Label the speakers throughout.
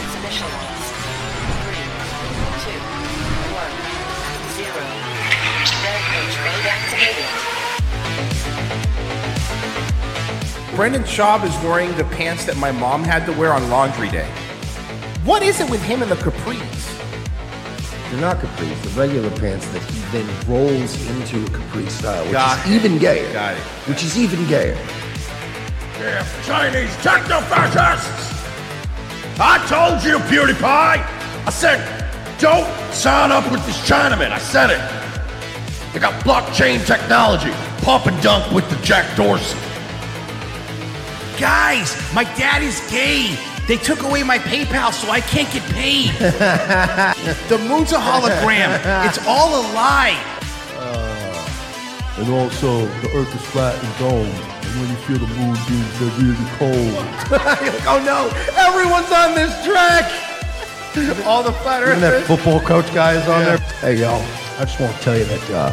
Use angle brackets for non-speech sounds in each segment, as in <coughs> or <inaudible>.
Speaker 1: initialized. Three, two, one, zero. Damage mode activated.
Speaker 2: Brendan Schaub is wearing the pants that my mom had to wear on laundry day. What is it with him and the capris?
Speaker 3: They're not capris, the regular pants that he then rolls into a capri style, which
Speaker 2: Got
Speaker 3: is
Speaker 2: it.
Speaker 3: even gayer.
Speaker 2: Got it.
Speaker 3: Which is even gayer.
Speaker 4: Damn Chinese techno-fascists! I told you, PewDiePie! I said, don't sign up with this Chinaman. I said it. They got blockchain technology. Pump and dunk with the Jack
Speaker 3: <laughs>
Speaker 4: Dorsey.
Speaker 2: Guys, my dad is gay. They took away my PayPal, so I can't get <laughs> paid. the moon's a hologram. It's all a lie.
Speaker 5: Uh, And also, the earth is flat and domed. And when you feel the moon beams, they're really cold.
Speaker 2: <laughs> Oh no, everyone's on this track. all the flat
Speaker 3: Even that football coach guy is on
Speaker 2: Yeah.
Speaker 3: there. Hey, y'all, I just want to tell you that uh,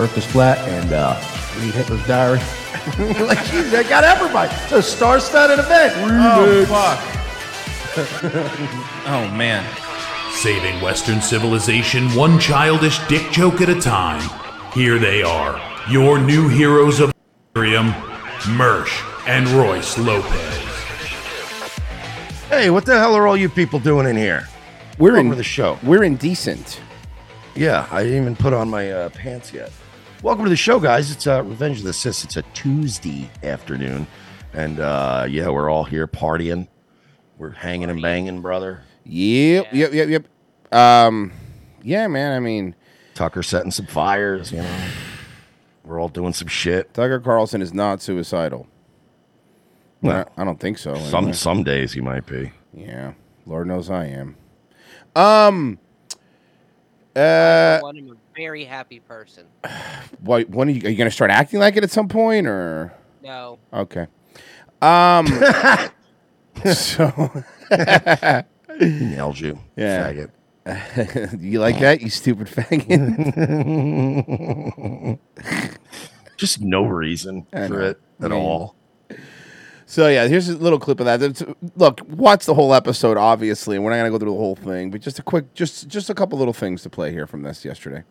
Speaker 3: Earth is flat and uh, read Hitler's diary. <laughs> like, geez, they got everybody. It's a star-studded event.
Speaker 2: Oh fuck.
Speaker 3: <laughs>
Speaker 2: oh man.
Speaker 6: Saving Western civilization one childish dick joke at a time. Here they are, your new heroes of Ethereum, Mersh and Royce Lopez.
Speaker 3: Hey, what the hell are all you people doing in here?
Speaker 2: We're
Speaker 3: Welcome to the show.
Speaker 2: We're indecent.
Speaker 3: Yeah, I didn't even put on my uh, pants yet. Welcome to the show, guys. It's uh, Revenge of the Sis. It's a Tuesday afternoon. And uh, yeah, we're all here partying. We're hanging and banging, brother.
Speaker 2: Yep, yep, yep, yep. Um, yeah, man. I mean,
Speaker 3: Tucker setting some fires, you know. We're all doing some shit.
Speaker 2: Tucker Carlson is not suicidal.
Speaker 3: Well,
Speaker 2: I, I don't think so.
Speaker 3: Some
Speaker 2: anyway.
Speaker 3: some days you might be.
Speaker 2: Yeah, Lord knows I am. Um,
Speaker 7: one, I'm a very happy person.
Speaker 2: What? uh, When are you, are you gonna start acting like it at some point, or
Speaker 7: No,
Speaker 2: okay?
Speaker 3: <laughs>
Speaker 2: Um. so
Speaker 3: He nailed you.
Speaker 2: <laughs> Yeah. <laughs>
Speaker 3: Faggot.
Speaker 2: you like that, you stupid faggot?
Speaker 3: <laughs> Just no reason for it at all.
Speaker 2: so yeah, here's a little clip of that. It's- look, watch the whole episode. Obviously, and we're not gonna go through the whole thing, but just a quick, just just a couple little things to play here from this yesterday.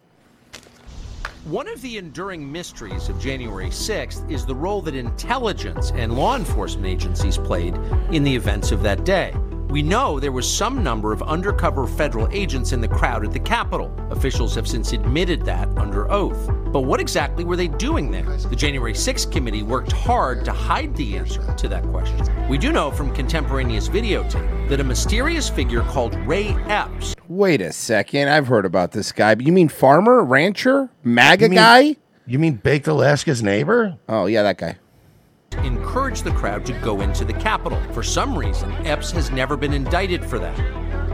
Speaker 8: One of the enduring mysteries of January 6th is the role that intelligence and law enforcement agencies played in the events of that day. We know there was some number of undercover federal agents in the crowd at the Capitol. Officials have since admitted that under oath. But what exactly were they doing there? The January 6th committee worked hard to hide the answer to that question. We do know from contemporaneous videotape that a mysterious figure called Ray Epps
Speaker 2: Wait a second, I've heard about this guy. But you mean farmer, rancher, MAGA
Speaker 3: mean-
Speaker 2: guy?
Speaker 3: You mean Baked Alaska's neighbor?
Speaker 2: Oh yeah, that guy.
Speaker 8: encouraged the crowd to go into the Capitol. For some reason, Epps has never been indicted for that.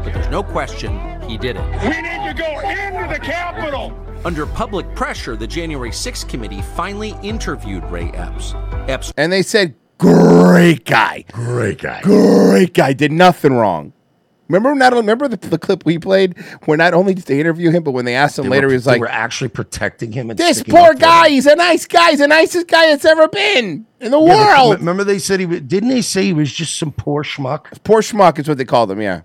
Speaker 8: But there's no question he did it.
Speaker 4: We need to go into the Capitol!
Speaker 8: Under public pressure, the January 6th committee finally interviewed Ray Epps. Epps
Speaker 2: And they said, "Great guy,
Speaker 3: Great guy.
Speaker 2: great guy, did nothing wrong." Remember not only remember the, the clip we played where not only did they interview him, but when they asked him later, he was like,
Speaker 3: we're actually protecting him. And
Speaker 2: "This
Speaker 3: sticking
Speaker 2: poor
Speaker 3: up for
Speaker 2: guy,
Speaker 3: him."
Speaker 2: he's a nice guy, he's the nicest guy that's ever been in the
Speaker 3: Yeah, but
Speaker 2: world."
Speaker 3: m- Remember they said he was, didn't they say he was just some poor schmuck?
Speaker 2: poor schmuck is what they called him. Yeah,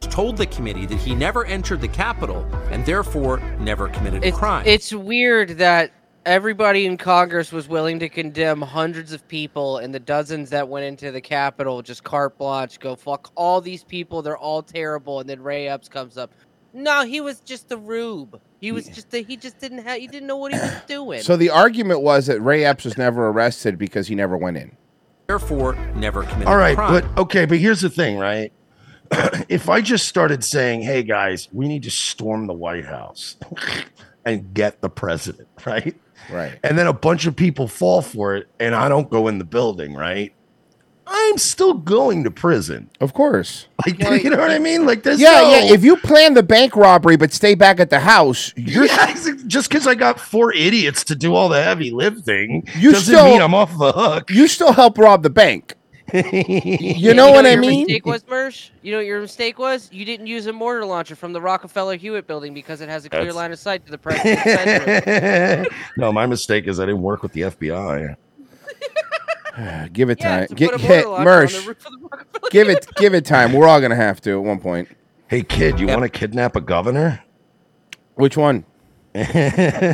Speaker 8: told the committee that he never entered the Capitol and therefore never committed a
Speaker 7: it's
Speaker 8: crime.
Speaker 7: it's weird that everybody in Congress was willing to condemn hundreds of people, and the dozens that went into the Capitol just carte blanche, go fuck all these people. They're all terrible. And then Ray Epps comes up. No, he was just a rube. He was just a, he just didn't have he didn't know what he
Speaker 2: <clears throat>
Speaker 7: was doing.
Speaker 2: so the argument was that Ray Epps was never arrested because he never went in.
Speaker 8: therefore never committed
Speaker 3: All right,
Speaker 8: a crime.
Speaker 3: but okay, but here's the thing, right? <clears throat> if I just started saying, "Hey guys, we need to storm the White House <laughs> and get the president," <laughs> right?
Speaker 2: Right.
Speaker 3: And then a bunch of people fall for it, and I don't go in the building, right? I'm still going to prison.
Speaker 2: Of course.
Speaker 3: Like, <laughs> you know what I mean? Like this.
Speaker 2: Yeah, yeah. If you plan the bank robbery but stay back at the house, you're
Speaker 3: <laughs> just because I got four idiots to do all the heavy lifting
Speaker 2: You
Speaker 3: doesn't
Speaker 2: still-
Speaker 3: mean I'm off the hook.
Speaker 2: you still help rob the
Speaker 3: <laughs>
Speaker 2: bank. you know
Speaker 7: You
Speaker 2: what I
Speaker 7: your
Speaker 2: mean?
Speaker 7: Mistake was Mersh. You know what your mistake was? You didn't use a mortar launcher from the Rockefeller Hewitt building because it has a clear
Speaker 3: That's-
Speaker 7: line of sight to the president's bedroom.
Speaker 2: <laughs>
Speaker 3: <laughs> no, my mistake is I didn't work with the FBI.
Speaker 2: <sighs> Give it
Speaker 7: Yeah,
Speaker 2: time.
Speaker 7: to
Speaker 2: Get
Speaker 7: put a
Speaker 2: hit
Speaker 7: mortar launcher on the
Speaker 2: Mersh. <laughs>
Speaker 7: roof of the Rockefeller
Speaker 2: give it, give it time. We're all gonna have to at one point.
Speaker 3: Hey, kid, you want to kidnap a governor?
Speaker 2: Which
Speaker 3: <laughs>
Speaker 2: one?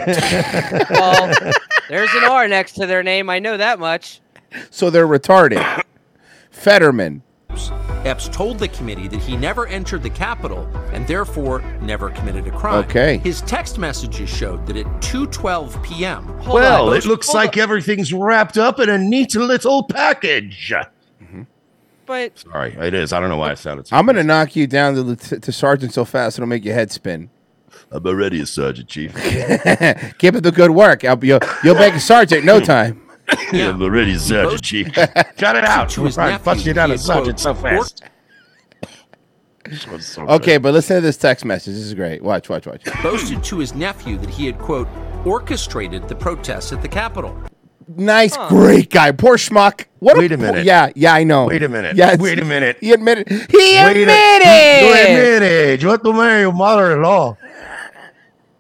Speaker 7: Well, there's an R next to their name. I know that much.
Speaker 2: So they're
Speaker 3: <laughs>
Speaker 2: retarded. Fetterman.
Speaker 8: Epps told the committee that he never entered the Capitol and therefore never committed a crime.
Speaker 2: Okay.
Speaker 8: His text messages showed that at 2:12 p.m.
Speaker 7: Hold
Speaker 3: Well,
Speaker 7: on.
Speaker 3: it looks
Speaker 7: Hold
Speaker 3: like
Speaker 7: on.
Speaker 3: everything's wrapped up in a neat little package.
Speaker 2: Mm-hmm.
Speaker 7: But
Speaker 3: Sorry, it is. I don't know why I sounded. So
Speaker 2: I'm gonna knock you down to, lieutenant- to sergeant so fast it'll make your head spin.
Speaker 3: I'm already a sergeant
Speaker 2: <laughs>
Speaker 3: chief.
Speaker 2: Keep up the good work. I'll be, you'll, you'll make a sergeant in no time.
Speaker 3: <laughs>
Speaker 7: <coughs>
Speaker 3: I'm already a sergeant chief. Cut uh, it out.
Speaker 8: to his
Speaker 3: Brian,
Speaker 8: nephew,
Speaker 3: bust you down
Speaker 8: he
Speaker 3: a
Speaker 8: had,
Speaker 3: sergeant so
Speaker 8: quote,
Speaker 2: <laughs>
Speaker 3: fast.
Speaker 2: Okay, but listen to this text message. This is great. Watch, watch, watch.
Speaker 8: boasted to his nephew that he had quote orchestrated the protests at the Capitol.
Speaker 2: Nice, great guy. Poor schmuck. What
Speaker 3: Wait a
Speaker 2: po-
Speaker 3: minute.
Speaker 2: yeah, yeah, I know.
Speaker 3: Wait a minute.
Speaker 2: Yes.
Speaker 3: Wait a minute.
Speaker 2: He admitted. He
Speaker 3: Wait a-
Speaker 2: admitted.
Speaker 3: Wait a minute. You want to marry your mother-in-law,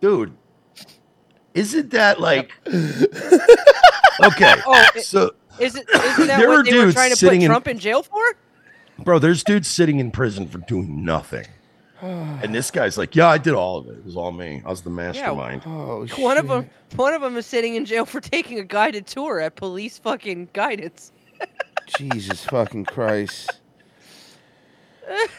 Speaker 3: dude? Isn't that like <laughs> okay?
Speaker 7: oh, i-
Speaker 3: So,
Speaker 7: is it isn't that
Speaker 3: There were
Speaker 7: what they were
Speaker 3: dudes
Speaker 7: trying to
Speaker 3: sitting
Speaker 7: put
Speaker 3: in-
Speaker 7: Trump in jail for?
Speaker 3: bro, there's dudes sitting in prison for doing nothing, and this guy's like, "Yeah, I did all of it. It was all me. I was the mastermind."
Speaker 2: Oh,
Speaker 7: One of them, one of them is sitting in jail for taking a guided tour at police fucking guidance. <laughs>
Speaker 2: Jesus fucking Christ.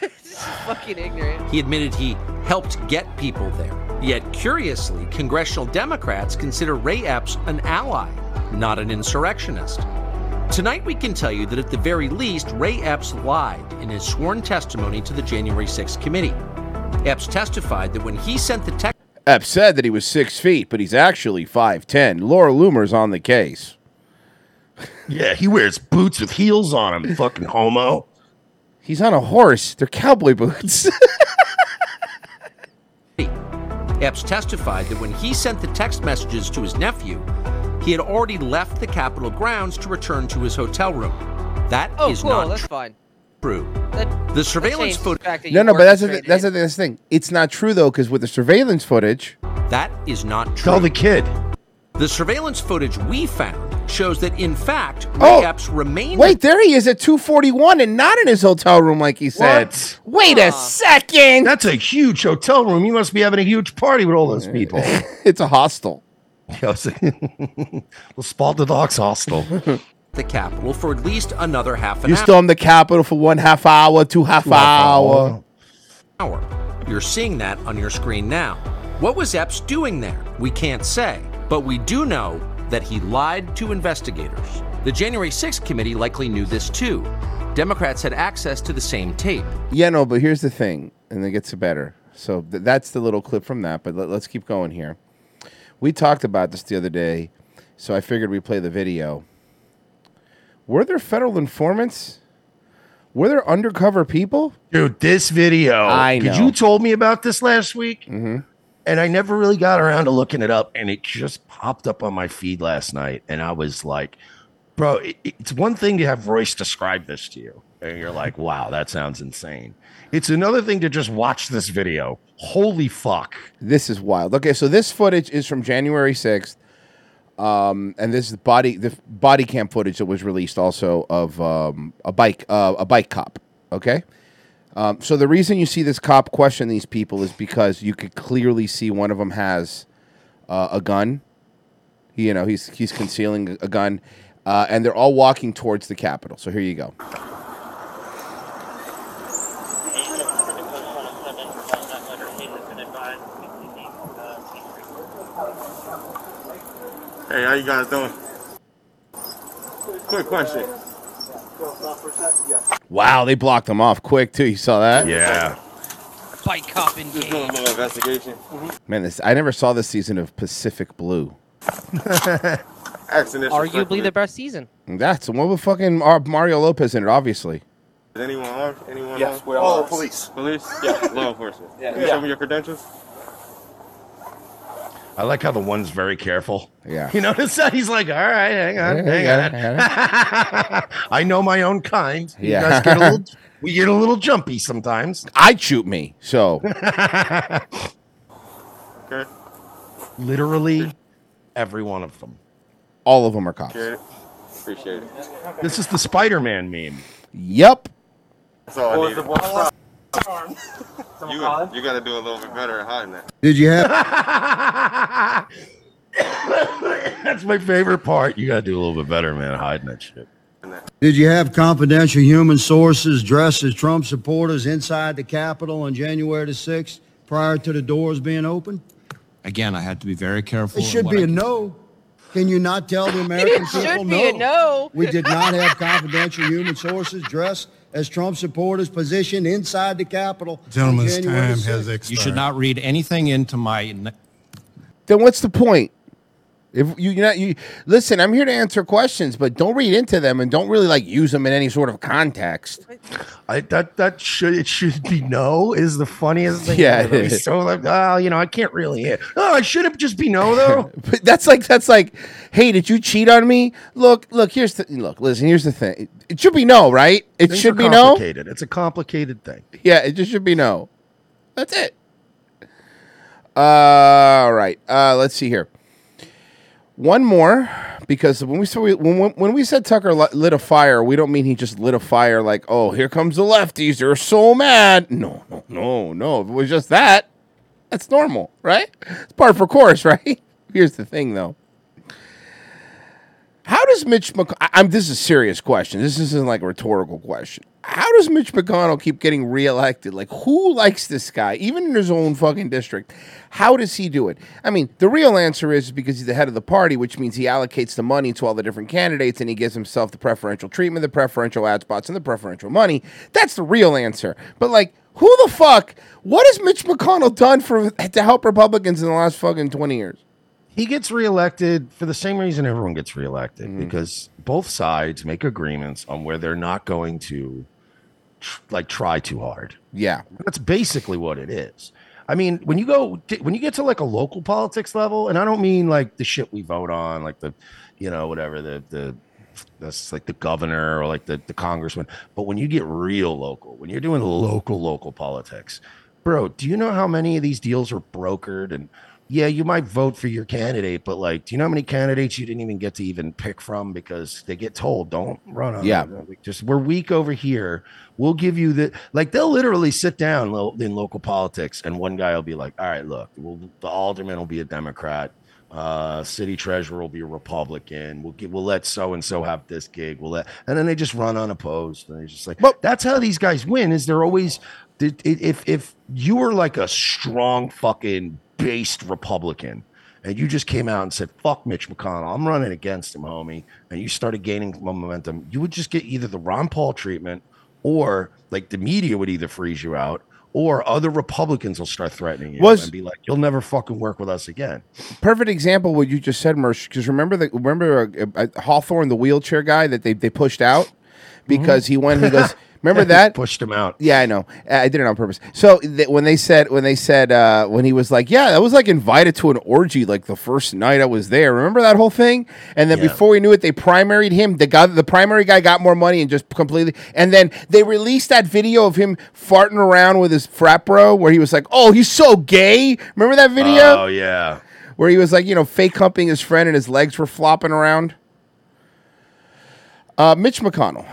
Speaker 7: This is fucking ignorant.
Speaker 8: He admitted he helped get people there. Yet curiously, congressional Democrats consider Ray Epps an ally, not an insurrectionist. Tonight we can tell you that at the very least, Ray Epps lied in his sworn testimony to the January 6th committee. Epps testified that when he sent the text
Speaker 2: Epp said that he was six feet, but he's actually five ten. Laura Loomer's on the case.
Speaker 3: Yeah, he wears boots with heels on him. Fucking homo.
Speaker 2: He's on a horse. They're cowboy boots.
Speaker 8: Epps testified that when he sent the text messages to his nephew, he had already left the Capitol grounds to return to his hotel room. That is
Speaker 7: Oh, cool.
Speaker 8: not
Speaker 7: That's fine.
Speaker 8: true.
Speaker 7: That,
Speaker 8: The
Speaker 7: that
Speaker 8: surveilance
Speaker 7: changes the
Speaker 8: photo
Speaker 7: fact
Speaker 2: <laughs>
Speaker 7: that
Speaker 2: no,
Speaker 7: you
Speaker 2: no, but that's the,
Speaker 7: orchestrated
Speaker 2: that's the
Speaker 7: it.
Speaker 2: thing. That's the thing. It's not true though, because with the surveillance footage,
Speaker 8: that is not true.
Speaker 3: Tell the kid.
Speaker 8: The surveillance footage we found shows that, in fact, Ray
Speaker 2: Oh,
Speaker 8: Epps remained.
Speaker 2: wait, there he is at two forty one, and not in his hotel room like he said.
Speaker 3: What?
Speaker 2: Wait a second.
Speaker 3: That's a huge hotel room. You must be having a huge party with all those people.
Speaker 2: <laughs> It's a hostel.
Speaker 3: I was like, <laughs> well, Spalt the Dogs Hostel.
Speaker 8: at the Capitol for at least another half an
Speaker 2: You
Speaker 8: hour.
Speaker 2: storm the Capitol for one half hour, two half hour.
Speaker 8: hour. You're seeing that on your screen now. What was Epps doing there? We can't say, but we do know that he lied to investigators. The January 6th committee likely knew this too. Democrats had access to the same tape.
Speaker 2: Yeah, no, but here's the thing, and it gets better. So th- that's the little clip from that, but let- let's keep going here. We talked about this the other day, so I figured we'd play the video. Were there federal informants? Were there undercover people?
Speaker 3: Dude, this video.
Speaker 2: I
Speaker 3: 'cause
Speaker 2: know. Mm-hmm.
Speaker 3: You told me about this last week, and I never really got around to looking it up, and it just popped up on my feed last night, and I was like, bro, it, it's one thing to have Royce describe this to you, and you're like, wow, that sounds insane. It's another thing to just watch this video. Holy fuck.
Speaker 2: This is wild. Okay, so this footage is from January 6th. Um, and this is body the body cam footage that was released also of um, a bike uh, a bike cop. Okay, um, so the reason you see this cop question these people is because you could clearly see one of them has uh, a gun. You know, he's he's concealing a- a gun, uh, and they're all walking towards the Capitol. So here you go.
Speaker 9: Hey, how you guys doing? Quick question.
Speaker 2: Wow, they blocked him off quick too. You saw that?
Speaker 3: Yeah.
Speaker 7: Bike cop in
Speaker 9: Just doing a
Speaker 7: jail. Mm-hmm.
Speaker 9: little investigation.
Speaker 2: Man, this I never saw this season of Pacific Blue.
Speaker 10: <laughs>
Speaker 9: Asking this respectfully.
Speaker 7: Arguably the best season.
Speaker 2: That's the one with fucking Mar- Mario Lopez in it, obviously.
Speaker 9: Is anyone armed? Anyone
Speaker 11: Yes,
Speaker 9: armed?
Speaker 11: we're all armed. police.
Speaker 9: Police? Yeah, law enforcement.
Speaker 11: Yeah.
Speaker 9: Can you
Speaker 11: Yeah.
Speaker 9: show me your credentials?
Speaker 3: I like how the one's very careful.
Speaker 2: Yeah.
Speaker 3: <laughs> You notice that? He's like, all right, hang on,
Speaker 2: Yeah,
Speaker 3: hang
Speaker 2: yeah,
Speaker 3: on. I know <laughs> my own kind. You
Speaker 2: Yeah.
Speaker 3: guys get
Speaker 2: <laughs>
Speaker 3: a little, we get a little jumpy sometimes.
Speaker 2: I shoot me. So
Speaker 9: Okay.
Speaker 3: <laughs> Literally every one of them.
Speaker 2: all of them are cops.
Speaker 9: Appreciate it. Appreciate it.
Speaker 3: This is the Spider Man meme.
Speaker 2: Yep.
Speaker 12: That's all I
Speaker 13: Or is
Speaker 12: needed.
Speaker 13: it one arm?
Speaker 12: You,
Speaker 13: Someone call
Speaker 12: gotta-
Speaker 13: him?
Speaker 12: you gotta do a little bit better at hiding that.
Speaker 3: Did you have? That's my favorite part. You got to do a little bit better, man, hiding that shit.
Speaker 14: Did you have confidential human sources dressed as Trump supporters inside the Capitol on January the 6th prior to the doors being open?
Speaker 15: Again, I had to be very careful.
Speaker 14: It
Speaker 15: in
Speaker 14: should
Speaker 15: what
Speaker 14: be
Speaker 15: I-
Speaker 14: a no. Can you not tell the American
Speaker 7: <laughs> It
Speaker 14: people
Speaker 7: should be a no.
Speaker 14: We did not have confidential human sources dressed as Trump supporters positioned inside the Capitol. on
Speaker 15: Gentlemen's
Speaker 14: January the 6th.
Speaker 15: You should not read anything into my.
Speaker 2: Then what's the point? If you you're not you listen, I'm here to answer questions, but don't read into them and don't really like use them in any sort of context.
Speaker 3: I that that should it should be no is the funniest thing.
Speaker 2: Yeah, it
Speaker 3: ever. He's
Speaker 2: is.
Speaker 3: so like, oh, you know, I can't really. Oh, I should have just be no though.
Speaker 2: <laughs> But that's like that's like, hey, did you cheat on me? Look, look, here's the look, listen, here's the thing. It should be no, right? It
Speaker 3: Things are
Speaker 2: should be no.
Speaker 3: complicated. It's a complicated thing.
Speaker 2: Yeah, it just should be no. That's it. Uh, all right. Uh, let's see here. One more, because when we said we, when, when- when we said Tucker li- lit a fire, we don't mean he just lit a fire like, oh, here comes the lefties. They're so mad. No, no, no, no. If it was just that, that's normal, right? It's part for course, <laughs> right? Here's the thing, though. How does Mitch McConnell? I'm. This is a serious question. This isn't like a rhetorical question. How does Mitch McConnell keep getting reelected? Like, who likes this guy, even in his own fucking district? How does he do it? I mean, the real answer is because he's the head of the party, which means he allocates the money to all the different candidates, and he gives himself the preferential treatment, the preferential ad spots, and the preferential money. That's the real answer. But like, who the fuck? What has Mitch McConnell done for to help Republicans in the last fucking twenty years?
Speaker 3: He gets reelected for the same reason everyone gets reelected because both sides make agreements on where they're not going to tr- like try too hard.
Speaker 2: Yeah.
Speaker 3: That's basically what it is. I mean, when you go when you get to like a local politics level, and I don't mean like the shit we vote on, like the you know, whatever the the that's like the governor or like the, the congressman. But when you get real local, when you're doing local, local politics, bro, do you know how many of these deals are brokered? And yeah, you might vote for your candidate, but like, do you know how many candidates you didn't even get to even pick from because they get told, don't run on
Speaker 2: Yeah.
Speaker 3: it. Like, just we're weak over here. We'll give you the like they'll literally sit down lo- in local politics, and one guy will be like, "All right, look, well, the alderman will be a Democrat, uh, city treasurer will be a Republican. We'll give, we'll let so and so have this gig. We'll let," and then they just run unopposed, and they're just like, "But that's how these guys win. Is they're always i- i- if if you were like a strong fucking based Republican." and you just came out and said, "Fuck Mitch McConnell, I'm running against him, homie," and you started gaining momentum, you would just get either the Ron Paul treatment, or like the media would either freeze you out, or other Republicans will start threatening you
Speaker 2: Was-
Speaker 3: and be like, "You'll never fucking work with us again."
Speaker 2: perfect example what you just said, Mersh. Because remember the remember uh, uh, Hawthorne, the wheelchair guy that they, they pushed out because he went. He
Speaker 3: <laughs>
Speaker 2: goes, remember that
Speaker 3: pushed him out.
Speaker 2: Yeah, I know. Uh, I did it on purpose. So th- when they said when they said uh, when he was like, yeah, I was like invited to an orgy like the first night I was there. Remember that whole thing? And then
Speaker 16: Yeah.
Speaker 2: before we knew it, they primaried him. The guy, the primary guy, got more money and just completely. And then they released that video of him farting around with his frat bro, where he was like, oh, he's so gay. Remember that video?
Speaker 3: Oh yeah.
Speaker 2: where he was like, you know, fake humping his friend and his legs were flopping around. Uh, Mitch McConnell.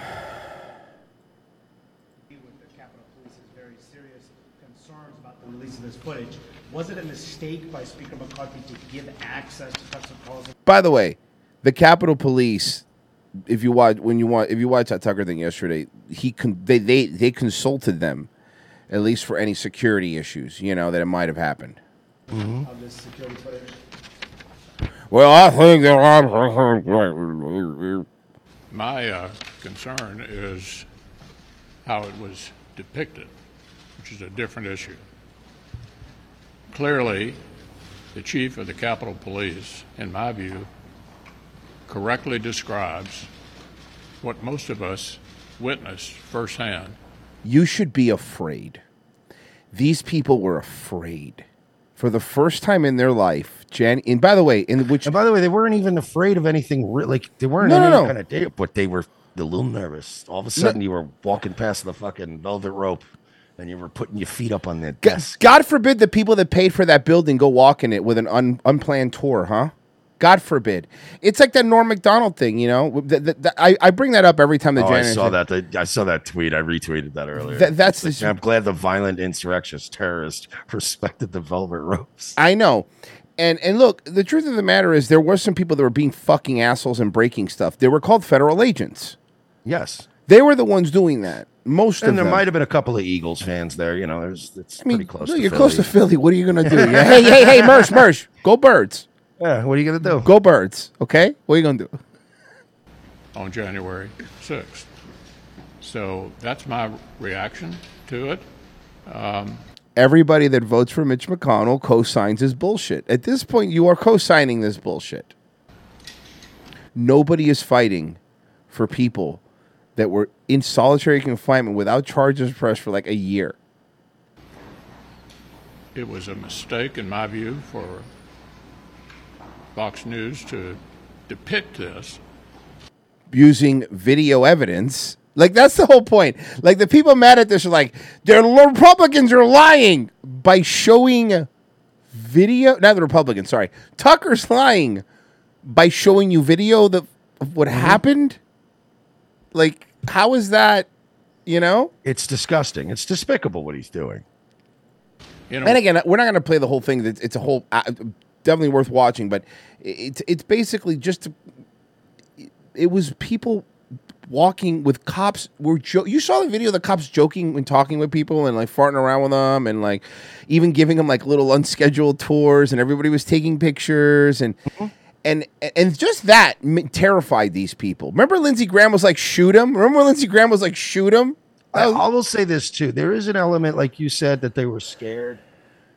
Speaker 17: the release of this footage. Was it a mistake by Speaker McCarthy to give access to Tucker Carlson?
Speaker 2: By the way, the Capitol Police. If you watch when you want if you watch that Tucker thing yesterday, he con- they they they consulted them, at least for any security issues you know that it might have happened.
Speaker 17: Of this security footage?
Speaker 2: Well, I think that I'm.
Speaker 18: My uh, concern is how it was depicted, which is a different issue. Clearly, the chief of the Capitol Police, in my view, correctly describes what most of us witnessed firsthand
Speaker 2: You should be afraid. These people were afraid for the first time in their life. Jan, and by the way, in which
Speaker 3: and by the way, they weren't even afraid of anything. Re- like they weren't
Speaker 2: No,
Speaker 3: in
Speaker 2: no,
Speaker 3: any
Speaker 2: no.
Speaker 3: kind of day, but they were a little nervous. All of a sudden, you were walking past the fucking velvet rope, and you were putting your feet up on the desk.
Speaker 2: God forbid the people that paid for that building go walk in it with an un- unplanned tour, huh? God forbid. It's like that Norm Macdonald thing, you know. The- the- the- I, I bring that up every time the
Speaker 3: Oh, I
Speaker 2: janitor.
Speaker 3: saw that. They- I saw that tweet. I retweeted that earlier.
Speaker 2: That- that's
Speaker 3: It's
Speaker 2: the-
Speaker 3: like, I'm glad the violent insurrectionist terrorist <laughs> respected the velvet ropes.
Speaker 2: I know. And and look, the truth of the matter is there were some people that were being fucking assholes and breaking stuff. They were called federal agents.
Speaker 3: Yes.
Speaker 2: They were the ones doing that. Most of
Speaker 3: And there
Speaker 2: them.
Speaker 3: might have been a couple of Eagles fans there. You know, there's it's pretty close.
Speaker 2: No,
Speaker 3: to
Speaker 2: you're
Speaker 3: Philly.
Speaker 2: close to Philly. What are you
Speaker 3: <laughs>
Speaker 2: gonna do? Yeah, hey, hey, hey, Mersh, Mersh, go birds.
Speaker 3: Yeah, what are you gonna do?
Speaker 2: Go birds. Okay, what are you gonna do?
Speaker 15: on January 6th. So that's my reaction to it. Um,
Speaker 2: Everybody that votes for Mitch McConnell co-signs his bullshit. At this point, you are co-signing this bullshit. Nobody is fighting for people that were in solitary confinement without charges pressed for like a year.
Speaker 15: it was a mistake, in my view, for Fox News to depict this.
Speaker 2: using video evidence. Like that's the whole point. Like the people mad at this are like, the Republicans are lying by showing video. Not the Republicans, sorry. Tucker's lying by showing you video that of
Speaker 3: Mm-hmm.
Speaker 2: what happened. Like, how is that? You know.
Speaker 3: It's disgusting. It's despicable what he's doing.
Speaker 2: and again, we're not going to play the whole thing. It's it's a whole uh, definitely worth watching, but it's it's basically just it was people walking with cops were jo- you saw the video of the cops joking and talking with people and like farting around with them and like even giving them like little unscheduled tours and everybody was taking pictures and
Speaker 3: Mm-hmm.
Speaker 2: and and just that m- terrified these people remember lindsey graham was like shoot him remember when lindsey graham was like shoot him
Speaker 3: I, I will say this too. There is an element, like you said, that they were scared,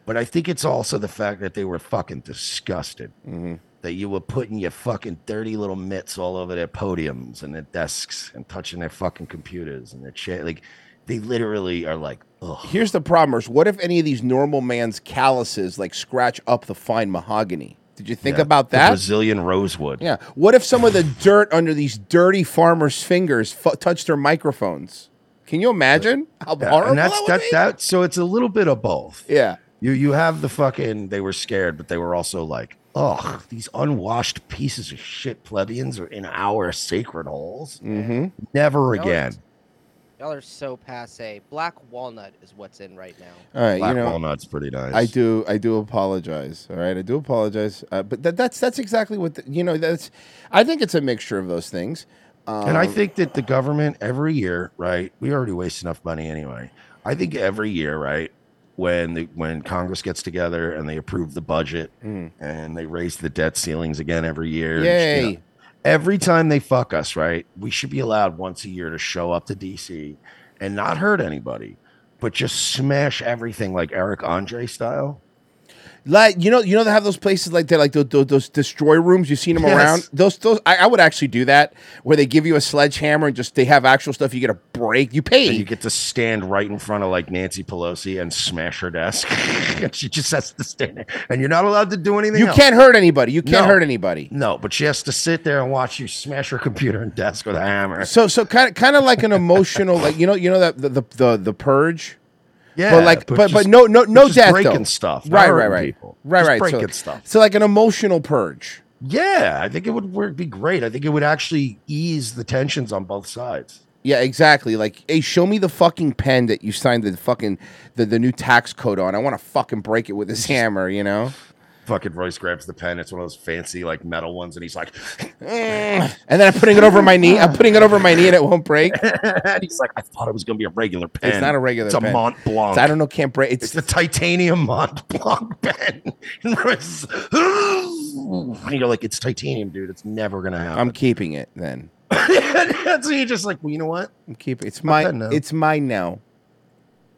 Speaker 3: but I think it's also the fact that they were fucking disgusted
Speaker 2: Mm-hmm.
Speaker 3: that you were putting your fucking dirty little mitts all over their podiums and their desks and touching their fucking computers and their chair. Like they literally are like, oh,
Speaker 2: Here's the problem, Merce. What if any of these normal man's calluses like scratch up the fine mahogany? Did you think about that?
Speaker 3: Brazilian rosewood.
Speaker 2: yeah. What if some of the dirt under these dirty farmers' fingers fu- touched their microphones? Can you imagine how
Speaker 3: Yeah,
Speaker 2: horrible
Speaker 3: and that's
Speaker 2: that would
Speaker 3: that,
Speaker 2: be?
Speaker 3: that so it's a little bit of both
Speaker 2: yeah
Speaker 3: you you have the fucking they were scared but they were also like oh these unwashed pieces of shit plebeians are in our sacred halls
Speaker 2: mm-hmm.
Speaker 3: never
Speaker 7: No,
Speaker 3: again
Speaker 7: Y'all are so passe. Black walnut is what's in right now.
Speaker 2: All right,
Speaker 3: Black
Speaker 2: you know,
Speaker 3: walnut's pretty nice.
Speaker 2: I do, I do apologize. All right, I do apologize, uh, but that, that's that's exactly what the, you know. That's, I think it's a mixture of those things. Um,
Speaker 3: and i think that the government every year right we already waste enough money anyway i think every year right when the when congress gets together and they approve the budget and they raise the debt ceilings again every year and, you know,
Speaker 2: Yay.
Speaker 3: every time they fuck us, right? We should be allowed once a year to show up to DC and not hurt anybody, but just smash everything like Eric Andre style.
Speaker 2: Like you know, you know they have those places like they like those, those, those destroy rooms. You've seen them
Speaker 3: Yes.
Speaker 2: around. Those those I, I would actually do that where they give you a sledgehammer and just they have actual stuff. You get a break. You pay.
Speaker 3: And you get to stand right in front of like Nancy Pelosi and smash her desk. <laughs> and she just has to stand there. And you're not allowed to do anything.
Speaker 2: You
Speaker 3: else.
Speaker 2: can't hurt anybody. You can't
Speaker 3: No.
Speaker 2: hurt anybody.
Speaker 3: No, but she has to sit there and watch you smash her computer and desk with a hammer.
Speaker 2: So so kind of kind of like an emotional like you know you know that the the the, the purge.
Speaker 3: Yeah,
Speaker 2: but like
Speaker 3: but
Speaker 2: but but
Speaker 3: just-
Speaker 2: no no no
Speaker 3: just
Speaker 2: death
Speaker 3: breaking
Speaker 2: though.
Speaker 3: stuff, not
Speaker 2: Right right
Speaker 3: hurting
Speaker 2: right
Speaker 3: people.
Speaker 2: right
Speaker 3: Just
Speaker 2: right so-
Speaker 3: breaking stuff.
Speaker 2: So like an emotional purge.
Speaker 3: yeah, I think it would work, be great. I think it would actually ease the tensions on both sides.
Speaker 2: Yeah, exactly. Like, hey, show me the fucking pen that you signed the fucking the, the new tax code on. I want to fucking break it with this hammer, you know.
Speaker 3: Fucking Royce grabs the pen. It's one of those fancy like metal ones, and he's like, "Mm."
Speaker 2: and then I'm putting it over my knee. I'm putting it over my knee, and it won't break.
Speaker 3: and <laughs> he's like, I thought it was gonna be a regular pen.
Speaker 2: It's not a regular.
Speaker 3: It's a
Speaker 2: pen.
Speaker 3: Mont Blanc.
Speaker 2: It's- I don't know. Can't break. It's,
Speaker 3: the titanium Mont Blanc <laughs> pen. and Royce is, and you're like, it's titanium, dude. It's never gonna happen.
Speaker 2: I'm keeping it then.
Speaker 3: And so you're just like, well, you know what?
Speaker 2: I'm keeping. It's
Speaker 3: Not
Speaker 2: my.
Speaker 3: bad now.
Speaker 2: It's mine now.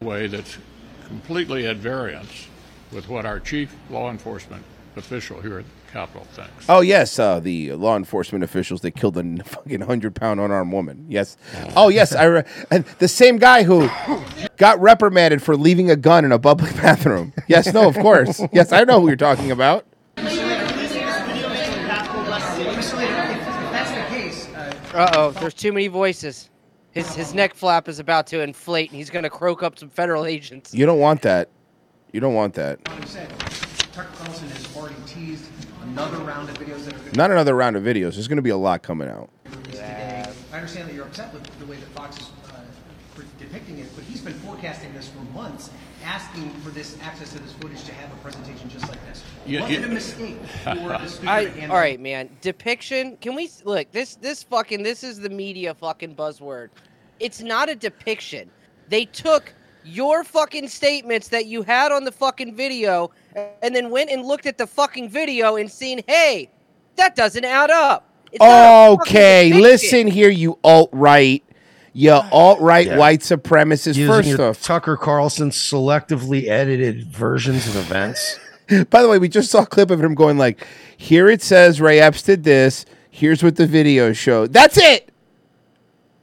Speaker 15: way that's completely at variance with what our chief law enforcement official here at the Capitol thinks.
Speaker 2: Oh yes, uh, the law enforcement officials that killed a n- fucking hundred pound unarmed woman. Yes. Oh yes, I re- and the same guy who got reprimanded for leaving a gun in a public <laughs> bathroom. Yes. No. Of course. Yes, I know who you're talking about.
Speaker 19: If that's the case, uh,
Speaker 7: Uh oh, there's too many voices. His his neck flap is about to inflate, and he's gonna croak up some federal agents.
Speaker 2: You don't want that. You don't want that.
Speaker 19: Tucker Carlson has already teased a another round of videos that are going to
Speaker 2: Not another round of videos. There's going to be a lot coming out.
Speaker 19: released today. I understand that you're upset with the way that Fox is uh, pre- depicting it, but he's been forecasting this for months, asking for this access to this footage to have a presentation just like this.
Speaker 7: Yeah,
Speaker 19: Was
Speaker 7: yeah.
Speaker 19: it a <laughs> mistake
Speaker 3: <laughs>
Speaker 19: for the speaker to
Speaker 7: I,
Speaker 19: hand
Speaker 7: all right, man. Depiction. Can we s- look? This this fucking this is the media fucking buzzword. It's not a depiction. They took your fucking statements that you had on the fucking video and then went and looked at the fucking video and seen, hey, that doesn't add up. It's not a fucking
Speaker 2: Okay,
Speaker 7: depiction.
Speaker 2: listen here, you alt right, you alt right
Speaker 3: Yeah.
Speaker 2: white supremacists.
Speaker 3: Using
Speaker 2: First
Speaker 3: your
Speaker 2: off,
Speaker 3: Tucker Carlson selectively edited versions of events.
Speaker 2: <laughs> By the way, we just saw a clip of him going like, "Here it says Ray Epps did this. Here's what the video showed. That's it.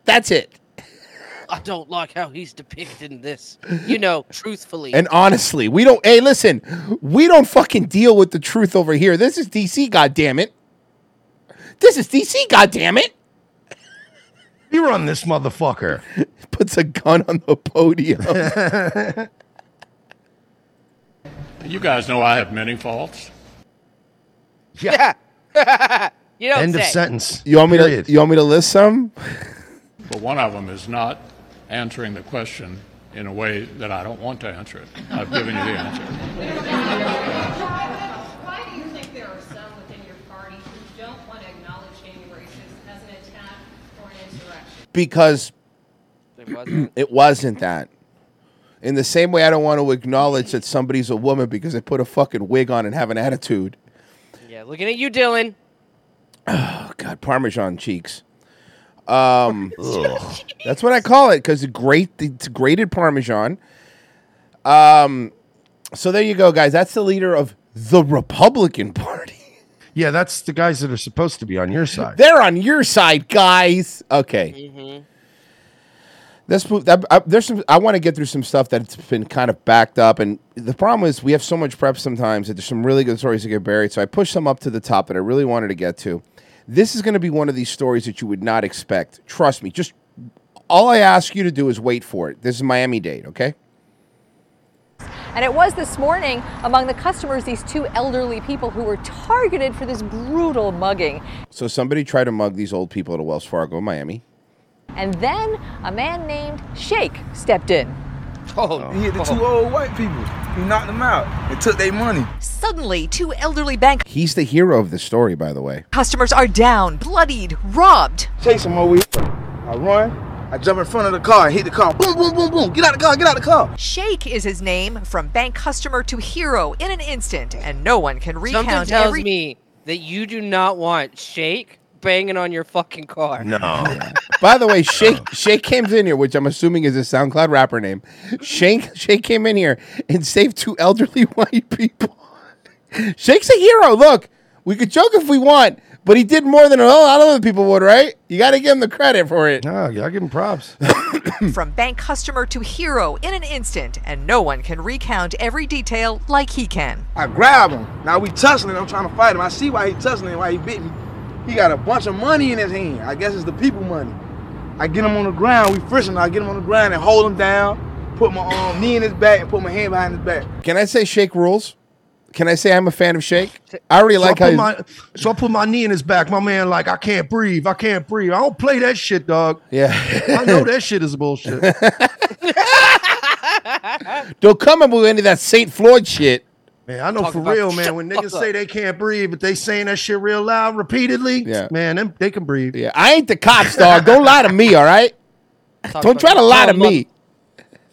Speaker 2: That's it."
Speaker 7: I don't like how he's depicting this. You
Speaker 10: <laughs>
Speaker 7: know, truthfully.
Speaker 2: And honestly, we don't. Hey, listen, we don't fucking deal with the truth over here. This is DC, goddamn it. This is DC, goddamn it.
Speaker 3: You run this motherfucker.
Speaker 2: <laughs> Puts a gun on the podium.
Speaker 15: You guys know I have many faults.
Speaker 7: Yeah. you don't say.
Speaker 3: sentence.
Speaker 2: You want me to? You want me to list some?
Speaker 15: But one of them is not answering the question in a way that I don't want to answer it. I've given you the answer.
Speaker 20: Why do you think there are some within your party who don't want to acknowledge January 6th as an attack or an insurrection?
Speaker 2: because <clears throat>
Speaker 7: it
Speaker 2: wasn't. that. In the same way, I don't want to acknowledge that somebody's a woman because they put a fucking wig on and have an attitude.
Speaker 7: Yeah, looking at you, Dylan.
Speaker 2: Oh God, Parmesan cheeks. Um, ugh. that's what I call it because great, it's grated Parmesan. Um, so there you go, guys. That's the leader of the Republican Party.
Speaker 3: <laughs> Yeah, that's the guys that are supposed to be on your side.
Speaker 2: They're on your side, guys. Okay.
Speaker 12: Mm-hmm.
Speaker 2: Let's move. That, I, there's some. I want to get through some stuff that's been kind of backed up, and the problem is we have so much prep sometimes that there's some really good stories that get buried. So I pushed some up to the top that I really wanted to get to. This is going to be one of these stories that you would not expect. Trust me. Just all I ask you to do is wait for it. This is Miami Dade, okay?
Speaker 10: And it was this morning among the customers, these two elderly people who were targeted for this brutal mugging.
Speaker 2: So somebody tried to mug these old people at a Wells Fargo, in Miami.
Speaker 10: And then a man named Shake stepped in.
Speaker 21: Oh, he hit the two old white people. He knocked them out and took their money.
Speaker 10: Suddenly, two elderly bank
Speaker 2: He's the hero of the story, by the way.
Speaker 10: customers are down, bloodied, robbed.
Speaker 21: Chase him over here. I run. I jump in front of the car and hit the car. Boom, boom, boom, boom. Get out the car, get out the car.
Speaker 10: Shake is his name, from bank customer to hero in an instant, and no one can recount
Speaker 7: Something tells
Speaker 10: every
Speaker 7: me that you do not want Shake banging on your fucking car.
Speaker 2: By the way,
Speaker 3: Oh.
Speaker 2: Shake Shake came in here, which I'm assuming is his SoundCloud rapper name. Shake Shake came in here and saved two elderly <laughs> white people. Shake's a hero. Look, we could joke if we want, but he did more than a lot of other people would, right? You got to give him the credit for it.
Speaker 3: No, yeah, I give him props.
Speaker 10: from bank customer to hero in an instant, and no one can recount every detail like he can.
Speaker 21: I grab him. Now we tussling. I'm trying to fight him. I see why he tussling, why he bit me. He got a bunch of money in his hand. I guess it's the people money. I get him on the ground. We friction. I get him on the ground and hold him down. Put my arm, knee in his back, and put my hand behind his back.
Speaker 2: <coughs> Can I say Shake rules? Can I say I'm a fan of Shake? I already like
Speaker 3: I
Speaker 2: how
Speaker 3: put
Speaker 2: he's-
Speaker 3: my, so I put my knee in his back. My man, like, I can't breathe. I can't breathe. I don't play that shit, dog.
Speaker 2: Yeah.
Speaker 3: I
Speaker 2: <laughs>
Speaker 3: know that shit is bullshit.
Speaker 2: don't come up with any of that Saint Floyd shit.
Speaker 3: Man, I know
Speaker 2: Talk
Speaker 3: for
Speaker 2: about-
Speaker 3: real, man.
Speaker 2: Shut
Speaker 3: When
Speaker 2: the
Speaker 3: niggas
Speaker 2: fuck
Speaker 3: say
Speaker 2: up.
Speaker 3: they can't breathe, but they saying that shit real loud repeatedly,
Speaker 2: Yeah.
Speaker 3: man, them, they can breathe.
Speaker 2: Yeah, I ain't the cops, dog. Don't lie to me, all right?
Speaker 7: <laughs> Talk
Speaker 2: Don't
Speaker 7: about
Speaker 2: try to
Speaker 7: your
Speaker 2: lie to
Speaker 7: dumb
Speaker 2: me.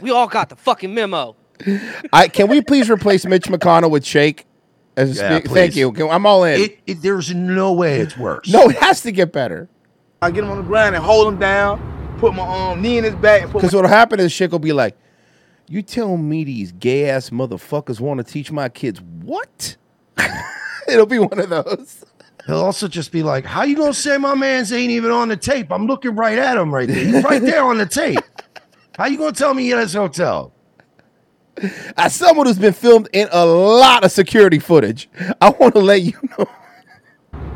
Speaker 7: We all got the fucking memo.
Speaker 2: I can we please replace Mitch McConnell with Shake? As a
Speaker 3: Yeah,
Speaker 2: speak- thank
Speaker 3: please.
Speaker 2: you. Can- I'm all in.
Speaker 3: It, it, there's no way it's worse.
Speaker 2: no, it has to get better
Speaker 21: I get him on the ground and hold him down. Put my arm, knee in his back, and put
Speaker 2: because what'll happen is Shake will be like, "You tell me these gay ass motherfuckers want to teach my kids what?" It'll be one of those.
Speaker 3: He'll also just be like, "How you gonna say my man's ain't even on the tape? I'm looking right at him right there. He's right there on the tape. How you gonna tell me he at his hotel?"
Speaker 2: As someone who's been filmed in a lot of security footage, I want to let you know.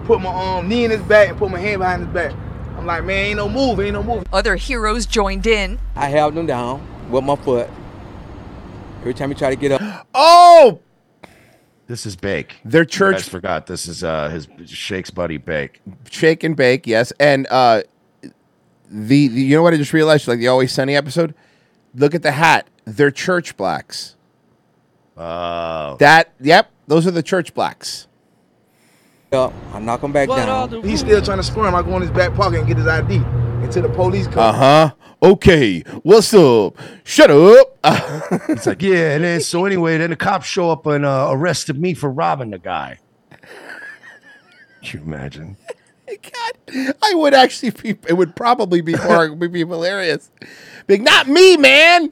Speaker 21: put my arm, knee in his back, and put my hand behind his back. I'm like, man, ain't no move, ain't no move.
Speaker 10: Other heroes joined in.
Speaker 22: I held him down with my foot. Every time he tried to get up,
Speaker 2: Oh,
Speaker 3: This is Bake.
Speaker 2: Their
Speaker 3: church forgot. This is uh his Shake's buddy Bake.
Speaker 2: Shake and bake, yes. And uh, the, the you know what I just realized? Like the Always Sunny episode. Look at the hat. They're church blacks.
Speaker 3: Oh.
Speaker 2: That yep. Those are the church blacks.
Speaker 22: Up, I knock him back down.
Speaker 21: He's still trying to squirm. I go in his back pocket and get his ID until the police come.
Speaker 2: Uh huh. Okay. What's up? Shut up. <laughs>
Speaker 3: It's like, yeah, and then so anyway, then the cops show up and uh, arrested me for robbing the guy. Can you imagine?
Speaker 2: I would actually be. It would probably be far, would <laughs> be hilarious. Big, not me, man.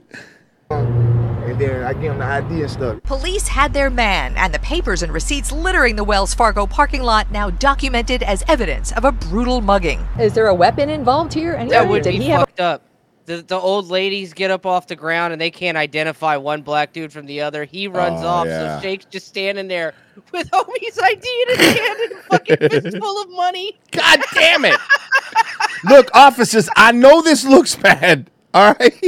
Speaker 21: And then I give him the ID and stuff. <laughs>
Speaker 23: Police had their man, and the papers and receipts littering the Wells Fargo parking lot now documented as evidence of a brutal mugging.
Speaker 10: Is there a weapon involved here? Anyway,
Speaker 7: That would
Speaker 10: did
Speaker 7: be
Speaker 10: he have a-
Speaker 7: fucked up. The, the old ladies get up off the ground and they can't identify one black dude from the other. He runs
Speaker 2: Oh,
Speaker 7: off,
Speaker 2: yeah.
Speaker 7: so Shake's just standing there with homie's ID in his hand and
Speaker 2: <laughs>
Speaker 7: fucking fistful of
Speaker 21: <laughs>
Speaker 7: money.
Speaker 2: God damn it! <laughs> Look, officers, I know this looks bad. All right.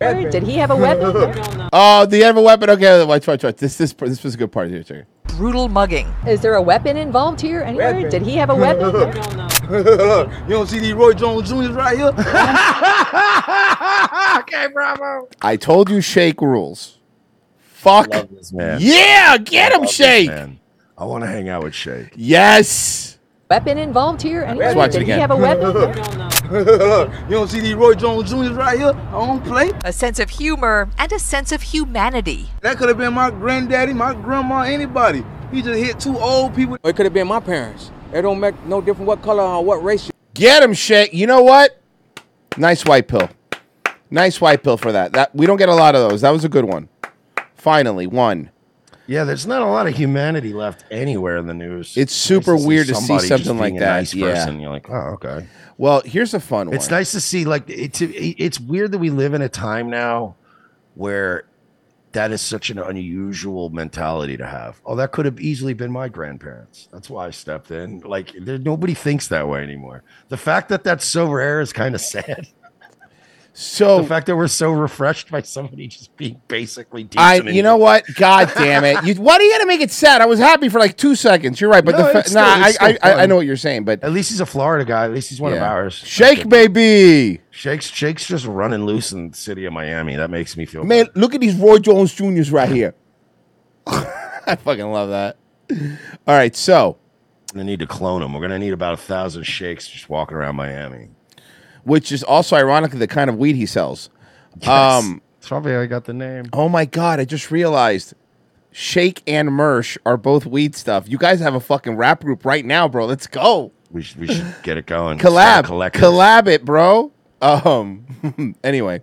Speaker 2: <laughs>
Speaker 10: Did he have a weapon? <laughs>
Speaker 2: Oh, do you have a weapon? Okay, watch, watch, watch. This, this, this was a good part here. Sorry.
Speaker 23: Brutal mugging.
Speaker 10: Is there a weapon involved here? Anyway, did he have a weapon?
Speaker 21: you don't see these Roy Jones Juniors right here? <laughs> okay, bravo.
Speaker 2: I told you, Shake rules. Fuck.
Speaker 3: man.
Speaker 2: Yeah, get
Speaker 3: Love
Speaker 2: him,
Speaker 3: this
Speaker 2: Shake.
Speaker 3: man. I want to hang out with Shake.
Speaker 2: Yes.
Speaker 10: Weapon involved here? Anyway,
Speaker 3: watch it
Speaker 10: did
Speaker 3: again.
Speaker 10: he have a weapon?
Speaker 21: <laughs> you don't see these Roy Jones Juniors right here? I don't play.
Speaker 23: A sense of humor and a sense of humanity.
Speaker 21: That could have been my granddaddy, my grandma, anybody. He just hit two old people.
Speaker 22: It could have been my parents. It don't make no difference what color or what race you
Speaker 2: Get him, Shake. You know what? Nice white pill. Nice white pill for that. That we don't get a lot of those. That was a good one. Finally, one.
Speaker 3: Yeah, there's not a lot of humanity left anywhere in the news.
Speaker 2: It's super
Speaker 3: Nice
Speaker 2: weird to see
Speaker 3: somebody just
Speaker 2: something
Speaker 3: being
Speaker 2: like
Speaker 3: a
Speaker 2: that,
Speaker 3: Nice
Speaker 2: yeah.
Speaker 3: person. You're like, oh, okay.
Speaker 2: Well, here's a fun
Speaker 3: It's
Speaker 2: one.
Speaker 3: nice to see. Like, it's it's weird that we live in a time now where that is such an unusual mentality to have. Oh, that could have easily been my grandparents. That's why I stepped in. Like, there, nobody thinks that way anymore. The fact that that's so rare is kind of sad.
Speaker 2: So
Speaker 3: the fact that we're so refreshed by somebody just being basically decent.
Speaker 2: I,
Speaker 3: and
Speaker 2: you know what? God damn it! You, why do you got to make it sad? I was happy for like two seconds. You're right, but
Speaker 3: No,
Speaker 2: the
Speaker 3: it's
Speaker 2: fa- nah,
Speaker 3: still-
Speaker 2: I,
Speaker 3: it's
Speaker 2: I,
Speaker 3: still
Speaker 2: I, I
Speaker 3: fun.
Speaker 2: know what you're saying, but
Speaker 3: At least he's a Florida guy. At least he's one of
Speaker 2: Yeah.
Speaker 3: ours.
Speaker 2: Shake, baby.
Speaker 3: Shake's Shake's just running loose in the city of Miami. That makes me feel.
Speaker 2: man, look at these Roy Jones Juniors right here. I fucking love that. All right, so
Speaker 3: I need to clone him. We're gonna need about a thousand shakes just walking around Miami.
Speaker 2: which is also ironically the kind of weed he sells. Um,
Speaker 3: That's probably how I got the name.
Speaker 2: oh my god, I just realized Shake and Mersh are both weed stuff. You guys have a fucking rap group right now, bro. Let's go.
Speaker 3: We should, we should get it going.
Speaker 2: collab
Speaker 3: Start collecting.
Speaker 2: collab it bro um <laughs> anyway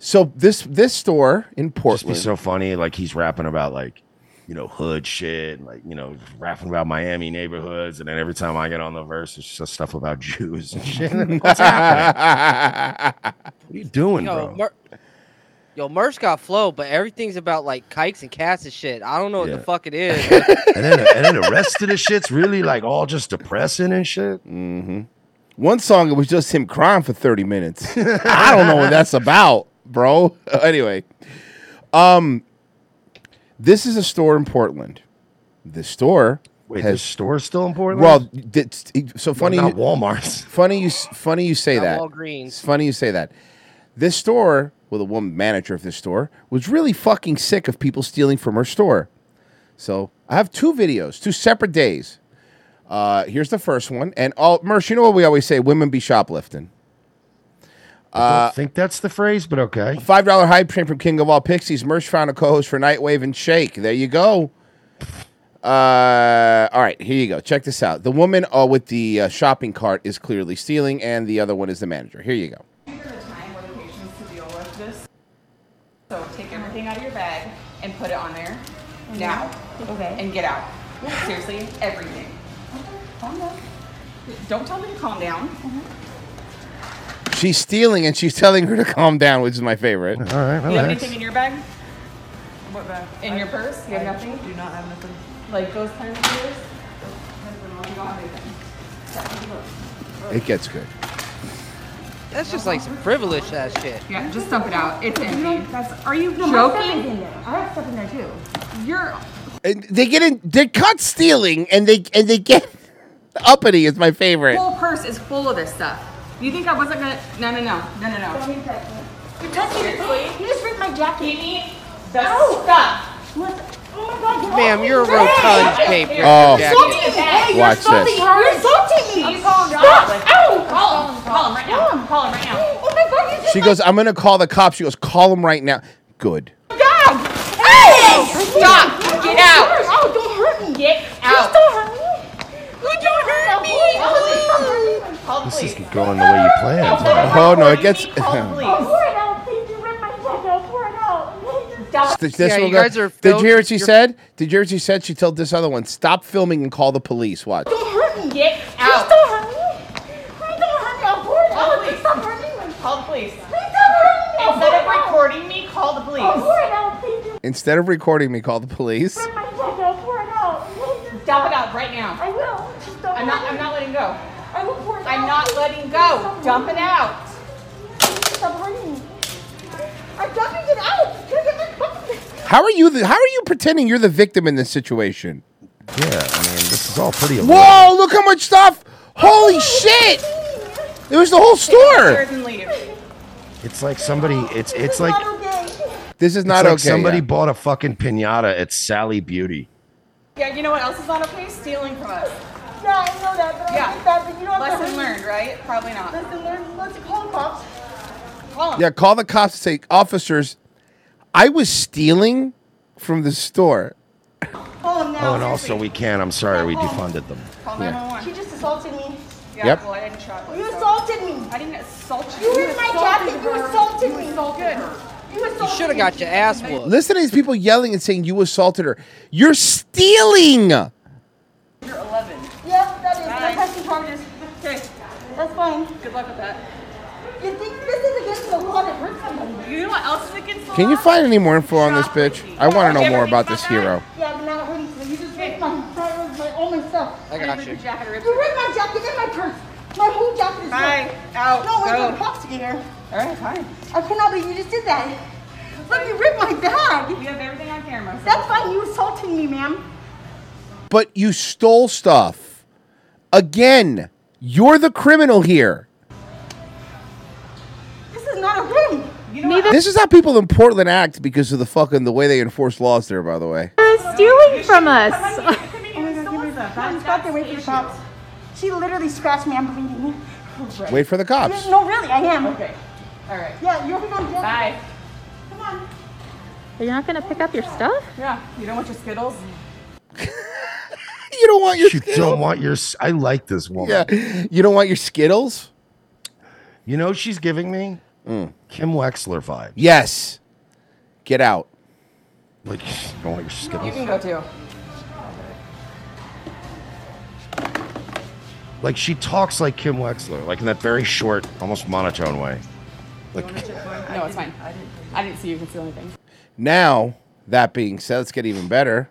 Speaker 2: so this this store in
Speaker 3: Just be
Speaker 2: portland
Speaker 3: so funny. Like he's rapping about like you know hood shit, and, like you know rapping about Miami neighborhoods, and then every time I get on the verse, it's just stuff about Jews and shit. <laughs> What's happening? What are you doing,
Speaker 7: Yo,
Speaker 3: bro?
Speaker 7: Mer- Yo, Merch got flow, but everything's about like kikes and cats and shit. I don't know what
Speaker 3: Yeah.
Speaker 7: the fuck it is.
Speaker 2: <laughs>
Speaker 7: but
Speaker 3: And then and then the rest of the shit's really like all just depressing and shit.
Speaker 2: Mm-hmm. one song it was just him crying for 30 minutes i don't know what that's about bro <laughs> anyway um this is a store in portland the store
Speaker 3: Wait,
Speaker 2: has
Speaker 3: this store's still in Portland?
Speaker 2: well it's, so funny
Speaker 3: not
Speaker 2: you,
Speaker 3: Walmart's.
Speaker 2: funny you s- funny you say
Speaker 7: Not
Speaker 2: that
Speaker 7: Walgreens.
Speaker 2: It's funny you say that. This store, well, the woman manager of this store was really fucking sick of people stealing from her store. So I have two videos, two separate days. Uh, here's the first one, and all Mersh, you know what we always say: women be shoplifting. Uh,
Speaker 3: I don't think that's the phrase, but okay.
Speaker 2: Five dollar hype train from King of All Pixies. Merch found a co-host for Nightwave and Shake. There you go. Uh, all right, here you go. Check this out. The woman uh, with the uh, shopping cart is clearly stealing, and the other one is the manager. Here you go.
Speaker 13: the time or locations to deal with this. So take everything out of your bag and put it on there now.
Speaker 24: Okay.
Speaker 13: And get out. Seriously, everything. Calm down. Don't tell me to calm down.
Speaker 21: Mm-hmm.
Speaker 2: She's stealing and she's <laughs> telling her to calm down, which is my favorite. All right,
Speaker 13: Do you have anything in your bag? What bag? In your purse? You have nothing? Do not have nothing. Like those kind of purse? You don't have anything.
Speaker 2: It gets good.
Speaker 7: That's just like some frivolous ass shit.
Speaker 13: Yeah, just dump it out. It's
Speaker 7: empty.
Speaker 13: That's, are you
Speaker 7: No, my stuff
Speaker 13: joking? in there. I have stuff in there too. You're
Speaker 2: And They get in. They cut stealing, and they and they get <laughs> uppity is my favorite.
Speaker 13: whole purse is full of this stuff. You think I wasn't gonna? No, no, no, no, no, no. You're touching it. You just ripped my jacket. Give me the stuff. Oh my god, get
Speaker 7: Ma'am,
Speaker 13: off
Speaker 7: you're a
Speaker 13: me.
Speaker 7: real
Speaker 13: Hey,
Speaker 7: cunt,
Speaker 13: hey,
Speaker 7: Paper.
Speaker 13: hey,
Speaker 7: Oh.
Speaker 13: You're insulting me.
Speaker 2: Watch
Speaker 13: Hey, you're insulting
Speaker 2: this.
Speaker 13: her. You're insulting me. Stop. Ow. Call him. Call him right now. Call him right now. Oh my god, you just
Speaker 2: She goes, "I'm gonna call the cops." She goes, "Call them right now." Good.
Speaker 13: Stop! "Oh Hey! Stop! Get out! Oh, don't hurt me! Get out! Please don't hurt me! You don't hurt me! Call the
Speaker 3: This isn't going the way you planned.
Speaker 2: Oh no, it gets. <laughs>
Speaker 13: Oh, Uh,
Speaker 2: This
Speaker 7: yeah,
Speaker 2: one goes-
Speaker 7: you guys are.
Speaker 2: Did you hear what
Speaker 7: filth-
Speaker 2: she
Speaker 7: you're-
Speaker 2: said? Did you hear what she said? She told this other one, "Stop filming and call the police." Watch.
Speaker 13: Don't hurt me! Get out! Please don't hurt me! Please don't hurt me! I'm bored! Call the police! Stop hurting me! Call the police! Please don't hurt me! Instead of recording me, call the police! I'm bored! I'll please do
Speaker 2: Instead of recording me, call the police.
Speaker 13: my jacket! I'll pour it out! Dump it out right now! I will! Just dump I'm not, I'm not letting go! I will pour it I'm out! I'm not letting go! Dump it out! Stop hurting me! I'm dumping it out! Can I get my cup?
Speaker 2: How are you? The, how are you pretending you're the victim in this situation?
Speaker 3: Yeah, I mean, this is all pretty.
Speaker 2: Whoa! Look how much stuff! Holy shit! It was the whole store.
Speaker 3: It's like somebody. It's it's like
Speaker 2: This is not
Speaker 3: it's like
Speaker 2: okay.
Speaker 3: Somebody
Speaker 2: yeah.
Speaker 3: bought a fucking pinata at Sally Beauty.
Speaker 13: Yeah, you know what else is not okay? Stealing from us. Yeah, I know that, but I think that, but you don't have Lesson learned, right? Probably not. Lesson learned. Let's call the cops. Call
Speaker 2: Yeah, call the cops and say, officers, I was stealing from the store.
Speaker 13: Call him
Speaker 3: Oh, and also we can. I'm sorry, we defunded them.
Speaker 13: Call
Speaker 2: Yeah.
Speaker 13: 911. She just assaulted me.
Speaker 2: Yeah, Yep. well,
Speaker 13: I didn't shot You assaulted me. I didn't assault you. You ripped my
Speaker 7: assaulted
Speaker 13: jacket. You assaulted me. Good. You assaulted
Speaker 7: You should have got your ass whooped.
Speaker 2: Listen to these people yelling and saying you assaulted her. You're stealing.
Speaker 13: You're 11. Yeah, that is. I'm pressing charges. Okay. That's fine. Good luck with that. You think this is against the law to hurt somebody? You know what else is against the
Speaker 2: Can you
Speaker 13: law?
Speaker 2: find any more info on this bitch? I want to know more about this hero.
Speaker 13: Yeah, but not hurting somebody. You just ripped my, that was my only stuff.
Speaker 2: I got you.
Speaker 13: You ripped my jacket and my purse. My whole jacket is
Speaker 7: Bye.
Speaker 13: ripped.
Speaker 7: Out.
Speaker 13: No,
Speaker 7: Go.
Speaker 13: I got cops to get here. All right, fine. I cannot believe you just did that. Look, you ripped my bag. You have everything on camera. That's fine. You assaulted me, ma'am.
Speaker 2: But you stole stuff. Again, you're the criminal here.
Speaker 13: This is not okay. You know
Speaker 2: This is how people in Portland act because of the fucking the way they enforce laws there, by the way.
Speaker 24: Uh,
Speaker 13: stealing from us. Oh I'm stuck away from the cops. She literally scratched me. I'm bleeding.
Speaker 2: Wait for the cops.
Speaker 13: No, really, I am. Okay. All right. Yeah, you're gonna get Bye. Come on.
Speaker 24: Are you not gonna pick up your stuff?
Speaker 13: Yeah. You don't want your Skittles?
Speaker 2: <laughs> You don't want your.
Speaker 3: You don't want your. s- I like this woman.
Speaker 2: Yeah. You don't want your Skittles. Mm.
Speaker 3: You know what she's giving me Kim Wexler vibe.
Speaker 2: Yes. Get out.
Speaker 3: Like don't want your Skittles.
Speaker 13: go too.
Speaker 3: Like she talks like Kim Wexler, like in that very short, almost monotone way. Like
Speaker 13: No, it's fine. I didn't see you conceal anything.
Speaker 2: Now, that being said, let's get even better.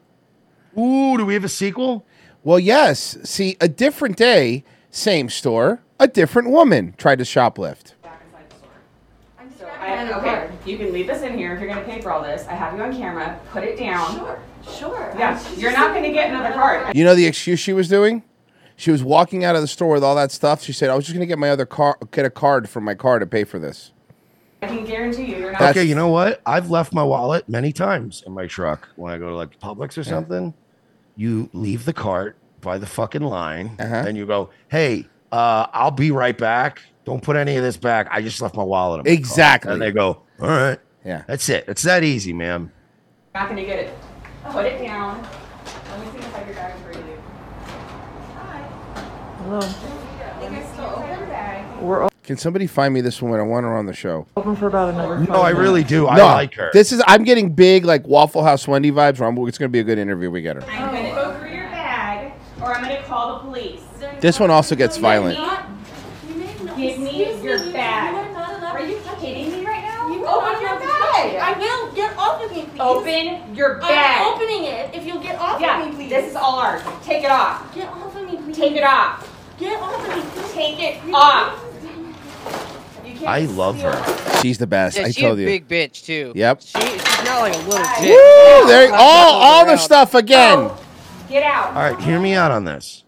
Speaker 3: Ooh, do we have a sequel?
Speaker 2: Well, yes. See, a different day, same store, a different woman tried to shoplift.
Speaker 13: So I, okay, you can leave this in here if you're gonna pay for all this. I have you on camera. Put it down. Sure, sure. Yeah, you're not gonna get another card.
Speaker 2: You know the excuse she was doing? She was walking out of the store with all that stuff. She said, "I was just going to get my other car, get a card from my car to pay for this."
Speaker 13: I can guarantee you, you're not.
Speaker 3: Okay, you know what? I've left my wallet many times in my truck when I go to like Publix or something. You leave the cart by the fucking line,
Speaker 2: Uh-huh.
Speaker 3: and you go, "Hey, uh, I'll be right back. Don't put any of this back. I just left my wallet." in my car."
Speaker 2: Exactly.
Speaker 3: And they go, "All right,
Speaker 2: yeah,
Speaker 3: that's it. It's that easy, ma'am."
Speaker 13: You're not gonna get it. Put it down. Let me see if I can grab it for you.
Speaker 2: Hello.
Speaker 13: Think I still open your bag.
Speaker 2: We're Can somebody find me this woman? I want her on the show.
Speaker 13: Open for about
Speaker 3: No, I really do. I
Speaker 2: No,
Speaker 3: like her.
Speaker 2: This is I'm getting big like Waffle House Wendy vibes. Where I'm, it's going to be a good interview. We get her.
Speaker 13: I'm gonna
Speaker 25: Oh.
Speaker 13: go through your bag, or I'm gonna call the police.
Speaker 2: This one also gets violent.
Speaker 13: Give me your bag. Are you kidding me right now? You open your bag.
Speaker 25: I will get off of me, please.
Speaker 13: Open your
Speaker 25: I'm
Speaker 13: bag.
Speaker 25: opening it. If you'll get off
Speaker 13: yeah,
Speaker 25: of me, please.
Speaker 13: This is all ours. Take it off.
Speaker 25: Get off of me, please.
Speaker 13: Take it off.
Speaker 25: Get off of me. Please.
Speaker 13: Take it off. You
Speaker 3: I love her.
Speaker 2: She's the best.
Speaker 7: Yeah,
Speaker 2: I
Speaker 7: she a
Speaker 2: told you.
Speaker 7: big bitch too.
Speaker 2: Yep.
Speaker 7: She, she's not like a little chick.
Speaker 2: Woo! There,
Speaker 7: She's
Speaker 2: all
Speaker 7: not
Speaker 2: all the
Speaker 7: around.
Speaker 2: stuff again.
Speaker 25: Get out.
Speaker 3: All right, hear me Oh, out on this.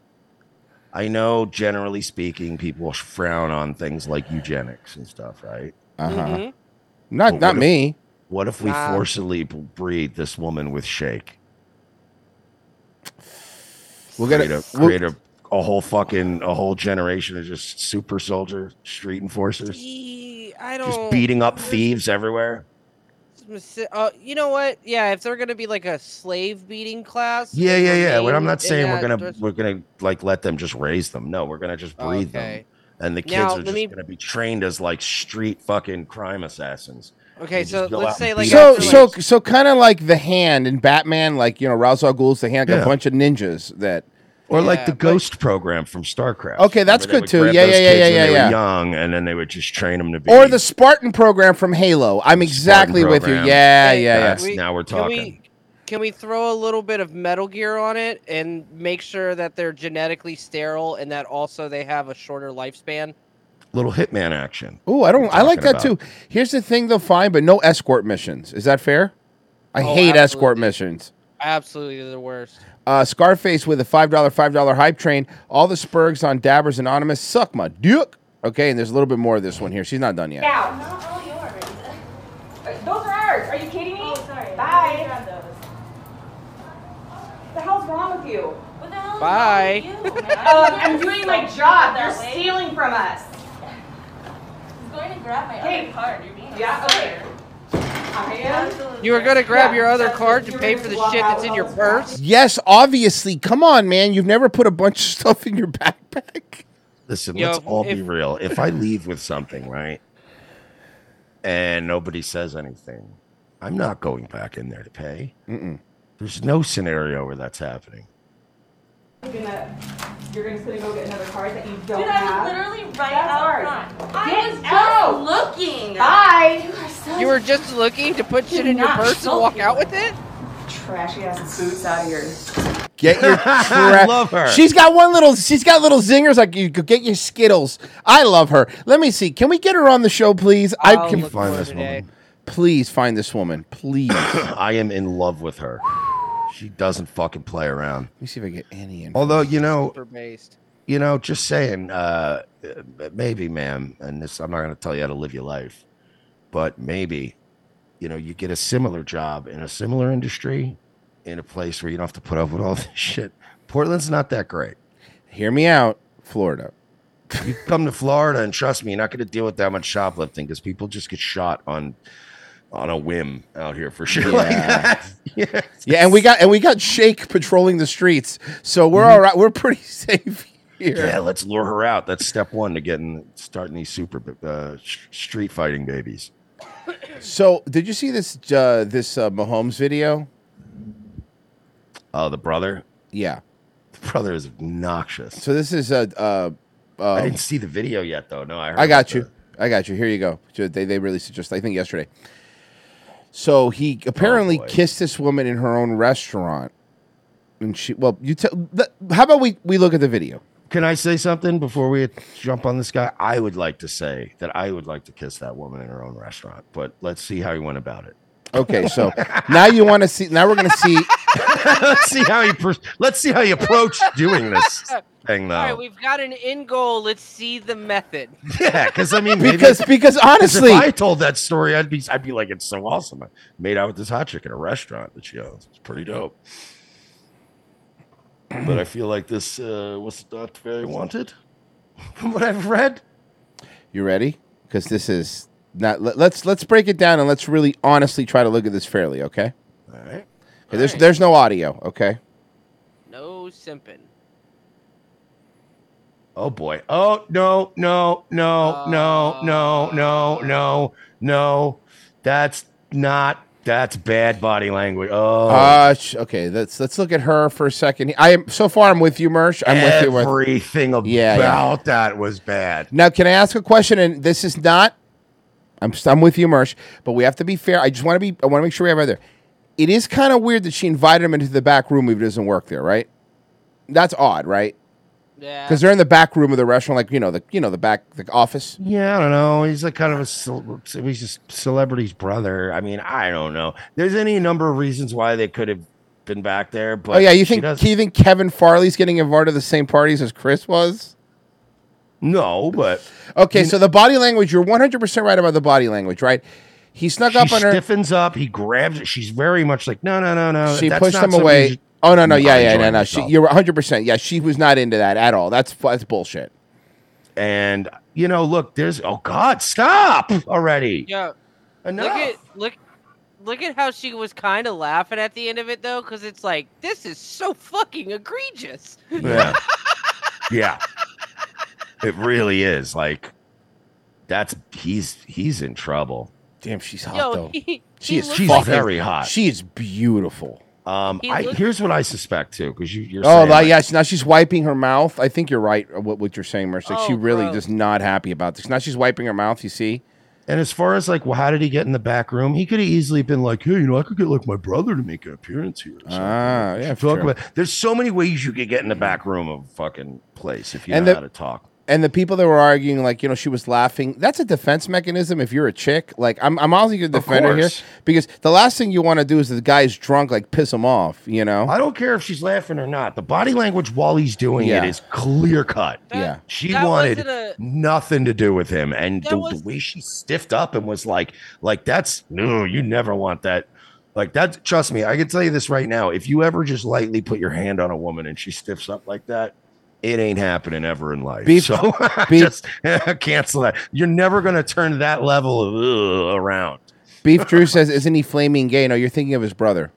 Speaker 3: I know, generally speaking, people frown on things like eugenics and stuff, right?
Speaker 7: Mm-hmm.
Speaker 2: Uh-huh. Mhm. Not- not
Speaker 3: what if-
Speaker 2: me.
Speaker 3: What if we
Speaker 2: Nah.
Speaker 3: forcibly b- breed this woman with Shake?
Speaker 2: We'll get
Speaker 3: create
Speaker 2: a-
Speaker 3: a,
Speaker 2: we'll-
Speaker 3: create a, a whole fucking a whole generation of just super soldiers, street enforcers,
Speaker 7: I don't.
Speaker 3: just beating up thieves everywhere.
Speaker 7: Uh, you know what? Yeah, if they're gonna be like a slave beating class.
Speaker 3: Yeah, yeah, yeah. What I'm
Speaker 7: in
Speaker 3: not saying
Speaker 7: that
Speaker 3: we're gonna
Speaker 7: dress-
Speaker 3: we're gonna like let them just raise them. No, we're gonna just breed
Speaker 7: Okay.
Speaker 3: them, and the kids
Speaker 7: Now,
Speaker 3: are
Speaker 7: let
Speaker 3: just
Speaker 7: me-
Speaker 3: gonna be trained as like street fucking crime assassins.
Speaker 7: Okay,
Speaker 3: They
Speaker 7: so
Speaker 3: just go
Speaker 7: let's
Speaker 3: out and
Speaker 7: say like
Speaker 3: beat
Speaker 2: so
Speaker 3: up thieves.
Speaker 2: so so kind of like the hand in Batman, like you know Ra's al Ghul's the hand, like
Speaker 3: Yeah.
Speaker 2: a bunch of ninjas that.
Speaker 3: or like the ghost program from StarCraft.
Speaker 2: Okay, that's
Speaker 3: Remember they
Speaker 2: good
Speaker 3: would
Speaker 2: too.
Speaker 3: grab
Speaker 2: Yeah,
Speaker 3: those
Speaker 2: yeah, yeah,
Speaker 3: kids
Speaker 2: yeah,
Speaker 3: when they
Speaker 2: yeah,
Speaker 3: were
Speaker 2: yeah.
Speaker 3: Young, and then they would just train them to be.
Speaker 2: Or the Spartan program from Halo. I'm exactly with you.
Speaker 3: program.
Speaker 2: Yeah,
Speaker 3: Hey,
Speaker 2: yeah, yeah.
Speaker 3: that's- now we're
Speaker 7: Can
Speaker 3: talking.
Speaker 7: we, can we throw a little bit of Metal Gear on it and make sure that they're genetically sterile and that also they have a shorter lifespan?
Speaker 3: little hitman action.
Speaker 2: Oh, I don't. I like that
Speaker 3: talking about.
Speaker 2: too. Here's the thing, though. Fine, but no escort missions. Is that fair? I
Speaker 7: Oh,
Speaker 2: hate escort missions.
Speaker 7: Absolutely the worst.
Speaker 2: Uh, Scarface with a five dollar five dollar hype train. All the spurgs on Dabbers Anonymous. Suck my dick. Okay, and there's a little bit more of this one here. She's not done
Speaker 25: Get
Speaker 2: yet.
Speaker 25: out. Not all yours. Those are ours. Are you kidding me? Oh, sorry. Bye. What the hell's wrong with you? What the hell
Speaker 7: Bye.
Speaker 25: <laughs> um, I'm doing my job. You're stealing from us.
Speaker 20: He's going to grab my
Speaker 25: Hey.
Speaker 20: other card. You're being
Speaker 25: Yeah, okay. I am.
Speaker 7: You were gonna grab
Speaker 25: Yeah,
Speaker 7: your other
Speaker 25: so
Speaker 7: card to
Speaker 25: you're
Speaker 7: pay
Speaker 25: gonna
Speaker 7: for the
Speaker 25: walk
Speaker 7: shit
Speaker 25: out
Speaker 7: that's in
Speaker 25: with
Speaker 7: your
Speaker 25: all this
Speaker 7: purse.
Speaker 2: Yes, obviously. Come on, man. You've never put a bunch of <laughs> stuff in your back.
Speaker 3: Listen,
Speaker 2: Yo,
Speaker 3: let's all be
Speaker 2: if-
Speaker 3: real. If I leave with something, right, and nobody says anything, I'm not going back in there to pay. There's no scenario where that's happening.
Speaker 25: You're gonna, you're just gonna go get another card that you don't
Speaker 20: Dude, I was
Speaker 25: have.
Speaker 20: literally right
Speaker 25: That's
Speaker 20: out
Speaker 25: ours.
Speaker 20: front. I
Speaker 25: Get
Speaker 20: was just
Speaker 25: out.
Speaker 20: looking.
Speaker 25: Bye.
Speaker 20: You are so
Speaker 7: You were just looking to put shit in your
Speaker 20: not
Speaker 7: purse and walk out with it?
Speaker 25: Trashy ass boots out of here.
Speaker 2: Get
Speaker 3: <laughs>
Speaker 2: your.
Speaker 3: I
Speaker 2: crap.
Speaker 3: love her.
Speaker 2: She's got one little. She's got little zingers like you. could Get your skittles. I love her. Let me see. Can we get her on the show, please?
Speaker 3: I'll
Speaker 2: I can
Speaker 3: look Find for her this today. woman.
Speaker 2: Please find this woman. Please.
Speaker 3: <coughs> I am in love with her. She doesn't fucking play around. Let
Speaker 2: me see if I get any.
Speaker 3: Although you know,
Speaker 7: Super based.
Speaker 3: you know, just saying, uh, uh, maybe, ma'am, and this, I'm not going to tell you how to live your life, but maybe, you know, you get a similar job in a similar industry in a place where you don't have to put up with all <laughs> this shit. Portland's not that great.
Speaker 2: Hear me out, Florida.
Speaker 3: You come to Florida and trust me, you're not going to deal with that much shoplifting because people just get shot on on a whim out here for sure. <laughs> Like that. yeah.
Speaker 2: Yeah, and we got and we got Shake patrolling the streets, so we're all right. We're pretty <laughs> safe here.
Speaker 3: Mm-hmm. Yeah, let's lure her out. That's step one to getting starting these super uh, sh- street fighting babies.
Speaker 2: So, did you see this uh, this uh, Mahomes video?
Speaker 3: Oh, the brother.
Speaker 2: Yeah,
Speaker 3: the brother is obnoxious.
Speaker 2: So this is a. Uh, uh,
Speaker 3: I didn't see the video yet, though. No, I. Heard
Speaker 2: I
Speaker 3: about
Speaker 2: got you. I got you. Here you go. Ju- They they released it just I think yesterday. So he
Speaker 3: Oh,
Speaker 2: apparently kissed this woman in her own restaurant, and she. Well, you tell. th- How about we we look at the video?
Speaker 3: Can I say something before we jump on this guy? I would like to say that I would like to kiss that woman in her own restaurant, but let's see how he went about it.
Speaker 2: Okay, so now you want to see. Now we're gonna see.
Speaker 3: let's <laughs> see how he. pers- let's see how he
Speaker 7: <laughs>
Speaker 3: approached doing this thing,
Speaker 7: All right,
Speaker 3: though.
Speaker 7: we've got an end goal. Let's see the method.
Speaker 3: Yeah, because I mean, maybe-
Speaker 2: Because- because honestly-
Speaker 3: if I told that story, I'd be, I'd be like, it's so awesome. I made out with this hot chick in a restaurant that she owns. It's pretty dope. But I feel like this uh, was not very wanted, <laughs> from what I've read.
Speaker 2: You ready? Because this is not. Let, us let's break it down and let's really honestly try to look at this fairly. Okay.
Speaker 3: All right.
Speaker 2: There's
Speaker 7: All right.
Speaker 2: there's no audio. Okay.
Speaker 7: No simping.
Speaker 3: Oh boy. Oh no, no, no, no, no, no, no, no. That's not that's bad body language. Oh
Speaker 2: Uh, sh- okay. Let's let's look at her for a second. I am so far. I'm with you, Mersh. I'm with you. with-
Speaker 3: everything about
Speaker 2: Yeah, yeah.
Speaker 3: that was bad.
Speaker 2: Now, can I ask a question? And this is not. I'm s- I'm with you, Mersh, but we have to be fair. I just want to be. I want to make sure we have right there. It is kind of weird that she invited him into the back room if it doesn't work there, right? That's odd, right?
Speaker 7: Yeah.
Speaker 2: because they're in the back room of the restaurant, like you know the you know the back the office.
Speaker 3: Yeah, I don't know. He's like kind of a cel- he's just celebrity's brother. I mean, I don't know. There's any number of reasons why they could have been back there, but
Speaker 2: oh yeah, you
Speaker 3: she
Speaker 2: think
Speaker 3: doesn't-
Speaker 2: you think Kevin Farley's getting invited to the same parties as Chris was?
Speaker 3: No, but
Speaker 2: okay. So the body language, you're 100 percent right about the body language, right? He snuck
Speaker 3: she
Speaker 2: up on her.
Speaker 3: stiffens up. He grabs it. She's very much like no, no, no, no.
Speaker 2: she
Speaker 3: Uh, that's
Speaker 2: pushed
Speaker 3: not
Speaker 2: him
Speaker 3: something you
Speaker 2: away.
Speaker 3: should-
Speaker 2: Oh no, no, yeah,
Speaker 3: I
Speaker 2: yeah,
Speaker 3: enjoy
Speaker 2: no, no. She,
Speaker 3: myself.
Speaker 2: you're 100. percent Yeah, she was not into that at all. That's fu- that's bullshit.
Speaker 3: and you know, look, there's oh god, stop already.
Speaker 7: Yeah. Look at look look at how she was kind of laughing at the end of it though cuz it's like this is so fucking egregious.
Speaker 3: Yeah. yeah. It really is. Like that's he's he's in trouble.
Speaker 2: Damn, she's
Speaker 3: hot
Speaker 7: Yo, he,
Speaker 3: She
Speaker 7: he
Speaker 3: is
Speaker 7: looks
Speaker 3: she's
Speaker 7: like-
Speaker 3: very hot.
Speaker 2: She is beautiful.
Speaker 3: Um,
Speaker 7: He
Speaker 3: I,
Speaker 7: looks-
Speaker 3: here's what I suspect too, because you, you're
Speaker 2: Oh,
Speaker 3: saying,
Speaker 2: like,
Speaker 3: like,
Speaker 2: yes. Now she's wiping her mouth. I think you're right. uh, What, what you're saying, Merce. Like, she
Speaker 3: Oh,
Speaker 2: really
Speaker 3: gross.
Speaker 2: just not happy about this. Now she's wiping her mouth. You see.
Speaker 3: and as far as like, well, how did he get in the back room? He could have easily been like, hey, you know, I could get like my brother to make an appearance here.
Speaker 2: Ah, yeah,
Speaker 3: Talk
Speaker 2: true.
Speaker 3: about, there's so many ways you could get in the back room of a fucking place if you
Speaker 2: And
Speaker 3: know
Speaker 2: the-
Speaker 3: how to talk.
Speaker 2: And the people that were arguing, like you know, she was laughing. That's a defense mechanism if you're a chick. Like I'm, I'm honestly gonna defend her here
Speaker 3: course.
Speaker 2: because the last thing you want to do is the guy's drunk, like piss him off. You know.
Speaker 3: I don't care if she's laughing or not. The body language while he's doing
Speaker 2: Yeah.
Speaker 3: it is clear cut.
Speaker 2: Yeah.
Speaker 3: She
Speaker 2: that
Speaker 3: wanted
Speaker 2: wasn't a-
Speaker 3: nothing to do with him. And
Speaker 2: That
Speaker 3: the,
Speaker 2: was-
Speaker 3: the way she stiffed up and was like, like, that's no, you never want that. Like that, trust me, I can tell you this right now. If you ever just lightly put your hand on a woman and she stiffs up like that, it ain't happening ever in life.
Speaker 2: Beef-
Speaker 3: so <laughs> just cancel that. You're never gonna turn that level of ugh, around.
Speaker 2: Beef Drew says, "Isn't he flaming gay?" No, you're thinking of his brother.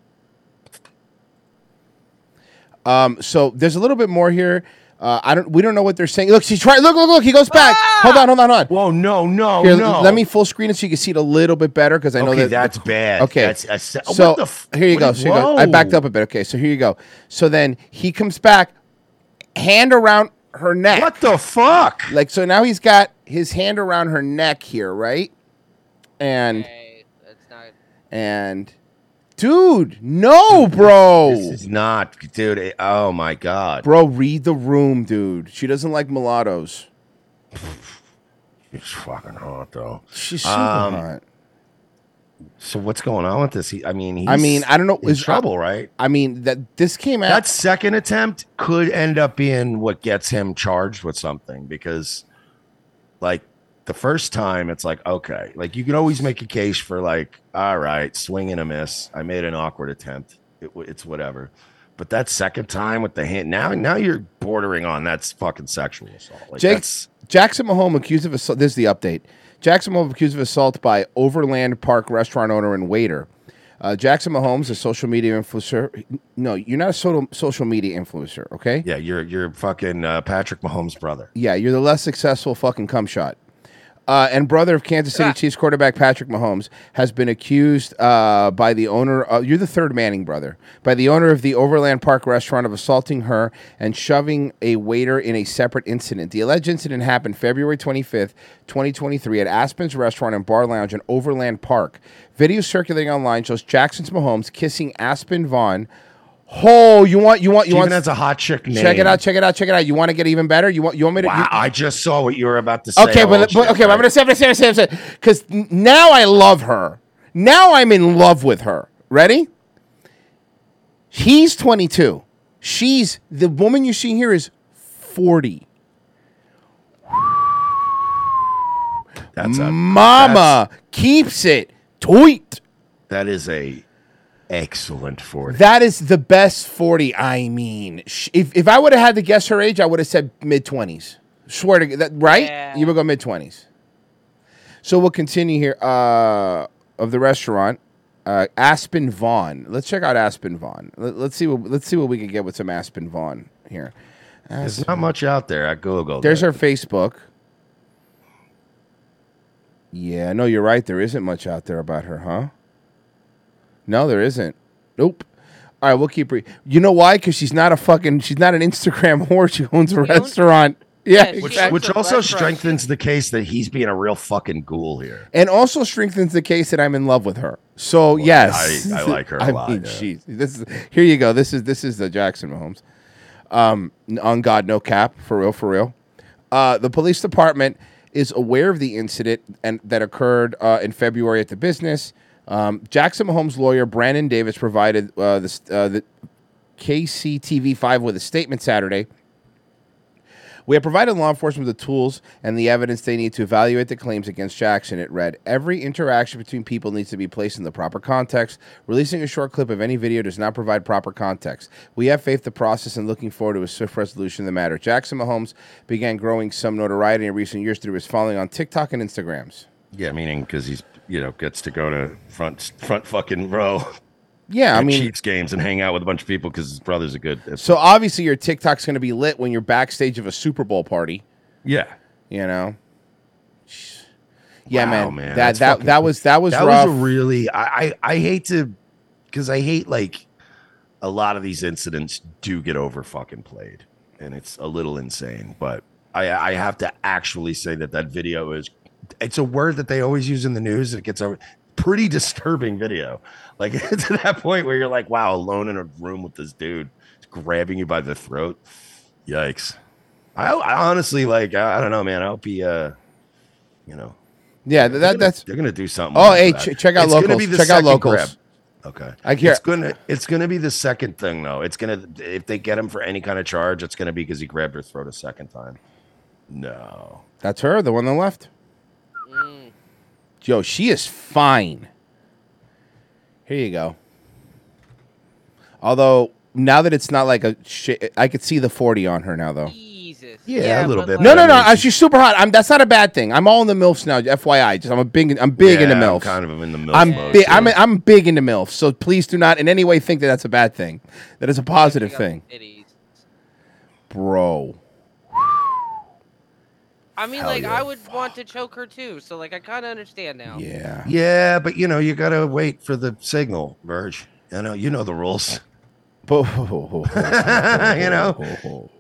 Speaker 2: Um, so there's a little bit more here. Uh, I don't. We don't know what they're saying. Look, she's trying. Look, look, look. He goes back. Hold on, hold on, hold on.
Speaker 3: Ah! Whoa, no, no,
Speaker 2: Here,
Speaker 3: no.
Speaker 2: Let me full screen it so you can see it a little bit better because I know
Speaker 3: Okay,
Speaker 2: that
Speaker 3: that's bad.
Speaker 2: Okay,
Speaker 3: That's a se- what
Speaker 2: so
Speaker 3: the f-
Speaker 2: here you
Speaker 3: what
Speaker 2: go.
Speaker 3: is-
Speaker 2: So here you go. I
Speaker 3: whoa.
Speaker 2: backed up a bit. Okay, so here you go. So then he comes back, hand around her neck. What
Speaker 3: the fuck?
Speaker 2: Like so now he's got his hand around her neck here, right? And and dude, no, bro.
Speaker 3: This is not, dude. it- oh my god,
Speaker 2: Bro, read the room, dude. She doesn't like mulattoes.
Speaker 3: She's fucking hot though.
Speaker 2: She's super
Speaker 3: Um,
Speaker 2: hot.
Speaker 3: So what's going on with this? He, I mean, he's
Speaker 2: I mean, I don't know.
Speaker 3: In
Speaker 2: is- uh,
Speaker 3: trouble, right?
Speaker 2: I mean, that this came out.
Speaker 3: That second attempt could end up being what gets him charged with something because, like, the first time it's like okay, like you can always make a case for like, all right, swing and a miss. I made an awkward attempt. It, w- it's whatever. But that second time with the hand, now now you're bordering on that's fucking sexual assault. Like
Speaker 2: Jake,
Speaker 3: that's
Speaker 2: Jackson Mahomes accused of assault. This is the update. Jackson Mahomes accused of assault by Overland Park restaurant owner and waiter. Uh, Jackson Mahomes, a social media influencer. No, you're not a social social media influencer. Okay.
Speaker 3: Yeah, you're you're fucking uh, Patrick Mahomes' brother.
Speaker 2: Yeah, you're the less successful fucking cum shot. Uh, and brother of Kansas City Chiefs quarterback Patrick Mahomes has been accused uh, by the owner. Of, you're the third Manning brother by the owner of the Overland Park restaurant of assaulting her and shoving a waiter in a separate incident. The alleged incident happened February 25th, 2023, at Aspen's restaurant and bar lounge in Overland Park. Video circulating online shows Jackson's Mahomes kissing Aspen Vaughn. Oh, you want you want you
Speaker 3: Even
Speaker 2: want
Speaker 3: that's
Speaker 2: <laughs>
Speaker 3: a hot <laughs> chick
Speaker 2: Check it
Speaker 3: name.
Speaker 2: out, check it out, check it out. You want to get even better? You want you want me to? you-
Speaker 3: Wow, I just saw what you were about to say. Oh,
Speaker 2: Okay, but, but okay, but I'm gonna say, I'm gonna say, I'm gonna say, because now I love her. Now I'm in love with her. Ready? He's 22. She's the woman you see here is 40.
Speaker 3: That's a-
Speaker 2: Mama keeps it tight.
Speaker 3: that is a excellent forty.
Speaker 2: That is the best 40. I mean, sh- if, if I would have had to guess her age, I would have said mid 20s. Swear to g- that, right? You would go mid 20s. So we'll continue here uh, of the restaurant. Uh, Aspen Vaughn. Let's check out Aspen Vaughn. Let, us see what let's see what we can get with some Aspen Vaughn here.
Speaker 3: There's not much out there. I Google.
Speaker 2: There's her Facebook. Yeah, no, you're right. There isn't much out there about her, huh? No, there isn't. Nope. All right, we'll keep. Re- you know why? Because she's not a fucking. She's not an Instagram <laughs> whore. She owns a restaurant. yeah,
Speaker 3: which,
Speaker 2: exactly.
Speaker 3: which also strengthens the case that he's being a real fucking ghoul here.
Speaker 2: and also strengthens the case that I'm in love with her. So yes, <laughs>
Speaker 3: Oh, I- I like her a
Speaker 2: I
Speaker 3: lot,
Speaker 2: mean,
Speaker 3: yeah.
Speaker 2: she's- this is here. You go. This is this is the Jackson Mahomes. Um, n- on God, no cap, for real, for real. Uh, the police department is aware of the incident and that occurred uh, in February at the business. Um, Jackson Mahomes' lawyer Brandon Davis provided uh, the, st- uh, the KCTV five with a statement Saturday. We have provided law enforcement with the tools and the evidence they need to evaluate the claims against Jackson. It read Every interaction between people needs to be placed in the proper context. Releasing a short clip of any video does not provide proper context. We have faith the process and looking forward to a swift resolution of the matter. Jackson Mahomes began growing some notoriety in recent years through his following on TikTok and Instagrams.
Speaker 3: Yeah, meaning because he's you know gets to go to front front fucking row.
Speaker 2: Yeah, I
Speaker 3: at
Speaker 2: mean-
Speaker 3: Chiefs games and hang out with a bunch of people because his brother's a good.
Speaker 2: So obviously, your TikTok's going to be lit when you're backstage of a Super Bowl party.
Speaker 3: Yeah.
Speaker 2: You know? Yeah,
Speaker 3: Wow,
Speaker 2: man. That
Speaker 3: that's
Speaker 2: that,
Speaker 3: fucking-
Speaker 2: that was that was
Speaker 3: that
Speaker 2: rough.
Speaker 3: was a really. I I, I hate to because I hate like a lot of these incidents do get over fucking played, and it's a little insane. But I I have to actually say that that video is. It's a word that they always use in the news. It gets over. Pretty disturbing video. Like <laughs> to that point where you're like, wow, alone in a room with this dude grabbing you by the throat. Yikes. I, I honestly like I, I don't know, man. I hope he uh you know
Speaker 2: yeah, that, that's
Speaker 3: they're gonna do something.
Speaker 2: Oh,
Speaker 3: like
Speaker 2: hey,
Speaker 3: that.
Speaker 2: ch- check out
Speaker 3: It's gonna
Speaker 2: locals.
Speaker 3: be the
Speaker 2: Check out
Speaker 3: second
Speaker 2: locals.
Speaker 3: grab. Okay,
Speaker 2: I hear-
Speaker 3: It's gonna it's gonna be the second thing though. It's gonna if they get him for any kind of charge, it's gonna be because he grabbed her throat a second time. No,
Speaker 2: That's her, the one on the left. Yo, she is fine. Here you go. Although now that it's not like a shit, I could see the forty on her now though.
Speaker 7: Jesus.
Speaker 3: Yeah, a little bit.
Speaker 2: No, no, no. uh, she's super hot. I'm. That's not a bad thing. I'm all in the milfs now. FYI, just I'm a big. I'm big into
Speaker 3: Yeah, I'm
Speaker 2: milfs.
Speaker 3: kind of in the milf
Speaker 2: I'm
Speaker 3: mode,
Speaker 2: big.
Speaker 3: too.
Speaker 2: I'm. I'm big into milfs. So please do not in any way think that that's a bad thing. That is a positive thing, bro.
Speaker 7: I mean,
Speaker 3: Hell
Speaker 7: like,
Speaker 3: yeah.
Speaker 7: I would want to choke her too. So, like, I kind of understand now.
Speaker 2: Yeah.
Speaker 3: Yeah, but you know you gotta wait for the signal, Verge. You know you know the rules.
Speaker 2: <laughs> you
Speaker 3: know.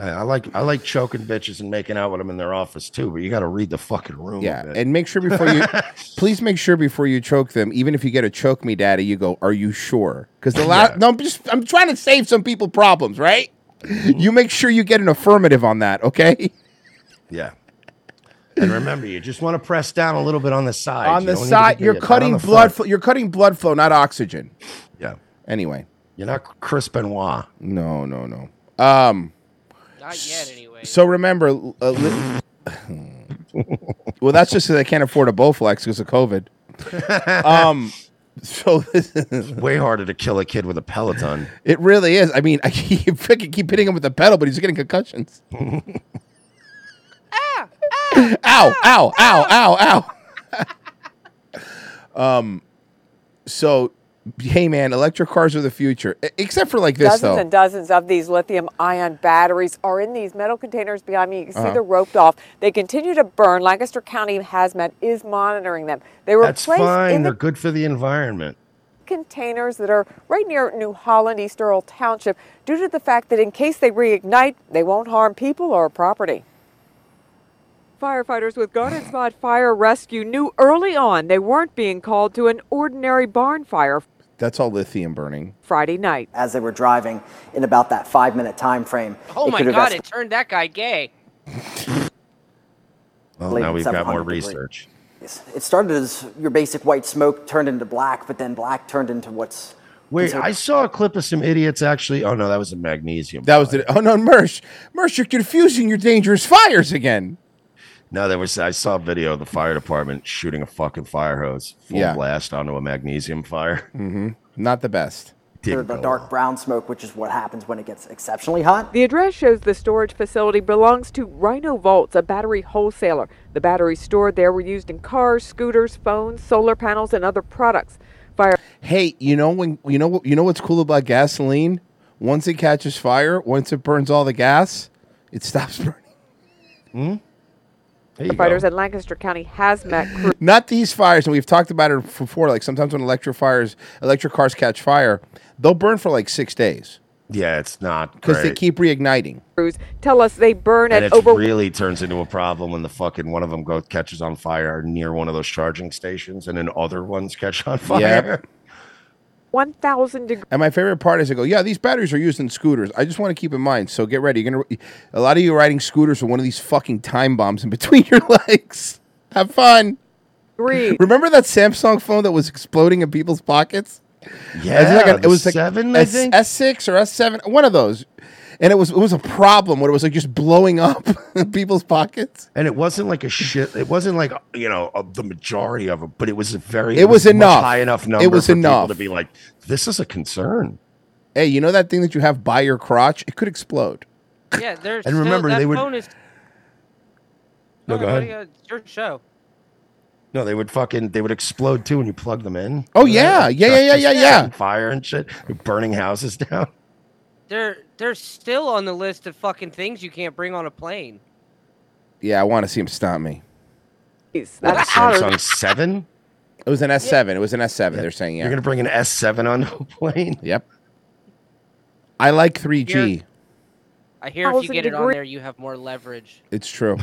Speaker 3: I I like I like choking bitches and making out with them in their office too, but you got to read the fucking room. a
Speaker 2: Yeah,
Speaker 3: bit.
Speaker 2: and make sure before
Speaker 3: <laughs>
Speaker 2: you, please make sure before you choke them. Even if you get a choke me, daddy, you go, "Are you sure?" Because the last, no, I'm just, I'm trying to save some people problems, right?
Speaker 3: Mm-hmm.
Speaker 2: You make sure you get an affirmative on that, okay?
Speaker 3: Yeah. And remember, you just want to press down a little bit on the
Speaker 2: <laughs>
Speaker 3: side.
Speaker 2: on
Speaker 3: You
Speaker 2: the
Speaker 3: don't need to
Speaker 2: side,
Speaker 3: be
Speaker 2: you're
Speaker 3: not on
Speaker 2: cutting
Speaker 3: the
Speaker 2: blood.
Speaker 3: front.
Speaker 2: Fl- you're cutting blood flow, not oxygen.
Speaker 3: Yeah.
Speaker 2: Anyway,
Speaker 3: you're not Chris Benoit.
Speaker 2: No, no, no. Um,
Speaker 7: not yet, anyway.
Speaker 2: So remember, uh, li- <laughs> well, that's just because I can't afford a Bowflex because of COVID. <laughs> um, so
Speaker 3: It's way harder to kill a kid with a Peloton.
Speaker 2: It really is. I mean, <laughs> I keep freaking keep hitting him with the pedal, but he's getting
Speaker 3: <laughs>
Speaker 2: concussions. ow,
Speaker 3: Ah,
Speaker 2: ow, ow, ow, ow. <laughs> um, so, hey, man, electric cars are the future, E- except for like this,
Speaker 1: dozens
Speaker 2: though.
Speaker 1: and dozens of these lithium ion batteries are in these metal containers behind me. You can see
Speaker 2: Uh-huh.
Speaker 1: they're roped off. They continue to burn. Lancaster County Hazmat is monitoring them. They were
Speaker 3: That's
Speaker 1: placed
Speaker 3: fine.
Speaker 1: in
Speaker 3: They're
Speaker 1: the
Speaker 3: good for the environment.
Speaker 1: containers that are right near New Holland, East Earl Township, due to the fact that in case they reignite, they won't harm people or property. Firefighters with Garden Spot Fire Rescue knew early on they weren't being called to an ordinary barn fire
Speaker 2: That's all lithium burning.
Speaker 1: Friday night.
Speaker 5: As they were driving in about that five minute time frame.
Speaker 7: Oh
Speaker 5: it
Speaker 7: my
Speaker 5: could have
Speaker 7: god,
Speaker 5: escalated
Speaker 7: it turned that guy gay.
Speaker 3: Well, now we've got more
Speaker 5: 700 degrees.
Speaker 3: research.
Speaker 5: Yes. It started as your basic white smoke turned into black, but then black turned into what's.
Speaker 3: Wait,
Speaker 5: considered-
Speaker 3: I saw a clip of some idiots actually. Oh no, that was a magnesium.
Speaker 2: That was the. Oh no, Mersh, Mersh, you're confusing your dangerous fires again.
Speaker 3: No, there was. I saw a video of the fire department shooting a fucking fire hose full
Speaker 5: Yeah.
Speaker 3: blast onto a magnesium fire.
Speaker 2: Mm-hmm. Not the best.
Speaker 5: considered the dark brown smoke, which is what happens when it gets exceptionally hot.
Speaker 1: The address shows the storage facility belongs to Rhino Vaults, a battery wholesaler. The batteries stored there were used in cars, scooters, phones, solar panels, and other products. Fire
Speaker 2: Hey, you know when you know what you know what's cool about gasoline? Once it catches fire, once it burns all the gas, it stops <laughs> burning.
Speaker 3: Hmm?
Speaker 1: fighters and Lancaster County hazmat crew
Speaker 2: Not these fires, and we've talked about it before. Like sometimes when electric fires, electric cars catch fire, they'll burn for like six days
Speaker 3: Yeah, it's not
Speaker 2: because they
Speaker 3: great.
Speaker 2: keep reigniting.
Speaker 1: crews tell us they burn
Speaker 3: and
Speaker 1: at
Speaker 3: it
Speaker 1: over <laughs>
Speaker 3: really turns into a problem when the fucking one of them goes catches on fire near one of those charging stations, and then other ones catch on fire.
Speaker 1: 1,000 degrees.
Speaker 2: And my favorite part is I go, yeah, these batteries are used in scooters. I just want to keep in mind. So get ready. You're gonna, a lot of you are riding scooters with one of these fucking time bombs in <laughs> between your legs. Have fun. Remember that Samsung phone that was exploding in people's pockets?
Speaker 3: Yeah,
Speaker 2: It's
Speaker 3: the seven, I
Speaker 2: S-
Speaker 3: think?
Speaker 2: S6 or S7, one of those. And it was it was a problem when it was like just blowing up <laughs> in people's pockets.
Speaker 3: And it wasn't like a shit. It wasn't like you know uh, the majority of them, but it was a very.
Speaker 2: It was
Speaker 3: much
Speaker 2: enough.
Speaker 3: high enough
Speaker 2: It
Speaker 3: number.
Speaker 2: was
Speaker 3: for people
Speaker 2: enough.
Speaker 3: to be like, this is a concern.
Speaker 2: Hey, you know that thing that you have by your crotch? It could explode.
Speaker 7: Yeah, there's
Speaker 2: And remember,
Speaker 7: still, that
Speaker 2: they would-
Speaker 7: phone is
Speaker 3: No, Oh, go ahead.
Speaker 7: uh, it's your show.
Speaker 3: No, they would fucking they would explode too when you plug them in.
Speaker 2: Oh, yeah. Yeah, yeah, yeah, yeah,
Speaker 3: Just
Speaker 2: yeah.
Speaker 3: setting Fire and shit, burning
Speaker 2: <laughs>
Speaker 3: houses down.
Speaker 7: They're they're still on the list of fucking things you can't bring on a plane.
Speaker 2: Yeah, I want to see him stomp me.
Speaker 7: That's
Speaker 3: Samsung Seven.
Speaker 2: It was an S7. It was an S7. They're saying yeah.
Speaker 3: You're gonna bring an S7 on a <laughs> plane.
Speaker 2: Yep. I like 3G.
Speaker 7: I hear if you
Speaker 1: Thousand
Speaker 7: get it on
Speaker 1: degree-
Speaker 7: there, you have
Speaker 3: <laughs>
Speaker 7: more leverage.
Speaker 2: It's true.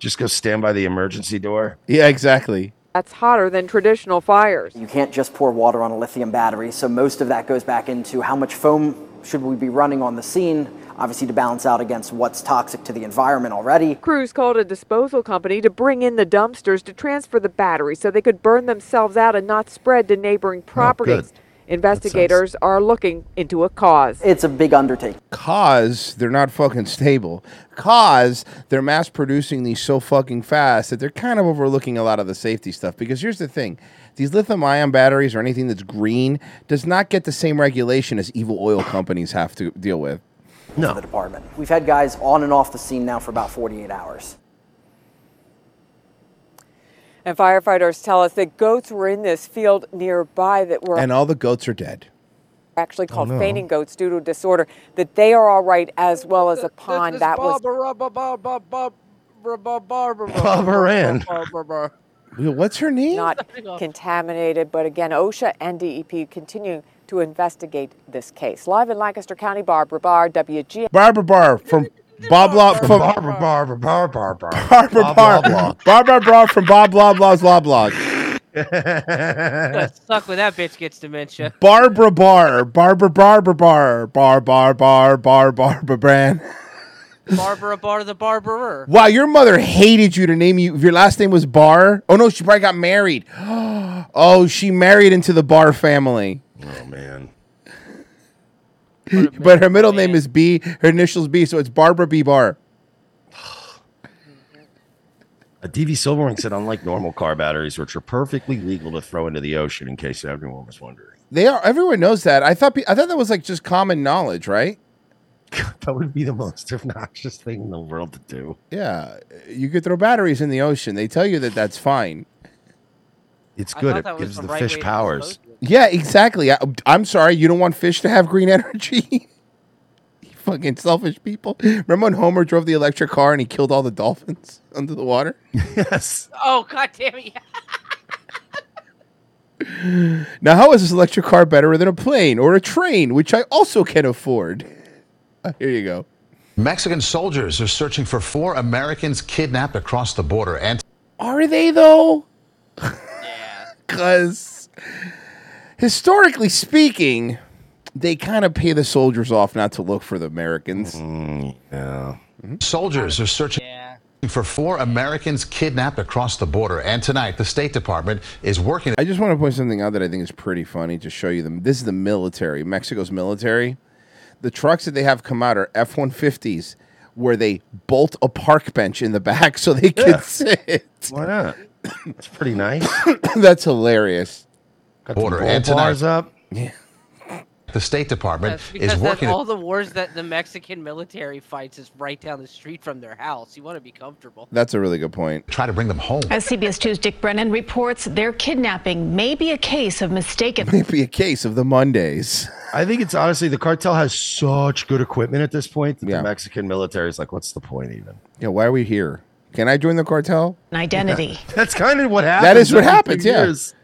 Speaker 3: Just go stand by the emergency door.
Speaker 2: Yeah, exactly. <gasps>
Speaker 1: That's hotter than traditional fires.
Speaker 5: You can't just pour water on a lithium battery, so most of that goes back into how much foam should we be running on the scene, obviously to balance out against what's toxic to the environment already.
Speaker 1: Crews called a disposal company to bring in the dumpsters to transfer the batteries so they could burn themselves out and not spread to neighboring
Speaker 3: Oh,
Speaker 1: properties. Investigators are looking into a cause.
Speaker 5: It's a big undertaking.
Speaker 2: Cause they're not fucking stable. Cause they're mass producing these so fucking fast that they're kind of overlooking a lot of the safety stuff. Because here's the thing these lithium ion batteries or anything that's green does not get the same regulation as evil oil companies have to deal with.
Speaker 5: No. The department. We've had guys on and off the scene now for about 48 hours.
Speaker 4: And firefighters tell us that goats were in this field nearby that were
Speaker 2: And all the goats are dead.
Speaker 4: actually called
Speaker 2: no.
Speaker 4: fainting goats due to disorder, that they are all right as well as a pond that was.
Speaker 3: Barbara Ann.
Speaker 2: What's her name?
Speaker 4: Not contaminated, but again, OSHA and DEP continue to investigate this case. Live in Lancaster County, Barbara Barr, WGN.
Speaker 2: Barbara Barr from Bob Law from
Speaker 3: Barbara Barbara Barbara Barbara
Speaker 2: <laughs> Barbara Barr Barbara Barr from Bob Blah Blah's Law Blog.
Speaker 7: Gonna suck when that bitch gets dementia.
Speaker 2: Barbara Barr Barbara Barbara Barr Bar Bar Bar Bar Barbara Brand.
Speaker 7: Barbara Bar the Barberer.
Speaker 2: Wow, your mother hated you to name you. If your last name was Barr, oh no, she probably got married. <gasps> Oh, she married into the Barr family.
Speaker 3: Oh man.
Speaker 2: <laughs> But her middle name is B. Her initials B, so it's Barbara B. Barr.
Speaker 3: A DV Silverwing said, unlike normal car batteries, which are perfectly legal to throw into the ocean, in case everyone was wondering, <laughs>
Speaker 2: They are. Everyone knows that. I thought. pe- I thought that was like just common knowledge, right?
Speaker 3: <laughs> that would be the most obnoxious thing in the world to do.
Speaker 2: Yeah, you could throw batteries in the ocean. They tell you that that's fine.
Speaker 3: It's
Speaker 2: I
Speaker 3: good.
Speaker 2: thought
Speaker 3: It
Speaker 2: that was
Speaker 3: gives
Speaker 2: the
Speaker 3: the
Speaker 2: right way
Speaker 3: fish
Speaker 2: to
Speaker 3: powers.
Speaker 2: Yeah, exactly. I, I'm sorry, you don't want fish to have green <laughs> energy. you fucking selfish people. Remember when Homer drove the electric car and he killed all the dolphins <laughs> under the water?
Speaker 3: <laughs> Yes.
Speaker 7: Oh god damn it!
Speaker 2: Now, how is this electric car better than a plane or a train, which I also can afford? <laughs> Uh, Here you go.
Speaker 6: Mexican soldiers are searching for four Americans kidnapped across the border. And
Speaker 2: Are they though? <laughs> Yeah. Because historically speaking, they kind of pay the soldiers off not to look for the Americans.
Speaker 3: Mm,
Speaker 6: yeah. Mm-hmm. Soldiers are searching for four Americans kidnapped across the border. And tonight, the State Department is working.
Speaker 2: I just want to point something out that I think is pretty funny to show you them. This is the military, Mexico's military. The trucks that they have come out are F 150s where they bolt a park bench in the back <laughs> so they can
Speaker 3: Yeah.
Speaker 2: sit.
Speaker 3: Why not? It's pretty nice.
Speaker 2: <coughs> That's hilarious.
Speaker 6: Border.
Speaker 3: bull
Speaker 6: And tonight,
Speaker 3: bars up.
Speaker 2: Yeah.
Speaker 6: the State Department
Speaker 7: That's
Speaker 6: is
Speaker 7: because that's
Speaker 6: working.
Speaker 7: all the wars that the Mexican military fights is right down the street from their house. You want to be comfortable.
Speaker 2: That's a really good point.
Speaker 6: Try to bring them home.
Speaker 17: As CBS 2's Dick
Speaker 2: <laughs>
Speaker 17: Brennan reports, their kidnapping may be a case of mistaken
Speaker 2: <laughs> Be a case of the Mondays.
Speaker 3: I think it's honestly the cartel has such good equipment at this point that the Mexican military is like, what's the point even?
Speaker 2: Yeah, why are we here? Can I join the cartel?
Speaker 17: identity.
Speaker 3: That's kind of what happens.
Speaker 2: That is what
Speaker 3: every few
Speaker 2: happens, yeah.
Speaker 3: years.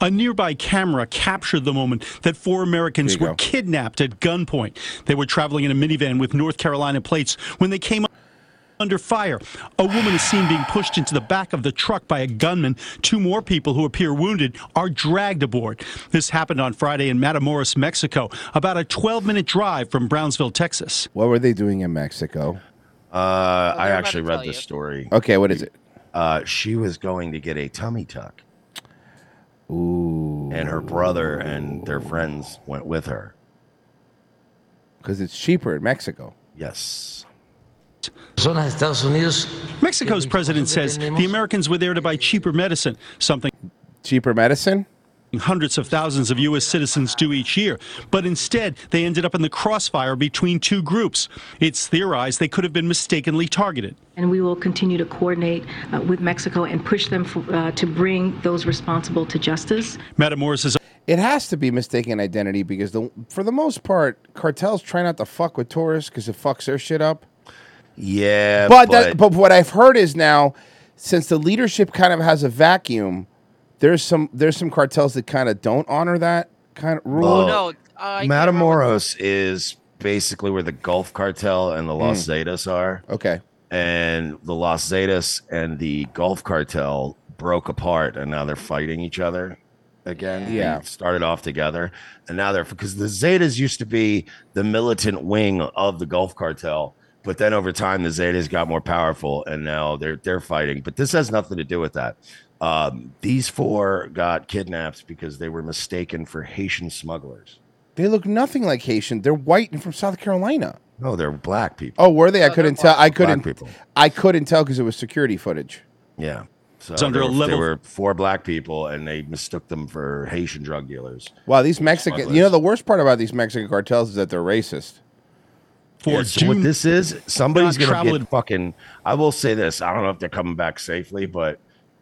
Speaker 26: A nearby camera captured the moment that four Americans were kidnapped at gunpoint. They were traveling in a minivan with North Carolina plates when they came up. under fire. A woman is seen being pushed into the back of the truck by a gunman. Two more people who appear wounded are dragged aboard. This happened on Friday in Matamoros, Mexico, about a 12 minute drive from Brownsville, Texas.
Speaker 2: <laughs> What were they doing in Mexico?
Speaker 3: Uh, I actually read this story.
Speaker 2: Okay, what is it?
Speaker 3: Uh, she was going to get a tummy tuck.
Speaker 2: Ooh.
Speaker 3: And her brother and their friends went with her.
Speaker 2: Because it's cheaper in Mexico.
Speaker 3: Yes.
Speaker 26: Mexico's president says the Americans were there to buy cheaper medicine, something
Speaker 2: cheaper medicine
Speaker 26: hundreds of thousands of U.S. citizens do each year. But instead, they ended up in the crossfire between two groups. It's theorized they could have been mistakenly targeted.
Speaker 27: And we will continue to coordinate uh, with Mexico and push them for, uh, to bring those responsible to justice.
Speaker 26: Matamoros is.
Speaker 2: It has to be mistaken identity because the for the most part, cartels try not to fuck with tourists because it fucks their shit up.
Speaker 3: Yeah,
Speaker 2: but that, but what I've heard is now, since the leadership kind of has a vacuum, there's some there's some cartels that kind of don't honor that kind of rule.
Speaker 3: Well,
Speaker 7: no, uh, I
Speaker 3: Matamoros is basically where the Gulf Cartel and the Los Zetas are.
Speaker 2: Hmm. Okay.
Speaker 3: And the Los Zetas and the Gulf Cartel broke apart and now they're fighting each other again. They
Speaker 2: Yeah.
Speaker 3: started off together and now they're because the Zetas used to be the militant wing of the Gulf Cartel. But then over time, the Zetas got more powerful, and now they're they're fighting. But this has nothing to do with that. Um, these four got kidnapped because they were mistaken for Haitian smugglers.
Speaker 2: They look nothing like Haitian. They're white and from South Carolina.
Speaker 3: No, they're black people.
Speaker 2: Oh, were they? I couldn't tell. I couldn't.
Speaker 3: Black people.
Speaker 2: I couldn't tell because it was security footage.
Speaker 3: Yeah. So
Speaker 2: It's under
Speaker 3: there
Speaker 2: a
Speaker 3: were,
Speaker 2: level-
Speaker 3: There were four black people, and they mistook them for Haitian drug dealers.
Speaker 2: Wow, these Mexican. You know, the worst part about these Mexican cartels is that they're racist.
Speaker 3: Yeah, so what this is, somebody's
Speaker 2: not
Speaker 3: gonna
Speaker 2: travel
Speaker 3: get fucking. I will say this: I don't know if they're coming back safely, but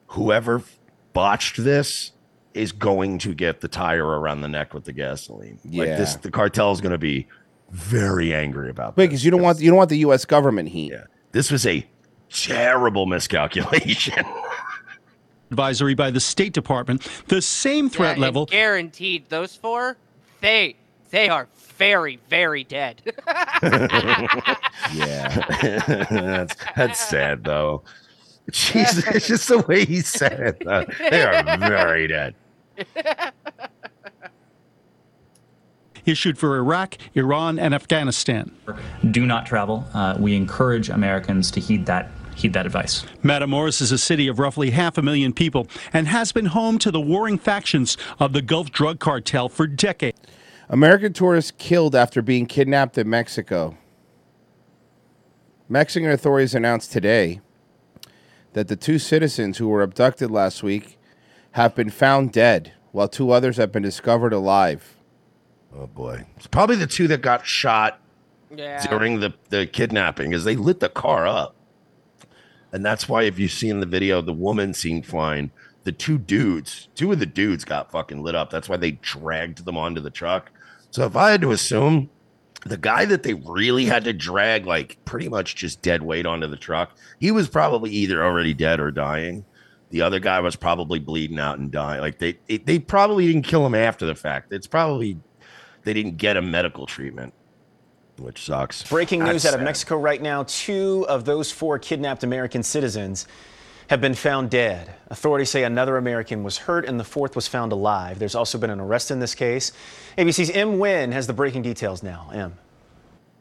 Speaker 3: whoever f- botched this is going to get the tire around the neck with the gasoline. Like this,
Speaker 2: Yeah.
Speaker 3: the cartel is going to be very angry about this.
Speaker 2: because you don't want you don't want the U.S. government heat. Yeah.
Speaker 3: This was a terrible miscalculation. <laughs>
Speaker 26: advisory by the State Department. The same threat
Speaker 7: Yeah, and
Speaker 26: level
Speaker 7: guaranteed those four they they are very very dead <laughs>
Speaker 3: yeah, that's, that's sad though. Jesus, it's just the way he said it. though. They are very dead.
Speaker 26: issued for Iraq, Iran, and Afghanistan.
Speaker 28: do not travel. Uh, we encourage Americans to heed that heed that advice.
Speaker 26: Matamoros is a city of roughly half a million people and has been home to the warring factions of the Gulf drug cartel for decades.
Speaker 2: American tourists killed after being kidnapped in Mexico. Mexican authorities announced today that the two citizens who were abducted last week have been found dead, while two others have been discovered alive.
Speaker 3: Oh boy, it's probably the two that got shot during the, the kidnapping is they lit the car up. And that's why if you see in the video, the woman seemed fine. The two dudes, two of the dudes got fucking lit up. That's why they dragged them onto the truck. So if I had to assume the guy that they really had to drag, like pretty much just dead weight onto the truck, he was probably either already dead or dying. The other guy was probably bleeding out and dying. Like they, they, they probably didn't kill him after the fact. It's probably they didn't get a medical treatment, which sucks.
Speaker 19: Breaking
Speaker 3: That's
Speaker 19: news out of
Speaker 3: sad.
Speaker 19: Mexico right now. Two of those four kidnapped American citizens have been found dead. Authorities say another American was hurt and the fourth was found alive. There's also been an arrest in this case. ABC's M. Nguyen has the breaking details now. M.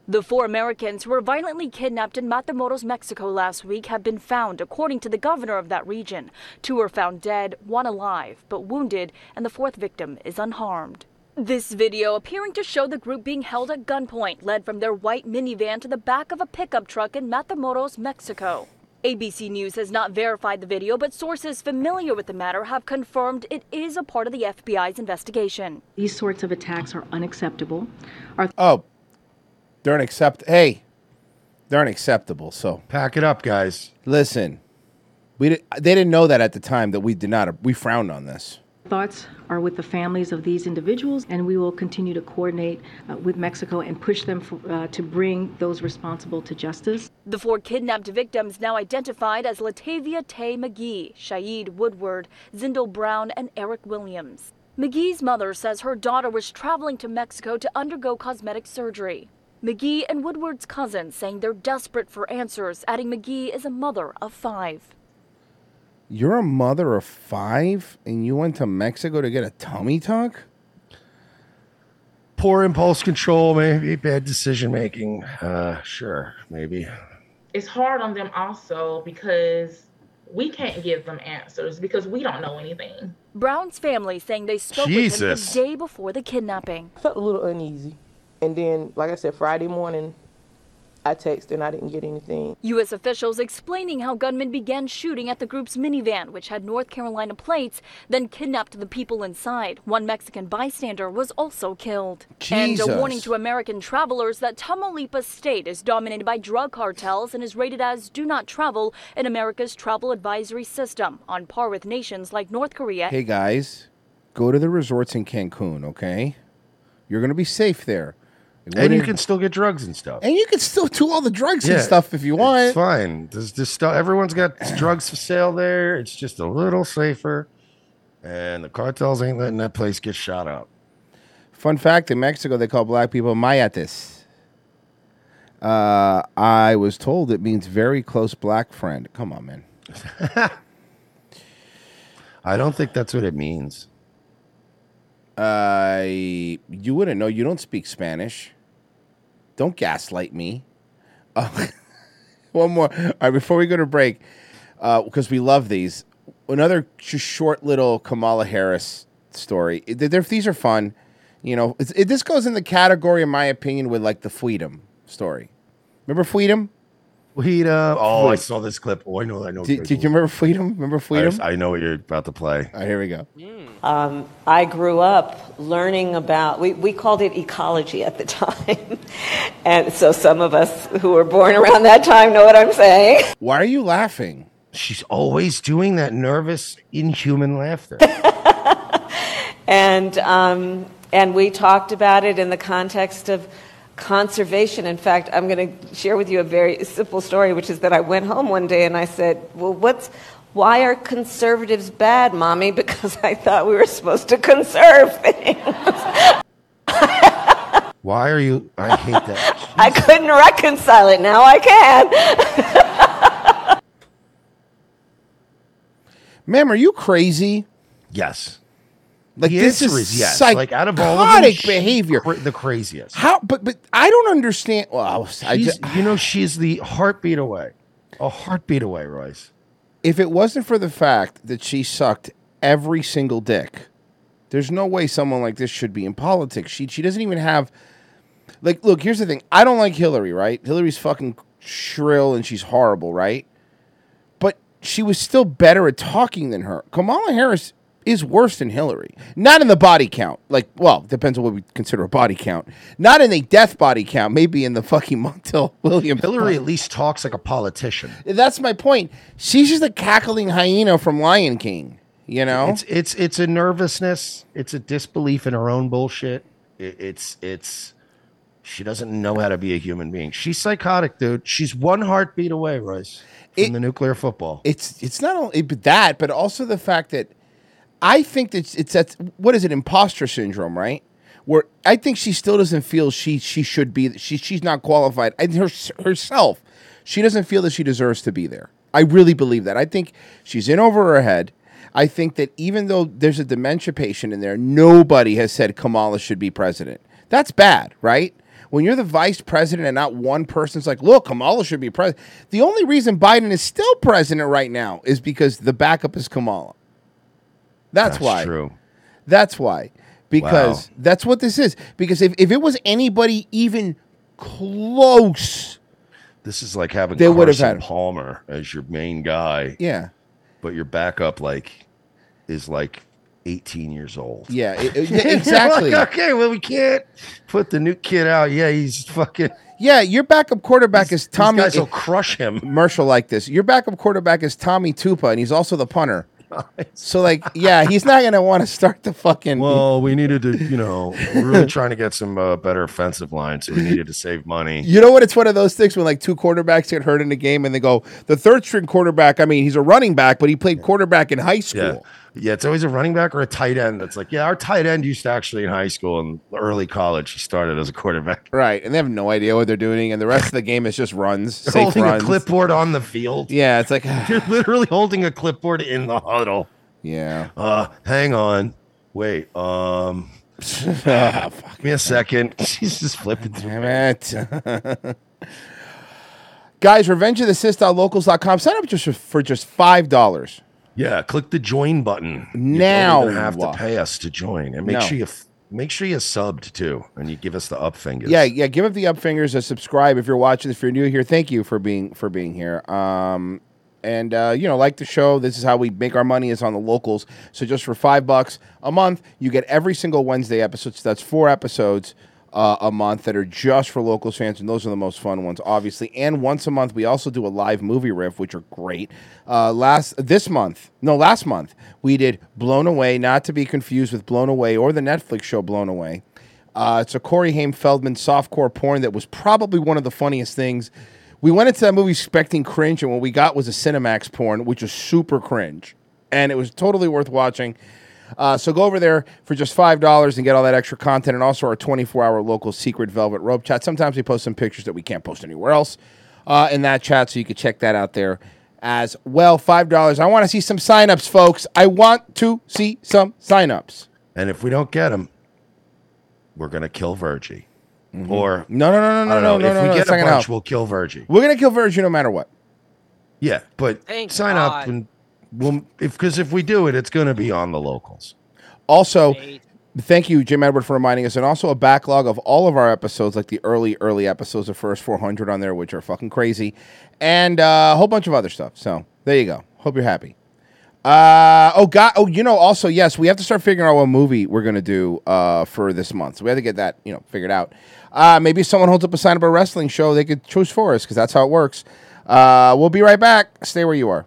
Speaker 25: The four Americans who were violently kidnapped in Matamoros, Mexico last week have been found, according to the governor of that region. Two are found dead, one alive, but wounded, and the fourth victim is unharmed. This video appearing to show the group being held at gunpoint, led from their white minivan to the back of a pickup truck in Matamoros, Mexico. ABC News has not verified the video, but sources familiar with the matter have confirmed it is a part of the FBI's investigation.
Speaker 27: These sorts of attacks are unacceptable.
Speaker 2: Oh, they're unaccept. Hey, they're unacceptable. So
Speaker 3: pack it up, guys.
Speaker 2: Listen, we did, they didn't know that at the time that we did not. We frowned on this.
Speaker 27: Thoughts are with the families of these individuals, and we will continue to coordinate uh, with Mexico and push them for, uh, to bring those responsible to justice.
Speaker 25: The four kidnapped victims now identified as Latavia Tay McGee, Shaid Woodward, Zindel Brown, and Eric Williams. McGee's mother says her daughter was traveling to Mexico to undergo cosmetic surgery.
Speaker 12: McGee and Woodward's cousin saying they're desperate for answers, adding McGee is a mother of five.
Speaker 2: You're a mother of five, and you went to Mexico to get a tummy tuck.
Speaker 3: Poor impulse control, maybe bad decision making. Uh, sure, maybe.
Speaker 14: It's hard on them also because we can't give them answers because we don't know anything.
Speaker 12: Brown's family saying they spoke
Speaker 3: Jesus.
Speaker 12: with him the day before the kidnapping.
Speaker 19: felt a little uneasy. And then, like I said, Friday morning, I texted and I didn't get anything.
Speaker 12: U.S. officials explaining how gunmen began shooting at the group's minivan, which had North Carolina plates, then kidnapped the people inside. One Mexican bystander was also killed. And
Speaker 15: Jesus.
Speaker 12: a warning to American travelers that Tamaulipas state is dominated by drug cartels and is rated as do not travel in America's travel advisory system, on par with nations like North Korea.
Speaker 2: Hey guys, go to the resorts in Cancun, okay? You're gonna be safe there.
Speaker 3: And you can still get drugs and stuff.
Speaker 2: and you can still do all the drugs and stuff if you want.
Speaker 3: It's fine. There's this stuff. Everyone's got drugs for sale there. It's just a little safer. And the cartels ain't letting that place get shot up.
Speaker 2: Fun fact in Mexico, they call black people mayates. Uh, I was told it means very close black friend. Come on, man.
Speaker 3: I don't think that's what it means.
Speaker 2: Uh, you wouldn't know. You don't speak Spanish. Don't gaslight me. Uh, <laughs> one more. All right, before we go to break, because we love these. Another just short little Kamala Harris story. It- they're- these are fun. You know, it's, it, this goes in the category, in my opinion, with like the Freedom story. Remember Freedom?
Speaker 3: Freedom. Oh, I
Speaker 2: Freedom.
Speaker 3: saw this clip. Oh, I know. I know.
Speaker 2: Did, did you remember Freedom? Remember Freedom?
Speaker 3: I, I know what you're about to play.
Speaker 2: All right, here we go.
Speaker 10: Um, I grew up learning about, we, we called it ecology at the <laughs> time. and so some of us who were born around that time know what I'm saying.
Speaker 2: Why are you laughing?
Speaker 3: She's always doing that nervous, inhuman
Speaker 2: <laughs>
Speaker 3: laughter.
Speaker 10: And, um, and we talked about it in the context of conservation. In fact, I'm going to share with you a very simple story, which is that I went home one day and I said, Well, what's, why are conservatives bad, mommy? <laughs> Because I thought we were supposed to conserve <laughs> things.
Speaker 3: Why are you? I hate that.
Speaker 10: I couldn't reconcile it. Now I <laughs> can.
Speaker 2: Ma'am, are you crazy?
Speaker 3: Yes.
Speaker 2: Like
Speaker 3: The
Speaker 2: this
Speaker 3: answer
Speaker 2: is,
Speaker 3: is yes.
Speaker 2: psychotic
Speaker 3: Like, out of all of them, she-
Speaker 2: behavior.
Speaker 3: the craziest.
Speaker 2: How? But but I don't understand. Well, I, was- I
Speaker 3: She's-
Speaker 2: just,
Speaker 3: you know, she's the heartbeat away. A heartbeat away, Royce.
Speaker 2: if it wasn't for the fact that she sucked every single dick, there's no way someone like this should be in politics. She she doesn't even have like look, here's the thing. I don't like Hillary, right? Hillary's fucking shrill and she's horrible, right? But she was still better at talking than her. Kamala Harris is worse than Hillary. Not in the body count. Like, well, depends on what we consider a body count. Not in a death body count, maybe in the fucking Montel <laughs> Williams.
Speaker 3: Hillary at least talks like a politician.
Speaker 2: That's my point. She's just a cackling hyena from Lion King. You know,
Speaker 3: It's it's it's a nervousness. It's a disbelief in her own bullshit. It, it's it's she doesn't know how to be a human being. She's psychotic, dude. She's one heartbeat away, Royce, from the nuclear football.
Speaker 2: It's it's not only but that, but also the fact that I think that it's, it's that what is it, imposter syndrome, right? Where I think she still doesn't feel she she should be she she's not qualified and her, herself, she doesn't feel that she deserves to be there. I really believe that. I think she's in over her head. I think that even though there's a dementia patient in there, nobody has said Kamala should be president. That's bad, right? When you're the vice president and not one person's like, look, Kamala should be president. The only reason Biden is still president right now is because the backup is Kamala. That's,
Speaker 3: That's
Speaker 2: why.
Speaker 3: true.
Speaker 2: That's why. Because that's what this is. Because if, if it was anybody even close,
Speaker 3: This is like having
Speaker 2: They would have
Speaker 3: Carson
Speaker 2: had him.
Speaker 3: Palmer as your main guy.
Speaker 2: Yeah.
Speaker 3: But your backup like is like 18 years old.
Speaker 2: yeah, it- it- yeah, exactly.
Speaker 3: Like, okay, well we can't put the new kid out. Yeah, he's fucking
Speaker 2: Yeah, your backup quarterback is Tommy.
Speaker 3: guys will crush him.
Speaker 2: Marshall like this. Your backup quarterback is Tommy Tupa, and he's also the punter. So like, yeah, he's not gonna want to start the fucking.
Speaker 3: Well, we needed to, you know, we're really trying to get some uh, better offensive line, so we needed to save money.
Speaker 2: <laughs> You know what? It's one of those things when like two quarterbacks get hurt in a game, and they go, the third string quarterback. I mean, he's a running back, but he played quarterback in high school.
Speaker 3: Yeah. Yeah, it's always a running back or a tight end that's like, yeah, our tight end used to actually in high school and early college, he started as a quarterback.
Speaker 2: Right, and they have no idea what they're doing, and the rest of the game is just runs,
Speaker 3: <laughs> They're
Speaker 2: safe
Speaker 3: holding
Speaker 2: runs.
Speaker 3: a clipboard on the field.
Speaker 2: Yeah, it's like <sighs>
Speaker 3: You're literally holding a clipboard in the huddle.
Speaker 2: Yeah.
Speaker 3: Uh, hang on.
Speaker 2: <laughs>
Speaker 3: Wait. Um.
Speaker 2: Ah,
Speaker 3: give me a second. <laughs> She's just flipping through.
Speaker 2: <laughs> it. <laughs> Guys, revengeofthesist.locals.com. Sign up just for, for just five dollars.
Speaker 3: Yeah, click the join button.
Speaker 2: Now
Speaker 3: you don't even have to pay us to join, and make
Speaker 2: No.
Speaker 3: sure you f- make sure you subbed too, and you give us the up fingers.
Speaker 2: Yeah, yeah. Give up the up fingers and subscribe if you're watching. If you're new here, thank you for being for being here. Um, and uh, you know, like the show, this is how we make our money is on the locals. So just for five bucks a month, you get every single Wednesday episode. So that's four episodes uh, a month that are just for locals fans, and those are the most fun ones, obviously. And once a month, we also do a live movie riff, which are great. Uh, last this month, no, last month we did Blown Away, not to be confused with Blown Away or the Netflix show Blown Away. Uh, it's a Corey Haim Feldman softcore porn that was probably one of the funniest things. We went into that movie expecting cringe, and what we got was a Cinemax porn, which was super cringe. And it was totally worth watching. Uh, so go over there for just $5 and get all that extra content and also our 24 hour local secret velvet rope chat. Sometimes we post some pictures that we can't post anywhere else uh, in that chat, so you can check that out there as well. $5. I want to see some signups, folks. I want to see some signups.
Speaker 3: And if we don't get them, we're gonna kill Virgie. Or
Speaker 2: Mm-hmm. no, no, no, no,
Speaker 3: I don't
Speaker 2: no,
Speaker 3: know.
Speaker 2: no,
Speaker 3: if
Speaker 2: no,
Speaker 3: we
Speaker 2: no,
Speaker 3: get
Speaker 2: that's
Speaker 3: a
Speaker 2: not
Speaker 3: bunch,
Speaker 2: gonna help.
Speaker 3: we'll kill Virgie.
Speaker 2: We're going to kill Virgin no matter what.
Speaker 3: Yeah, but
Speaker 2: Thank
Speaker 3: sign
Speaker 2: God.
Speaker 3: up and we'll if because if we do it, it's gonna be on the locals.
Speaker 2: Also, thank you, Jim Edward, for reminding us, and also a backlog of all of our episodes, like the early, early episodes, the first 400 on there, which are fucking crazy, and uh, a whole bunch of other stuff. So there you go. Hope you're happy. Uh, oh God! Oh, you know. Also, yes, we have to start figuring out what movie we're gonna do uh, for this month. So we have to get that you know figured out. Uh, maybe if someone holds up a sign of a wrestling show, they could choose for us because that's how it works. Uh, we'll be right back. Stay where you are.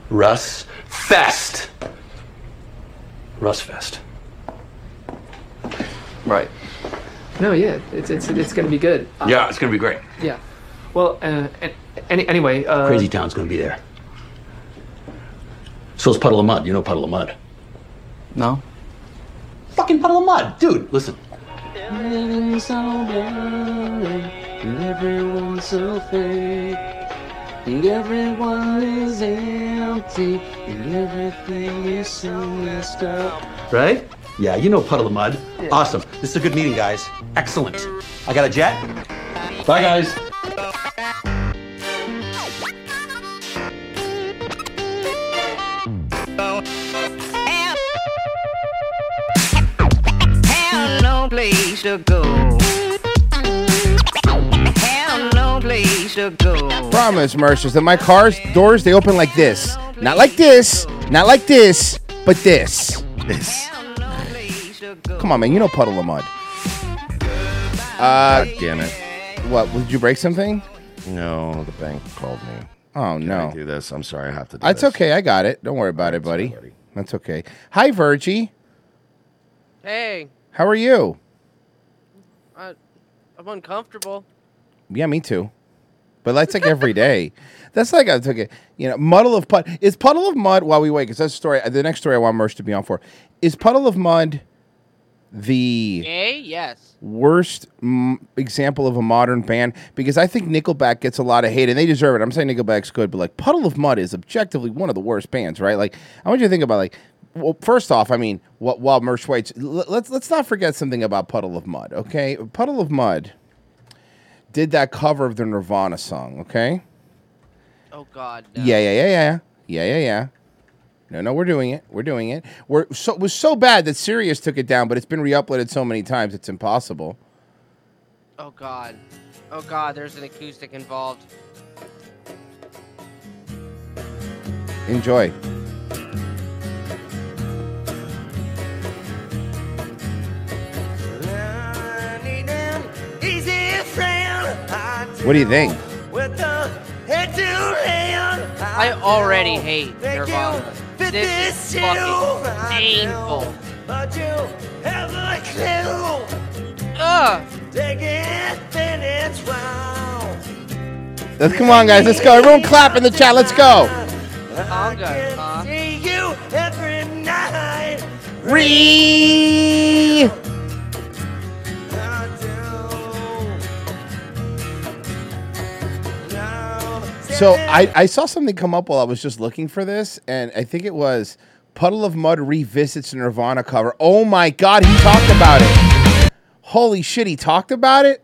Speaker 22: Russ Fest. Russ Fest. Right.
Speaker 23: No, yeah, it's it's it's going to be good. Uh,
Speaker 22: Yeah, it's going to be great.
Speaker 23: yeah. Well, uh, an- any, anyway, uh,
Speaker 22: Crazy Town's going to be there. So is Puddle of Mud. You know Puddle of Mud. No. Fucking Puddle of Mud. Dude, listen.
Speaker 21: Living so boring, and everyone's so fake. And everyone is empty, and everything is
Speaker 13: <sighs>
Speaker 21: so messed up.
Speaker 22: Right? Yeah, you know Puddle of Mud.
Speaker 21: Yeah.
Speaker 22: Awesome. This is a good meeting, guys. Excellent. I got a jet. Bye, guys.
Speaker 13: Have no place to go. Have no place to go.
Speaker 2: Promise, Mercers, that my car's doors they open like this. Not like this, not like this, but this. This. Come on, man, you know puddle of mud. Uh,
Speaker 3: God damn it.
Speaker 2: What? Did you break something?
Speaker 3: No, the bank called me.
Speaker 2: Oh
Speaker 3: Can
Speaker 2: no.
Speaker 3: I do this. I'm sorry. I have to do
Speaker 2: That's
Speaker 3: this.
Speaker 2: okay. I got it. Don't worry about it, buddy. That's okay. Hi, Virgie.
Speaker 7: Hey,
Speaker 2: How are you?
Speaker 7: I, I'm uncomfortable.
Speaker 2: Yeah, me too. But that's like every
Speaker 3: <laughs>
Speaker 2: day. That's like I took it. You know, muddle of pud. Is puddle of mud while we wait? Because that's the story. The next story I want Merch to be on for is puddle of mud. The
Speaker 7: Hey, yes.
Speaker 2: worst mm, example of a modern band because I think Nickelback gets a lot of hate and they deserve it. I'm saying Nickelback's good, but like Puddle of Mud is objectively one of the worst bands, right? Like I want you to think about like well, first off, I mean, wh- while Merch White's l- let's let's not forget something about Puddle of Mud, okay? Puddle of Mud did that cover of the Nirvana song, okay?
Speaker 7: Oh God.
Speaker 2: Yeah, yeah, yeah, yeah, yeah, yeah, yeah. No, no, we're doing it. We're doing it. We're so it was so bad that Sirius took it down, but it's been re-uploaded so many times it's impossible.
Speaker 7: Oh God. Oh God. There's an acoustic involved.
Speaker 2: Enjoy. What do you think?
Speaker 7: I already hate Nirvana. This is fucking painful.
Speaker 21: But you have a clue. Take it, then it's wow.
Speaker 2: Let's come on, guys. Let's go. Everyone clap in the chat. Let's go.
Speaker 21: I can see you every night.
Speaker 2: Re. So I, I saw something come up while I was just looking for this, and I think it was Puddle of Mud revisits Nirvana cover. Oh my God, he talked about it. Holy shit, he talked about it.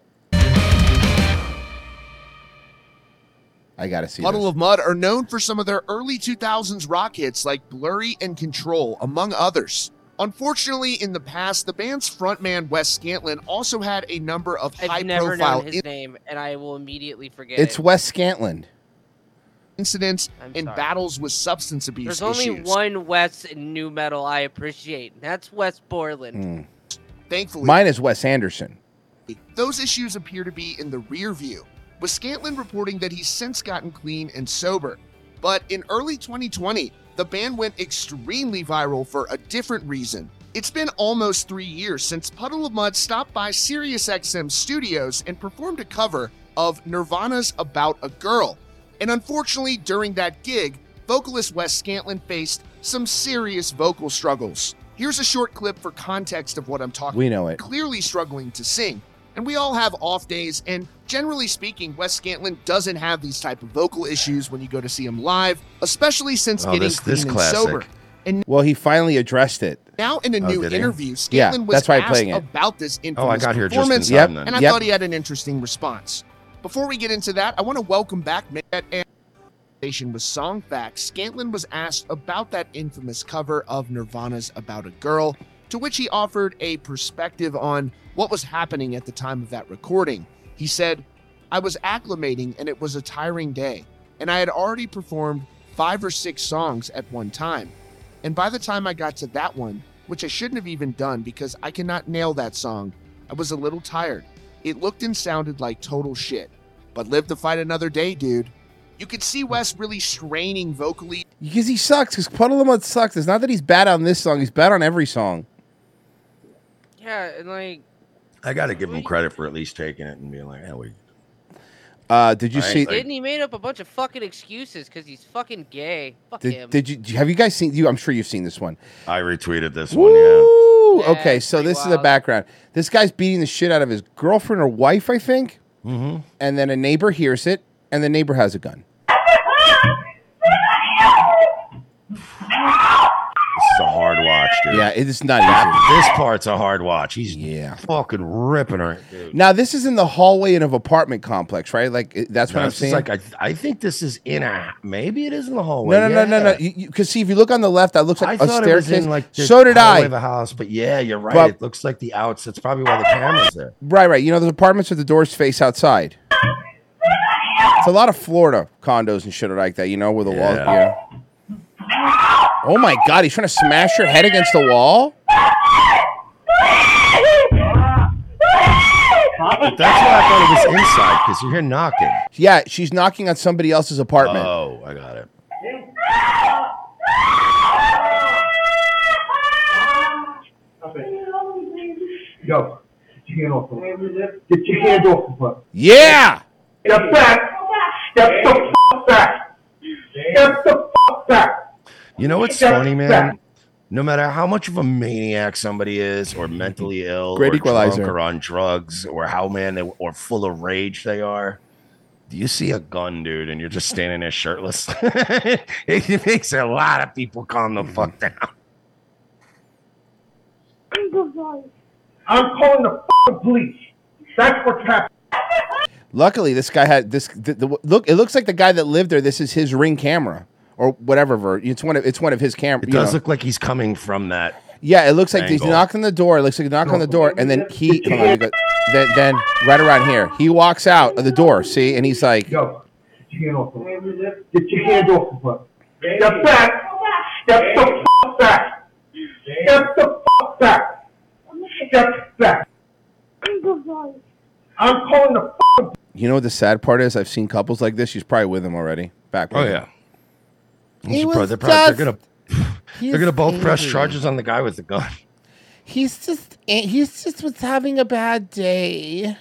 Speaker 2: I gotta see.
Speaker 24: Puddle of Mud are known for some of their early 2000s rock hits like Blurry and Control, among others. Unfortunately, in the past, the band's frontman Wes Scantlin also had a number of high
Speaker 7: I've never
Speaker 24: profile
Speaker 7: known his name, and I will immediately forget
Speaker 2: This. It's
Speaker 7: it.
Speaker 2: Wes Scantland.
Speaker 24: incidents and battles with substance abuse
Speaker 7: There's only
Speaker 24: issues.
Speaker 7: one Wes in new metal I appreciate, and that's Wes Borland.
Speaker 2: Mm.
Speaker 24: Thankfully,
Speaker 2: Mine is Wes Anderson.
Speaker 24: those issues appear to be in the rear view, with Scantlin reporting that he's since gotten clean and sober. But in early 2020, the band went extremely viral for a different reason. It's been almost three years since Puddle of Mud stopped by SiriusXM Studios and performed a cover of Nirvana's About a Girl. And unfortunately, during that gig, vocalist Wes Scantlin faced some serious vocal struggles. Here's a short clip for context of what I'm talking
Speaker 2: We know it.
Speaker 24: clearly struggling to sing. And we all have off days, and generally speaking, Wes Scantlin doesn't have these type of vocal issues when you go to see him live, especially since
Speaker 2: Oh,
Speaker 24: getting
Speaker 2: this-
Speaker 24: clean
Speaker 2: this
Speaker 24: and
Speaker 2: classic.
Speaker 24: sober. And
Speaker 2: Well, he finally addressed it.
Speaker 24: now in a
Speaker 2: Oh,
Speaker 24: new
Speaker 2: did he?
Speaker 24: interview, Scantlin
Speaker 2: Yeah,
Speaker 24: was
Speaker 2: that's why I'm
Speaker 24: asked
Speaker 2: playing it.
Speaker 24: about this infamous
Speaker 2: Oh, I got here just in
Speaker 24: performance,
Speaker 2: time Yep, then.
Speaker 24: and I
Speaker 2: yep.
Speaker 24: thought he had an interesting response. Before we get into that, I want to welcome back Matt and conversation with Song Facts. Scantlin was asked about that infamous cover of Nirvana's About a Girl, to which he offered a perspective on what was happening at the time of that recording. He said, I was acclimating and it was a tiring day, and I had already performed five or six songs at one time. And by the time I got to that one, which I shouldn't have even done because I cannot nail that song, I was a little tired. It looked and sounded like total shit. But live to fight another day, dude. You could see Wes really straining vocally
Speaker 2: Because he sucks. Because Puddle of Mud sucks. It's not that he's bad on this song. He's bad on every song.
Speaker 7: Yeah, and like
Speaker 3: I got to give him credit for at least taking it and being like, "Hell, we."
Speaker 2: Uh, did you
Speaker 3: I ain't
Speaker 2: see?
Speaker 7: didn't he made up a bunch of fucking excuses because he's fucking gay. Fuck him.
Speaker 2: Did, did you have you guys seen? You, I'm sure you've seen this one.
Speaker 3: I retweeted this
Speaker 2: Woo!
Speaker 3: one. Yeah.
Speaker 2: okay, so this is the background. This guy's beating the shit out of his girlfriend or wife, I think.
Speaker 3: Mm-hmm.
Speaker 2: And then a neighbor hears it, and the neighbor has a gun.
Speaker 3: This is a hard watch, dude.
Speaker 2: Yeah, it is not
Speaker 3: easy. This part's a hard watch. He's
Speaker 2: yeah,
Speaker 3: fucking ripping her. Dude.
Speaker 2: Now this is in the hallway in of apartment complex, right? Like it- that's what
Speaker 3: No,
Speaker 2: I'm
Speaker 3: this is
Speaker 2: saying.
Speaker 3: Like I, I think this is in a. Maybe it is in the hallway.
Speaker 2: no, no, no, no, no,
Speaker 3: yeah.
Speaker 2: Because see, if you look on the left, that looks
Speaker 3: I
Speaker 2: like a
Speaker 3: thought it
Speaker 2: staircase.
Speaker 3: was in like the
Speaker 2: so did
Speaker 3: hallway
Speaker 2: I.
Speaker 3: of a house, but yeah, you're right.
Speaker 2: But-
Speaker 3: it looks like the outs. That's probably why the camera's there.
Speaker 2: Right, right. You know, there's apartments with the doors face outside. It's a lot of Florida condos and shit are like that, you know, where the walls. Yeah. Oh my God, he's trying to smash your head against the wall.
Speaker 3: That's why I thought it was inside because you hear knocking.
Speaker 2: Yeah, she's knocking on somebody else's apartment.
Speaker 3: Oh, I got it.
Speaker 1: Yo, get your hand off of her. Get your hand off of her.
Speaker 2: Yeah.
Speaker 1: Step back. Step the f- back. Step the f- back.
Speaker 3: You know what's
Speaker 1: Step
Speaker 3: funny, man?
Speaker 1: back.
Speaker 3: No matter how much of a maniac somebody is, or mentally ill,
Speaker 2: Great
Speaker 3: or
Speaker 2: equalizer.
Speaker 3: drunk, or on drugs, or how man they, or full of rage they are, you see a gun, dude, and you're <laughs> just standing there shirtless. it makes a lot of people calm the fuck down.
Speaker 1: I'm calling the f- police. That's what's happening.
Speaker 2: Luckily, this guy had this. The, the, look, it looks like the guy that lived there. This is his ring camera or whatever. ver- It's one of it's one of his cameras.
Speaker 3: It does look like he's coming from that.
Speaker 2: Yeah, it looks like he's
Speaker 3: Angle.
Speaker 2: knocking the door. It looks like a knock on the door, and
Speaker 1: <laughs>
Speaker 2: then he hold on, we got- then, then right around here, he walks out of the door. See, and he's like,
Speaker 1: Yo, get your hand off of her. Get your hand off of her. Step back. Step the f- back. Step the f- back. Step back. I'm calling the
Speaker 2: you know what the sad part is? I've seen couples like this. She's probably with him already. Back.
Speaker 3: Oh,
Speaker 2: with
Speaker 3: yeah.
Speaker 2: him.
Speaker 3: He's probably- they're, probably, <laughs> they're gonna they're gonna both press charges on the guy with the gun.
Speaker 2: He's just he's just was having a bad day.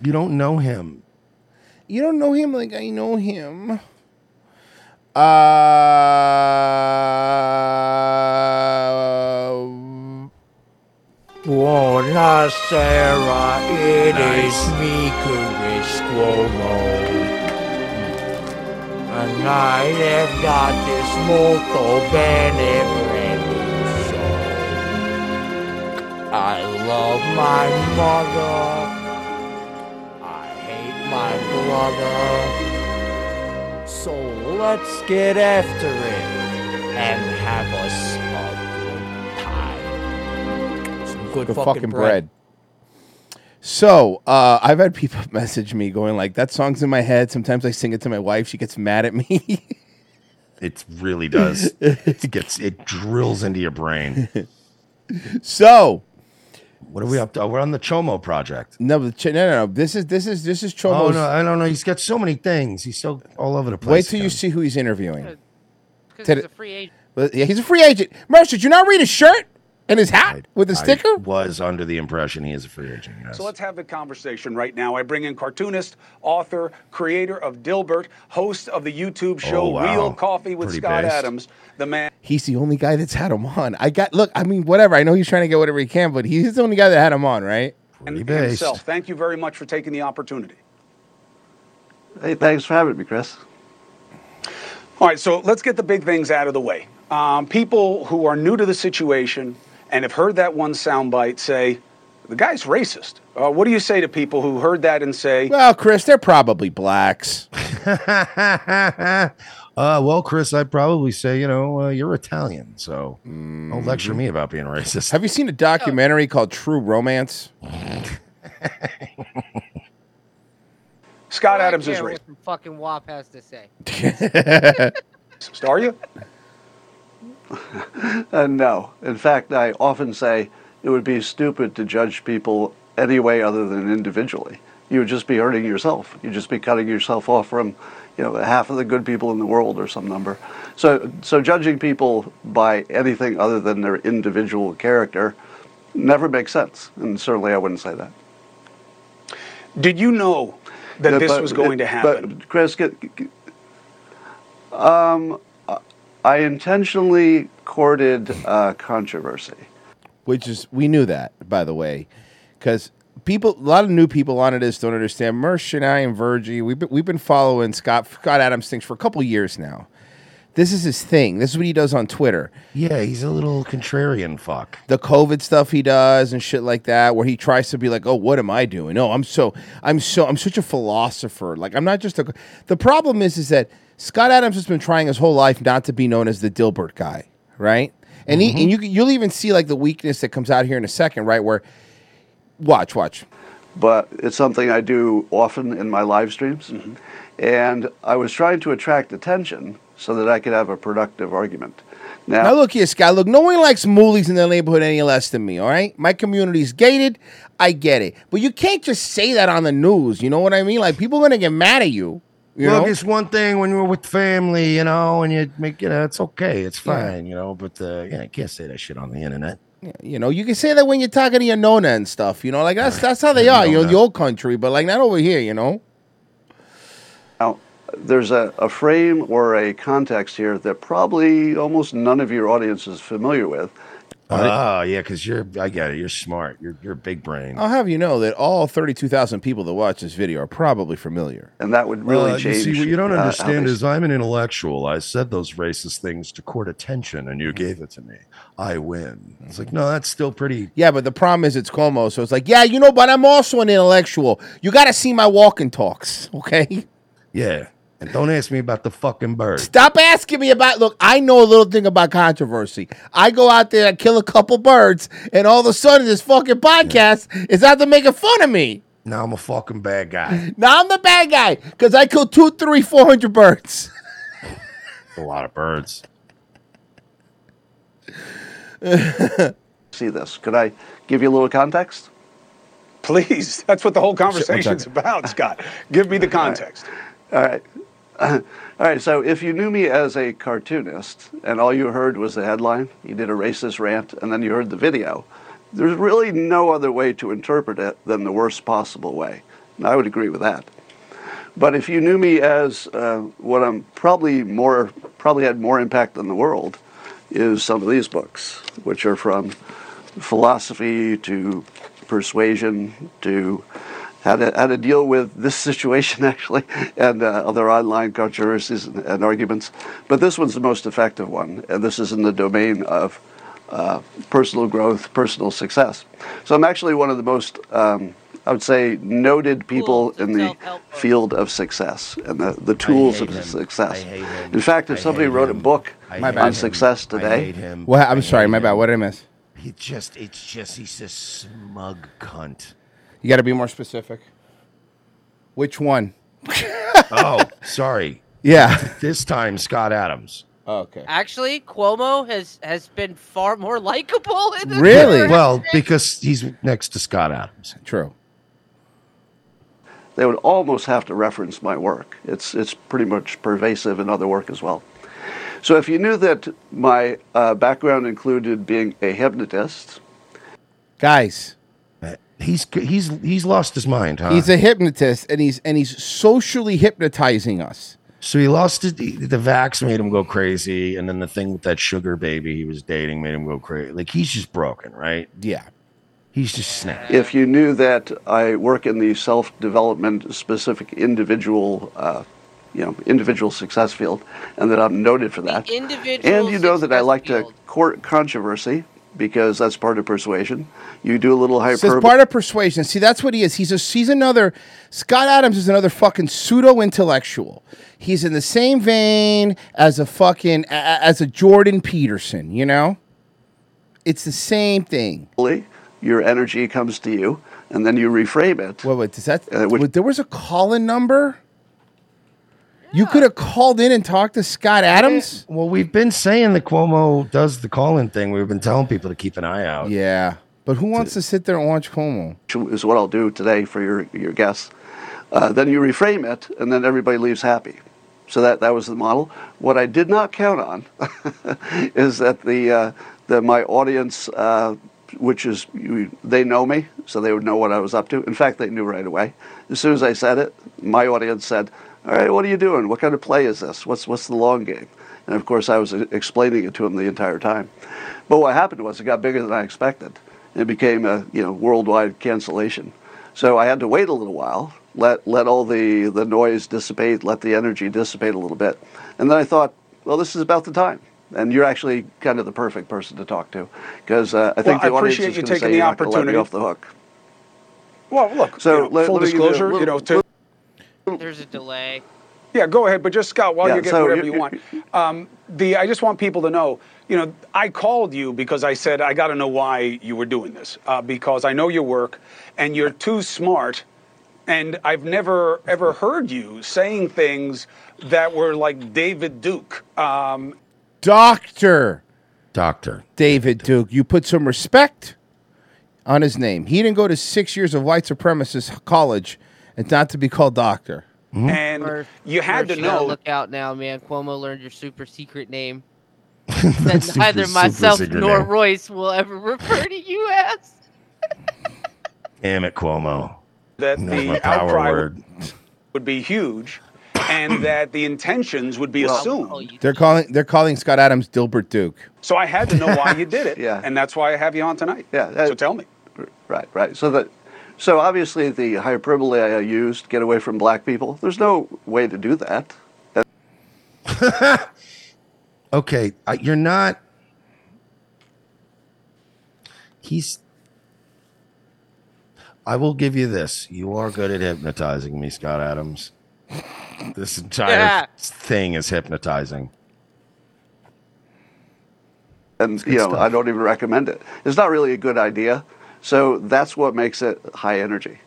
Speaker 3: You don't know him.
Speaker 2: You don't know him like I know him. Uh,
Speaker 21: Buona sera, it is me, Curtis Cuomo. And I have got this molto bene preso. I love my mother. I hate my brother. So let's get after it and have us a good time. Some good,
Speaker 2: good
Speaker 21: fucking, bread.
Speaker 2: So uh, I've had people <laughs> message me going like, "That song's in my head." Sometimes I sing it to my wife. She gets mad at me. <laughs>
Speaker 3: It really does. it gets it drills into your
Speaker 2: <laughs>
Speaker 3: brain.
Speaker 2: so,
Speaker 3: what are we up to? We're on the Chomo project.
Speaker 2: no, the ch- no, no, no. This is this is this is Chomo's.
Speaker 3: Oh no, I don't know. He's got so many things. He's so all over the place.
Speaker 2: Wait till you see who he's interviewing. Did
Speaker 7: he's
Speaker 2: it-
Speaker 7: a free agent.
Speaker 2: Well, Yeah, he's a free agent. Merch, did you not read his shirt and his hat with the sticker?
Speaker 3: I was under the impression he is a free agent. Yes.
Speaker 5: So let's have the conversation right now. I bring in cartoonist, author, creator of Dilbert, host of the YouTube show
Speaker 2: Oh, wow.
Speaker 5: Real Coffee with
Speaker 2: Pretty
Speaker 5: Scott
Speaker 2: based.
Speaker 5: Adams, the man
Speaker 2: He's the only guy that's had him on. I got look. I mean, whatever. I know he's trying to get whatever he can, but he's the only guy that had him on, right?
Speaker 5: himself. Thank you very much for taking the opportunity.
Speaker 20: Hey, thanks for having me, Chris.
Speaker 5: All right, so let's get the big things out of the way. Um, people who are new to the situation and have heard that one soundbite say, the guy's racist. Uh, what do you say to people who heard that and say,
Speaker 2: Well, Chris, they're probably blacks.
Speaker 3: <laughs> uh, well, Chris, I'd probably say you know uh, you're Italian, so
Speaker 2: Mm-hmm.
Speaker 3: don't lecture me about being racist.
Speaker 2: Have you seen a documentary called True
Speaker 3: <laughs>
Speaker 2: Romance?
Speaker 5: Scott
Speaker 7: I
Speaker 5: Adams is
Speaker 7: care
Speaker 5: racist?
Speaker 7: what the fucking WAP has to say.
Speaker 2: <laughs>
Speaker 5: Are you?
Speaker 20: <laughs> Uh, no. In fact, I often say it would be stupid to judge people any way other than individually. you would just be hurting yourself. You'd just be cutting yourself off from, you know, half of the good people in the world or some number. So, so judging people by anything other than their individual character never makes sense. And certainly I wouldn't say that.
Speaker 5: Did you know that
Speaker 20: Yeah,
Speaker 5: this
Speaker 20: but-
Speaker 5: was going to happen?
Speaker 20: But Chris, get, get- um, I intentionally courted uh, controversy.
Speaker 2: which is we knew that by the way, because people a lot of new people onto this don't understand. Mersh and I and Virgie, we've been, we've been following Scott Scott Adams things for a couple years now. This is his thing. This is what he does on Twitter.
Speaker 3: Yeah, he's a little contrarian fuck.
Speaker 2: The COVID stuff he does and shit like that, where he tries to be like, "Oh, what am I doing? Oh, I'm so, I'm so, I'm such a philosopher. Like, I'm not just a." The problem is, is that Scott Adams has been trying his whole life not to be known as the Dilbert guy, right? And
Speaker 3: Mm-hmm.
Speaker 2: he, and you, can- you'll even see like the weakness that comes out here in a second, right? Where Watch, watch.
Speaker 20: But it's something I do often in my live streams.
Speaker 5: Mm-hmm.
Speaker 20: And I was trying to attract attention so that I could have a productive argument.
Speaker 2: Now, look here, Scott. Look, no one likes moolies in their neighborhood any less than me. All right, my community's gated. I get it, but you can't just say that on the news. You know what I mean? Like people are gonna get mad at you. You
Speaker 3: Look,
Speaker 2: know?
Speaker 3: it's one thing when you're with family, you know, and you make you know, it's okay, it's fine, you know, but uh, yeah, I can't say that shit on the internet.
Speaker 2: You know, you can say that when you're talking to your nona and stuff. You know, like that's that's how they are. You know, the old country, but like not over here. You know.
Speaker 20: Now, there's a, a frame or a context here that probably almost none of your audience is familiar with.
Speaker 3: Oh, yeah, because you're, I get it, you're smart, you're, you're big brain.
Speaker 2: I'll have you know that all thirty-two thousand people that watch this video are probably familiar,
Speaker 20: and that would
Speaker 3: Well, Uh, you see, what you
Speaker 2: Uh,
Speaker 3: don't understand is I'm an intellectual. I said those racist things to court attention, and you
Speaker 2: Mm-hmm.
Speaker 3: gave it to me. I win. It's like, no, that's still pretty.
Speaker 2: Yeah, but the problem is it's Cuomo, so it's like, yeah, you know, but I'm also an intellectual. You got to see my walk and talks, <laughs> okay?
Speaker 3: Yeah, and don't ask me about the fucking bird.
Speaker 2: Stop asking me about. Look, I know a little thing about controversy. I go out there, I kill a couple birds, and all of a sudden, this fucking podcast is out there making fun of me.
Speaker 3: Now I'm a fucking bad guy.
Speaker 2: <laughs> Now I'm the bad guy because I killed two, three, four hundred birds.
Speaker 3: A lot of birds.
Speaker 20: see this. Could I give you a little context?
Speaker 5: Please. <laughs> That's what the whole conversation's about, Scott. Give me the context.
Speaker 20: All right. <clears throat> All right, so if you knew me as a cartoonist and all you heard was the headline, you did a racist rant, and then you heard the video, there's really no other way to interpret it than the worst possible way. And I would agree with that. But if you knew me as uh, what I'm probably more, probably had more impact on the world, is some of these books, which are from philosophy to persuasion to how to, how to deal with this <laughs> situation actually and uh, other online controversies and, and arguments. But this one's the most effective one, and this is in the domain of uh, personal growth, personal success. So I'm actually one of the most, um, I would say, noted people in the field of success and the, the tools of success. In fact, if somebody wrote a book on success today,
Speaker 2: Well, I'm sorry, my bad. What did I miss?
Speaker 3: He just, it's just, he's a smug
Speaker 2: <laughs>
Speaker 3: cunt.
Speaker 2: You got to be more specific. Which one? <laughs>
Speaker 3: oh, sorry.
Speaker 2: Yeah.
Speaker 3: This time, Scott Adams.
Speaker 2: Okay.
Speaker 7: Actually, Cuomo has has been far more <laughs> likable. In this
Speaker 3: <laughs> Well, because he's next to Scott Adams.
Speaker 2: True.
Speaker 20: they would almost have to reference my work. It's, it's pretty much pervasive in other work as well. So if you knew that my uh, background included being a hypnotist,
Speaker 2: guys.
Speaker 3: He's he's he's lost his mind, huh?
Speaker 2: He's a hypnotist, and he's and he's socially hypnotizing us.
Speaker 3: so he lost his, the, the vax made him go crazy, and then the thing with that sugar baby he was dating made him go crazy. Like he's just broken, right?
Speaker 2: Yeah,
Speaker 3: he's just snapped.
Speaker 20: if you knew that I work in the self-development specific individual, uh, you know, individual success field, and that I'm noted for that, and you know that I like to court controversy because that's part of persuasion. You do a little
Speaker 2: So
Speaker 20: hyperbole.
Speaker 2: it's part of persuasion. See, that's what he is. He's a he's another Scott Adams is another fucking pseudo intellectual. He's in the same vein as a fucking a- a- as a Jordan Peterson. You know, it's the same thing.
Speaker 20: Hopefully, your energy comes to you, and then you reframe it. Uh,
Speaker 2: Wait, wait, does that? Wait, there was a call-in number. You could have called in and talked to Scott Adams.
Speaker 3: Well, we've been saying that Cuomo does the calling thing. We've been telling people to keep an eye out.
Speaker 2: Yeah, but who wants to sit there and watch Cuomo?
Speaker 20: which is what I'll do today for your your guests. Uh, then you reframe it, and then everybody leaves happy. So that, that was the model. What I did not count on <laughs> is that the uh, that my audience, uh, which is you, they know me, so they would know what I was up to. In fact, they knew right away. As soon as I said it, my audience said, "All right, what are you doing? What kind of play is this? What's what's the long game?" And of course, I was uh, explaining it to them the entire time. But what happened was it got bigger than I expected. It became a you know worldwide cancellation. So I had to wait a little while, let let all the the noise dissipate, let the energy dissipate a little bit, and then I thought, well, this is about the time. And you're actually kind of the perfect person to talk to, because uh, I think
Speaker 5: Well, I
Speaker 20: the audience
Speaker 5: appreciate
Speaker 20: is
Speaker 5: you
Speaker 20: going to
Speaker 5: taking
Speaker 20: say
Speaker 5: the
Speaker 20: you're not gonna let me
Speaker 5: opportunity.
Speaker 20: off the hook.
Speaker 5: Well, look.
Speaker 20: So
Speaker 5: you know,
Speaker 20: let-
Speaker 5: full
Speaker 20: let me give you a
Speaker 5: disclosure, you,
Speaker 20: little-
Speaker 5: know. To,
Speaker 7: There's a delay.
Speaker 5: yeah, go ahead. But just Scott, while
Speaker 20: Yeah,
Speaker 5: you get
Speaker 20: so
Speaker 5: whatever
Speaker 20: you-
Speaker 5: you want, um, the I just want people to know. You know, I called you because I said I got to know why you were doing this uh, because I know your work, and you're too smart. And I've never ever heard you saying things that were like David Duke. Um,
Speaker 2: Doctor
Speaker 3: Doctor
Speaker 2: David Duke. You put some respect on his name. He didn't go to six years of white supremacist college and not to be called doctor.
Speaker 7: Mm-hmm.
Speaker 5: And you had to
Speaker 7: Merch, you gotta
Speaker 5: know.
Speaker 7: Look out now, man. Cuomo learned your super secret
Speaker 2: <laughs>
Speaker 7: name. that neither myself nor Royce will ever refer to you
Speaker 5: <sighs>
Speaker 7: as.
Speaker 3: Damn it, Cuomo.
Speaker 5: that
Speaker 3: That's my
Speaker 5: the
Speaker 3: power
Speaker 5: outcry
Speaker 3: word.
Speaker 5: would, would be huge and that the intentions would be assumed.
Speaker 2: They're calling they're calling Scott Adams Dilbert Duke.
Speaker 5: So I had to know why you
Speaker 20: <laughs>
Speaker 5: did it. yeah. And that's why I have you on tonight.
Speaker 20: Yeah.
Speaker 5: so tell me.
Speaker 20: Right, right. So that, so obviously the hyperbole I used, get away from black people. There's no way to do that.
Speaker 3: <laughs> Okay, I, you're not. He's. I will give you this. You are good at hypnotizing me, Scott Adams. This entire
Speaker 20: Yeah.
Speaker 3: thing is hypnotizing.
Speaker 20: and you know I don't even recommend it. It's not really a good idea. So that's what makes it high energy.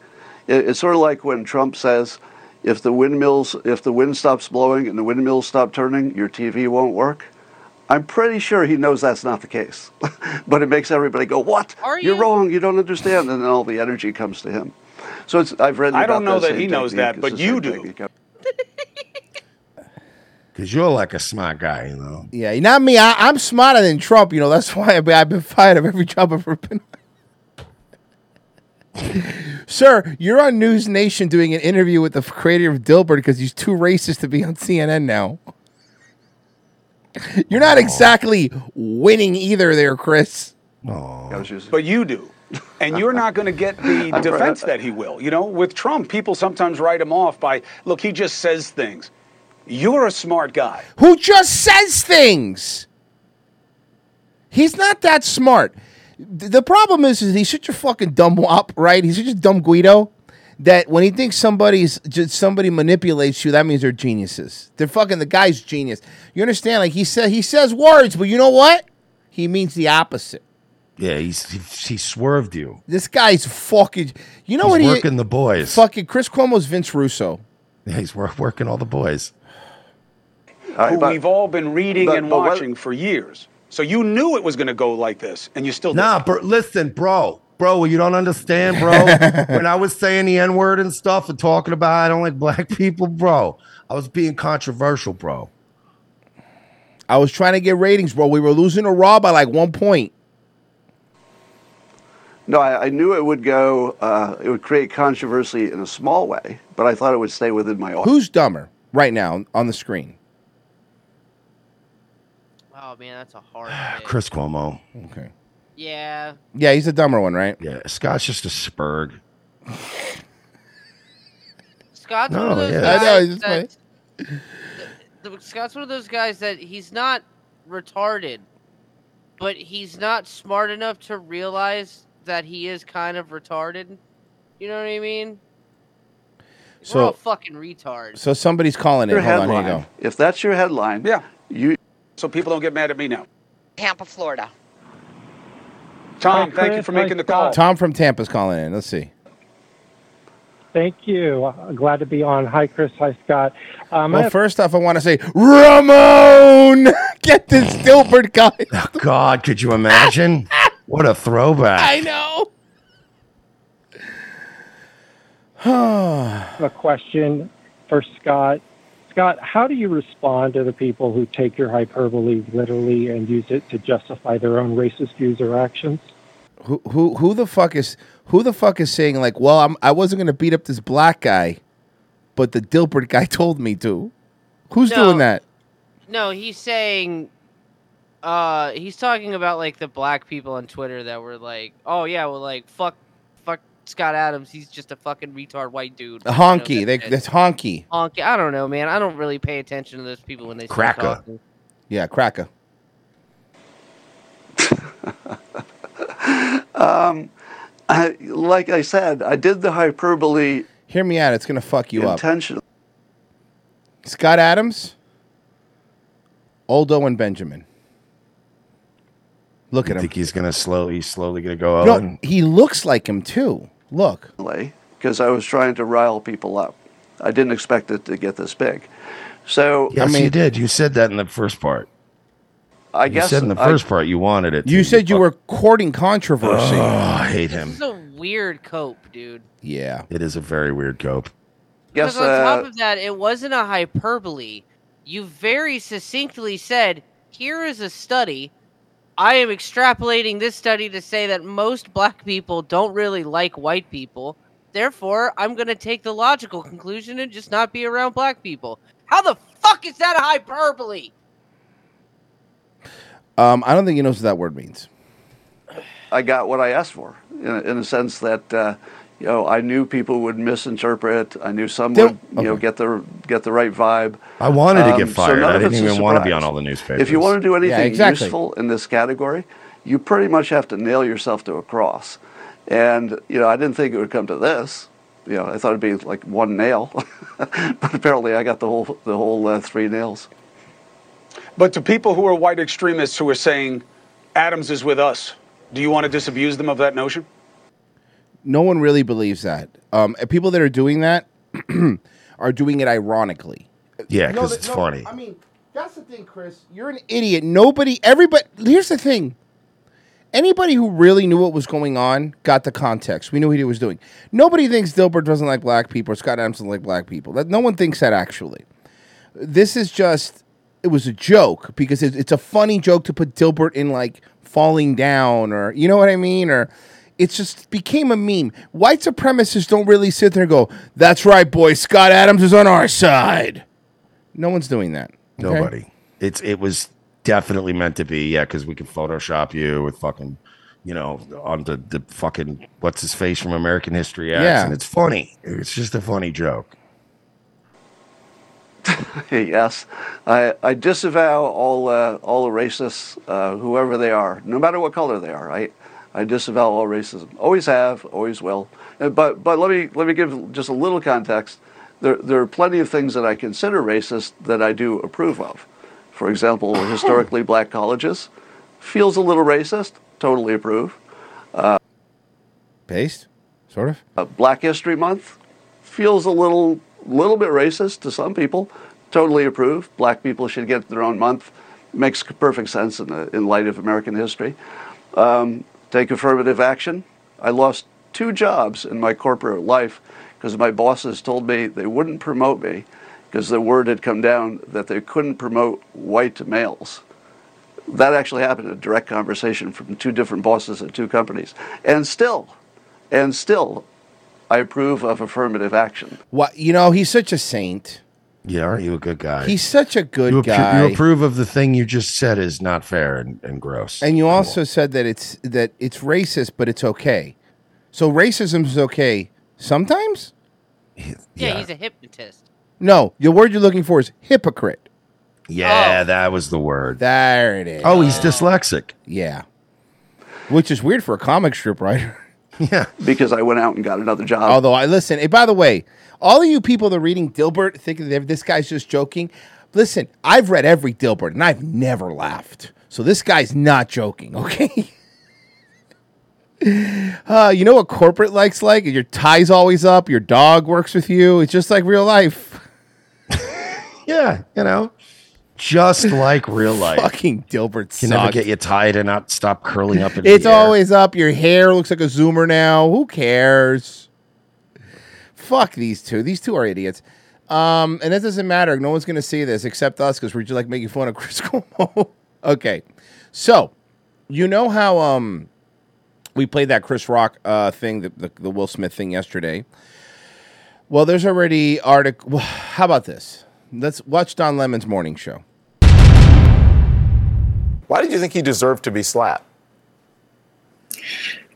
Speaker 20: It, it's sort of like when Trump says, "If the windmills, if the wind stops blowing and the windmills stop turning, your TV won't work." I'm pretty sure he knows that's not the case, <laughs> but it makes everybody go, "What?
Speaker 7: Are
Speaker 20: You're wrong. You don't understand." And then all the energy comes to him. So it's, I've read.
Speaker 5: I don't
Speaker 20: about
Speaker 5: know that
Speaker 20: same
Speaker 5: he knows that,
Speaker 20: technique.
Speaker 5: but
Speaker 20: It's the
Speaker 5: you
Speaker 20: same
Speaker 5: do.
Speaker 20: technique.
Speaker 3: Because you're like a smart guy, you know.
Speaker 2: Yeah, not me. I, I'm smarter than Trump. You know that's why I've been, I've been fired of every job I've ever been. on. <laughs> Sir, you're on News Nation doing an interview with the f- creator of Dilbert because he's too racist to be on CNN now. You're not exactly winning either, there, Chris.
Speaker 5: But you do. And you're not going to get
Speaker 20: <laughs>
Speaker 5: the
Speaker 2: I'm
Speaker 5: defense
Speaker 2: right.
Speaker 5: that he will. You know, with Trump, people sometimes write him off by, look, he just says things. You're a smart guy.
Speaker 2: who just says things. He's not that smart. Th- The problem is, is he's such a fucking dumb wop, right? He's such a dumb Guido that when he thinks somebody's just somebody manipulates you, that means they're geniuses. They're fucking the guy's genius. You understand? Like he said, he says words, but you know what? He means the opposite.
Speaker 3: Yeah, he's he, he swerved you.
Speaker 2: This guy's fucking. You know
Speaker 3: He's
Speaker 2: what?
Speaker 3: working
Speaker 2: he,
Speaker 3: the boys.
Speaker 2: Fucking Chris Cuomo's Vince Russo.
Speaker 3: Yeah, he's wor- working all the boys.
Speaker 20: Uh,
Speaker 5: who we've all been reading
Speaker 3: but-
Speaker 5: and
Speaker 3: but what-
Speaker 5: watching for years. So you knew it was going to go like this, and you still did.
Speaker 3: Nah, bro, listen, bro, bro, you don't understand, bro. when I was saying the N word and stuff and talking about I don't like black people, bro, I was being controversial, bro.
Speaker 2: I was trying to get ratings, bro. We were losing a raw by like one point.
Speaker 20: No, I, I knew it would go. Uh, it would create controversy in a small way, but I thought it would stay within my audience.
Speaker 2: Who's dumber right now on the screen?
Speaker 7: Oh man, that's a hard.
Speaker 3: Chris Cuomo.
Speaker 2: Okay.
Speaker 7: Yeah.
Speaker 2: Yeah, he's the dumber one, right?
Speaker 3: Yeah, Scott's just a spurg.
Speaker 7: Scott's one
Speaker 3: No,
Speaker 7: of those
Speaker 3: yeah. <laughs> I
Speaker 7: guys
Speaker 3: know, it's just
Speaker 7: that, th- th- Scott's one of those guys that he's not retarded, but he's not smart enough to realize that he is kind of retarded. You know what I mean? We're
Speaker 2: So,
Speaker 7: all fucking retards.
Speaker 2: so somebody's calling it.
Speaker 20: Your
Speaker 2: Hold on, here you
Speaker 20: headline.
Speaker 2: go.
Speaker 20: If that's your headline,
Speaker 5: yeah,
Speaker 20: you.
Speaker 5: So people don't get mad at me now.
Speaker 13: Tampa, Florida.
Speaker 5: Tom,
Speaker 4: Hi,
Speaker 5: thank you
Speaker 4: Chris.
Speaker 5: for
Speaker 4: Hi,
Speaker 5: making the call.
Speaker 2: Tom from Tampa's calling in. Let's see.
Speaker 4: Thank you. I'm glad to be on. Hi, Chris. Hi, Scott. Um, I
Speaker 2: Well,
Speaker 4: have-
Speaker 2: first off, I want to say Ramon, get this Dilbert guy.
Speaker 3: Oh, God, could you imagine? what a throwback.
Speaker 2: know.
Speaker 4: have a question for Scott. Scott, how do you respond to the people who take your hyperbole literally and use it to justify their own racist views or actions?
Speaker 2: Who who who the fuck is who the fuck is saying like, well, I'm I wasn't gonna beat up this black guy, but the Dilbert guy <laughs> told me to. Who's
Speaker 7: No.
Speaker 2: doing that?
Speaker 7: No, he's saying uh he's talking about like the black people on Twitter that were like, "Oh yeah, well like fuck fuck Scott Adams, he's just a fucking retard white dude."
Speaker 2: A honky. They, that's honky.
Speaker 7: Honky. I don't know, man. I don't really pay attention to those people when they start
Speaker 2: Cracker.
Speaker 7: talking.
Speaker 2: Yeah, cracker.
Speaker 20: Um, <laughs> I, like I said, I did the hyperbole.
Speaker 2: Hear me out. It's gonna fuck you up.
Speaker 20: intentionally.
Speaker 2: Scott Adams, Oldo, and Benjamin. Look at
Speaker 3: him. Think he's gonna slowly, he's slowly gonna go
Speaker 2: No,
Speaker 3: out. and
Speaker 2: he looks like him too. Look.
Speaker 20: Because I was trying to rile people up. I didn't expect it to get this big. So
Speaker 3: Yes, you did. You said that in the first part.
Speaker 20: I
Speaker 3: you
Speaker 20: guess
Speaker 3: said in the
Speaker 20: I-
Speaker 3: first part you wanted it.
Speaker 2: You said you were courting controversy.
Speaker 3: Oh, I hate him.
Speaker 7: This is a weird cope, dude.
Speaker 2: Yeah,
Speaker 3: it is a very weird cope.
Speaker 7: Because on
Speaker 3: uh,
Speaker 7: top of that, it wasn't a hyperbole. You very succinctly said, "Here is a study. I am extrapolating this study to say that most black people don't really like white people. Therefore, I'm going to take the logical conclusion and just not be around black people." How the fuck is that a hyperbole?
Speaker 2: Um, I don't think he knows what that word means.
Speaker 20: I got what I asked for in a, in a sense that uh, you know I knew people would misinterpret. I knew some would you know get the get the right vibe. Um,
Speaker 3: I wanted to get
Speaker 20: so
Speaker 3: fired.
Speaker 20: none
Speaker 3: I
Speaker 20: of
Speaker 3: didn't
Speaker 20: it's a
Speaker 3: even want to be
Speaker 20: surprise.
Speaker 3: on all the newspapers.
Speaker 20: If you want to do anything
Speaker 3: exactly.
Speaker 20: useful in this category, you pretty much have to nail yourself to a cross. And you know I didn't think it would come to this. You know I thought it'd be like one nail, <laughs> but apparently I got the whole the whole uh, three nails.
Speaker 5: But to people who are white extremists who are saying Adams is with us, do you want to disabuse them of that notion?
Speaker 2: No one really believes that. Um, and people that are doing that <clears throat> are doing it ironically.
Speaker 3: Yeah,
Speaker 2: No,
Speaker 3: because
Speaker 2: the-
Speaker 3: it's
Speaker 2: no,
Speaker 3: funny.
Speaker 2: I mean, that's the thing, Chris. You're an idiot. Nobody, everybody. Here's the thing. Anybody who really knew what was going on got the context. We knew what he was doing. Nobody thinks Dilbert doesn't like black people or Scott Adams doesn't like black people. That no one thinks that actually. This is just it was a joke because it, it's a funny joke to put Dilbert in like falling down or you know what I mean or it just became a meme. White supremacists don't really sit there and go, "That's right, boy. Scott Adams is on our side." No one's doing that. okay?
Speaker 3: Nobody. It's it was definitely meant to be. Yeah, because we can Photoshop you with fucking, you know, on the, the fucking what's his face from American History X,
Speaker 2: Yeah.
Speaker 3: and it's funny. It's just a funny joke.
Speaker 20: <laughs> yes, I, I disavow all uh, all racists, uh, whoever they are, no matter what color they are. I I disavow all racism. Always have, always will. Uh, But but let me let me give just a little context. There there are plenty of things that I consider racist that I do approve of. For
Speaker 2: <coughs>
Speaker 20: example, historically black colleges feels a little racist. Totally approve. Uh,
Speaker 2: Based, sort of.
Speaker 20: uh, Black History Month feels a little little bit racist to some people. Totally approve. Black people should get their own month. Makes perfect sense in, the, in light of American history. Um, take affirmative action. I lost two jobs in my corporate life because my bosses told me they wouldn't promote me because the word had come down that they couldn't promote white males. That actually happened in a direct conversation from two different bosses at two companies. And still, and still, I approve of affirmative action.
Speaker 2: What you know? He's such a saint.
Speaker 3: Yeah, aren't you a good guy?
Speaker 2: He's such a good
Speaker 3: you, appro-
Speaker 2: guy.
Speaker 3: you approve of the thing you just said is not fair and, and gross.
Speaker 2: And you also said that it's that it's racist, but it's okay. So racism is okay sometimes.
Speaker 7: Yeah, he's a hypnotist.
Speaker 2: No, the word you're looking for is hypocrite.
Speaker 7: Oh.
Speaker 3: Yeah, that was the word.
Speaker 2: There it is.
Speaker 3: Oh, he's dyslexic.
Speaker 2: Yeah, which is weird for a comic strip writer.
Speaker 3: Yeah,
Speaker 20: because I went out and got another job.
Speaker 2: Although I listen, and by the way, all of you people that are reading Dilbert thinking that this guy's just joking. Listen, I've read every Dilbert and I've never laughed. So this guy's not joking, <laughs> okay? uh, you know what corporate likes like? Your tie's always up, your dog works with you. It's just like real life.
Speaker 3: <laughs> yeah, you know. Just <laughs> like real life.
Speaker 2: Fucking Dilbert
Speaker 3: Can never
Speaker 2: sucked.
Speaker 3: get you tied and not stop curling up. into
Speaker 2: It's
Speaker 3: the air.
Speaker 2: always up. Your hair looks like a zoomer now. Who cares? Fuck these two. These two are idiots. Um, and it doesn't matter. No one's going to see this except us because we're just like making fun of <laughs> Chris Cuomo. okay. So, you know how um, we played that Chris Rock uh, thing, the, the, the Will Smith thing yesterday. Well, there's already article. How about this? Let's watch Don Lemon's morning show.
Speaker 6: Why did you think he deserved to be slapped?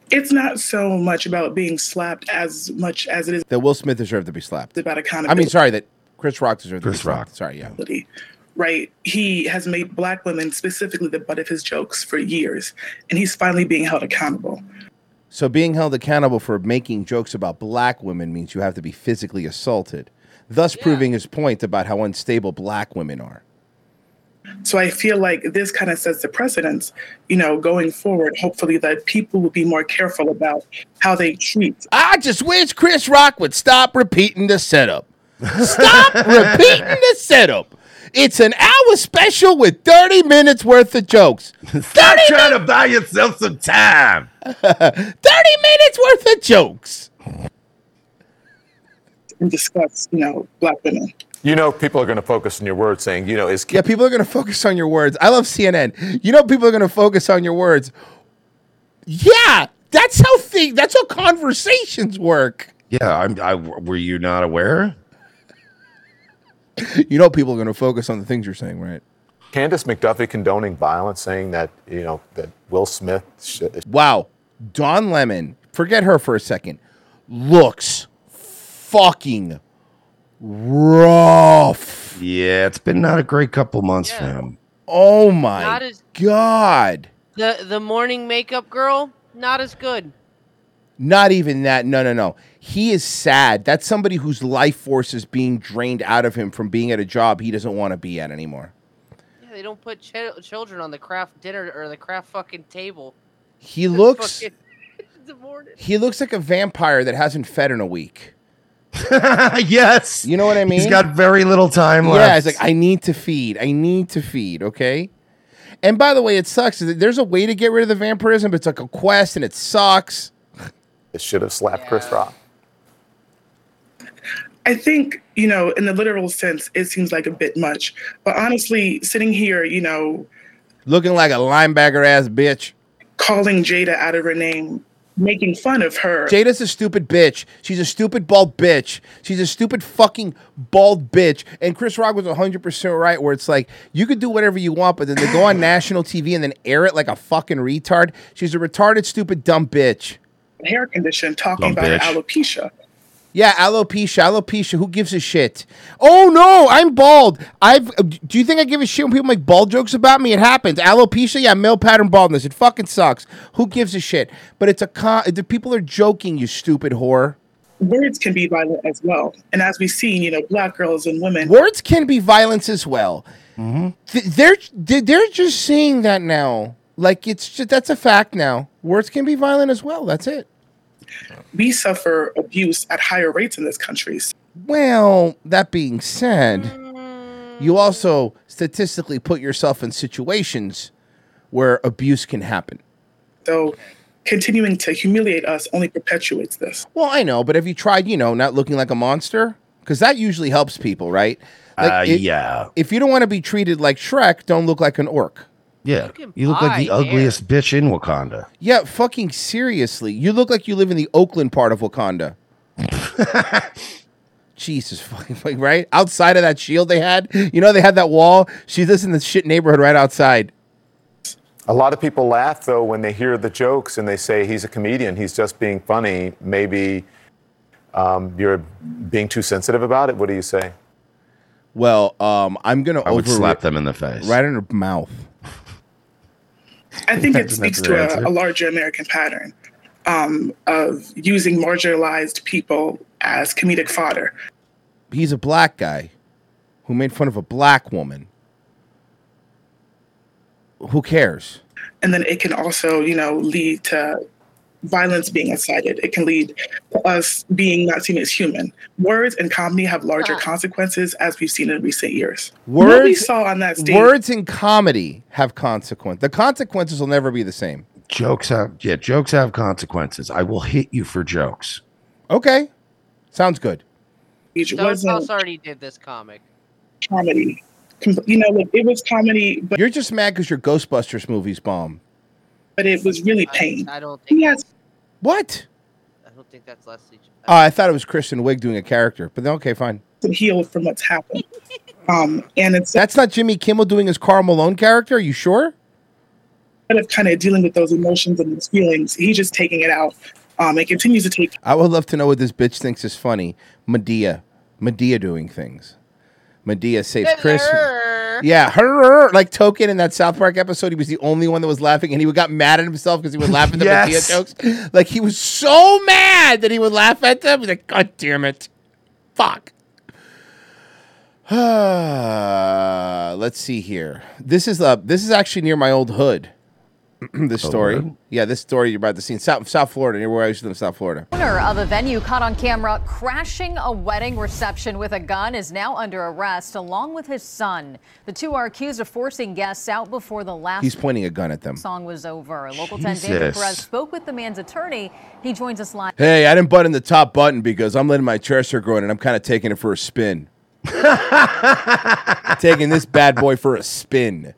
Speaker 9: It's not so much about being slapped as much as it is
Speaker 2: That Will Smith deserved to be slapped.
Speaker 9: about accountability.
Speaker 2: I mean, sorry, that Chris Rock deserved to be slapped. Sorry, yeah.
Speaker 9: Right. He has made black women specifically the butt of his jokes for years, and he's finally being held accountable.
Speaker 2: So being held accountable for making jokes about black women means you have to be physically assaulted, thus proving his point about how unstable black women are.
Speaker 9: So I feel like this kind of sets the precedence, you know, going forward. Hopefully, that people will be more careful about how they treat.
Speaker 2: I just wish Chris Rock would stop repeating the setup. Stop repeating the setup. It's an hour special with 30 minutes worth of
Speaker 3: <laughs>
Speaker 2: jokes. Stop
Speaker 3: trying to buy yourself
Speaker 2: <laughs>
Speaker 3: some time.
Speaker 2: 30 minutes worth of jokes.
Speaker 9: and discuss, you know, black women.
Speaker 6: You know, people are going to focus on your words saying, you know, is
Speaker 2: Yeah, people are going to focus on your words. I love CNN. You know, people are going to focus on your words. Yeah, that's how thing. That's how conversations work.
Speaker 3: Yeah, I'm. I were you not aware?
Speaker 2: You know, people are going to focus on the things you're saying, right?
Speaker 6: Candace McDuffie condoning violence, saying that, you know, that Will Smith should.
Speaker 2: Wow, Don Lemon. Forget her for a second. Looks fucking rough.
Speaker 3: Yeah, it's been not a great couple months for him.
Speaker 2: Oh my
Speaker 7: Not as-
Speaker 2: god.
Speaker 7: The the morning makeup girl, not as good.
Speaker 2: Not even that. No, no, no. He is sad. That's somebody whose life force is being drained out of him from being at a job he doesn't want to be at anymore.
Speaker 7: Yeah, they don't put ch- children on the craft dinner or the craft fucking table.
Speaker 2: He looks
Speaker 7: Fucking- the morning.
Speaker 2: he looks like a vampire that hasn't fed in a week.
Speaker 3: <laughs> yes.
Speaker 2: You know what I mean?
Speaker 3: He's got very little time left.
Speaker 2: Yeah, it's like I need to feed. I need to feed. Okay. And by the way, it sucks. that There's a way to get rid of the vampirism, but it's like a quest, and it sucks.
Speaker 6: It should have slapped Chris Rock.
Speaker 9: I think, you know, in the literal sense, it seems like a bit much. But honestly, sitting here, you know,
Speaker 2: Looking like a linebacker ass bitch.
Speaker 9: calling Jada out of her name, making fun of her.
Speaker 2: Jada's a stupid bitch. She's a stupid bald bitch. She's a stupid fucking bald bitch. And Chris Rock was 100% right, where it's like, you could do whatever you want, but then they go on national TV and then air it like a fucking retard. She's a retarded, stupid, dumb bitch.
Speaker 9: hair condition, talking
Speaker 2: Dumb
Speaker 9: about her
Speaker 2: bitch.
Speaker 9: alopecia.
Speaker 2: Yeah, alopecia, alopecia. Who gives a shit? Oh no, I'm bald. I've. uh, Do you think I give a shit when people make bald jokes about me? It happens. Alopecia, yeah, male pattern baldness. It fucking sucks. Who gives a shit? But it's a con. The people are joking. You stupid whore.
Speaker 9: Words can be violent as well. And as we've seen, you know, black girls and women.
Speaker 2: Words can be violence as well. Th- they're they- they're just seeing that now. Like it's just, that's a fact now. Words can be violent as well. That's it.
Speaker 9: We suffer abuse at higher rates in this country.
Speaker 2: Well, that being said,
Speaker 9: Mm.
Speaker 2: you also statistically put yourself in situations where abuse can happen.
Speaker 9: So continuing to humiliate us only perpetuates this.
Speaker 2: Well, I know, but have you tried, you know, not looking like a monster? Because that usually helps people, right?
Speaker 3: Uh,
Speaker 2: it-
Speaker 3: yeah.
Speaker 2: If you don't want to be treated like Shrek, don't look like an orc.
Speaker 3: Yeah. You, look like the
Speaker 2: buy
Speaker 3: ugliest bitch in Wakanda.
Speaker 2: Yeah, fucking seriously. You look like you live in the Oakland part of Wakanda. Jesus fucking like, right? Outside of that shield they had, you know they had that wall. She lives in the shit neighborhood right outside.
Speaker 6: A lot of people laugh, though, when they hear the jokes and they say he's a comedian, he's just being funny. Maybe um, you're being too sensitive about it. What do you say?
Speaker 2: Well, um, I'm gonna
Speaker 6: I
Speaker 2: over
Speaker 6: would slap
Speaker 3: them in the face.
Speaker 2: Right in her mouth.
Speaker 9: I think it
Speaker 2: That's
Speaker 9: speaks
Speaker 2: another
Speaker 9: to uh,
Speaker 2: answer.
Speaker 9: a, a larger American pattern um, of using marginalized people as comedic fodder.
Speaker 2: He's a black guy who made fun of a black woman. Who cares?
Speaker 9: And then it can also, you know, lead to violence being incited. It can lead to us being not seen as human. Words and comedy have larger consequences, as we've seen in recent years. what we
Speaker 2: Ah. Words-
Speaker 9: saw on that stage.
Speaker 2: Words in comedy have consequence. The consequences will never be the same.
Speaker 3: Jokes have yeah, jokes have consequences. I will hit you for jokes.
Speaker 2: Okay. Sounds good.
Speaker 9: It
Speaker 7: Those
Speaker 9: wasn't
Speaker 7: House already did this comic.
Speaker 9: comedy. Com- You know, like, it was comedy, but
Speaker 2: You're just mad because your Ghostbusters movie's bomb.
Speaker 9: but it was really pain.
Speaker 7: I don't
Speaker 9: think. Yes.
Speaker 2: What?
Speaker 7: I don't think that's Leslie.
Speaker 2: Uh, I thought it was Kristen Wiig doing a character, but then- okay, fine.
Speaker 9: To heal from what's happened. Um, and it's
Speaker 2: that's not Jimmy Kimmel doing his Carl Malone character. Are you sure?
Speaker 9: Instead of kind of dealing with those emotions and those feelings, he's just taking it out. Um, and continues to take
Speaker 2: I would love to know what this bitch thinks is funny. Medea, Medea doing things. Medea saves Chris. Yeah, her like Token in that South Park episode. He was the only one that was laughing, and he got mad at himself because he was laughing at
Speaker 1: Yes.
Speaker 2: the Medea jokes. Like he was <sighs> so mad that he would laugh at them. He's like, God damn it, fuck. Let's see here. This is uh, this is actually near my old hood. <clears throat> this
Speaker 1: Oh,
Speaker 2: story,
Speaker 1: really?
Speaker 2: yeah, this story you're about to see in South South Florida, near where I used to live, in South Florida.
Speaker 11: Owner of a venue caught on camera crashing a wedding reception with a gun is now under arrest along with his son. The two are accused of forcing guests out before the last
Speaker 2: He's pointing a gun at them.
Speaker 11: song was over. Local 10 David
Speaker 2: Jesus.
Speaker 11: Perez spoke with the man's attorney. He joins us live.
Speaker 2: Hey, I didn't button the top button because I'm letting my dresser grow in and I'm kind of taking it for a spin. taking this bad boy for a spin.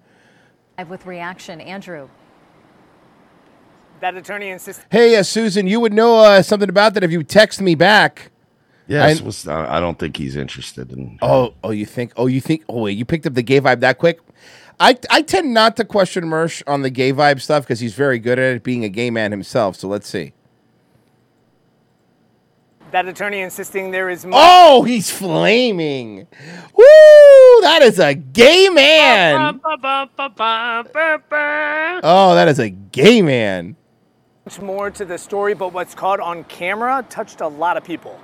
Speaker 11: live with reaction. Andrew.
Speaker 25: That attorney insists
Speaker 2: Hey, uh, Susan, you would know uh, something about that if you text me back.
Speaker 3: Yes,
Speaker 2: I-
Speaker 3: was, I I don't think he's interested in.
Speaker 2: Oh, oh, you think? Oh, you think? Oh, wait, you picked up the gay vibe that quick? I, I tend not to question Mersh on the gay vibe stuff because he's very good at it, being a gay man himself. So let's see.
Speaker 25: that attorney insisting there is more.
Speaker 2: Oh, he's flaming! Woo! That is a gay man. Oh, that is a gay man.
Speaker 25: Much more to the story, but what's caught on camera touched a lot of people.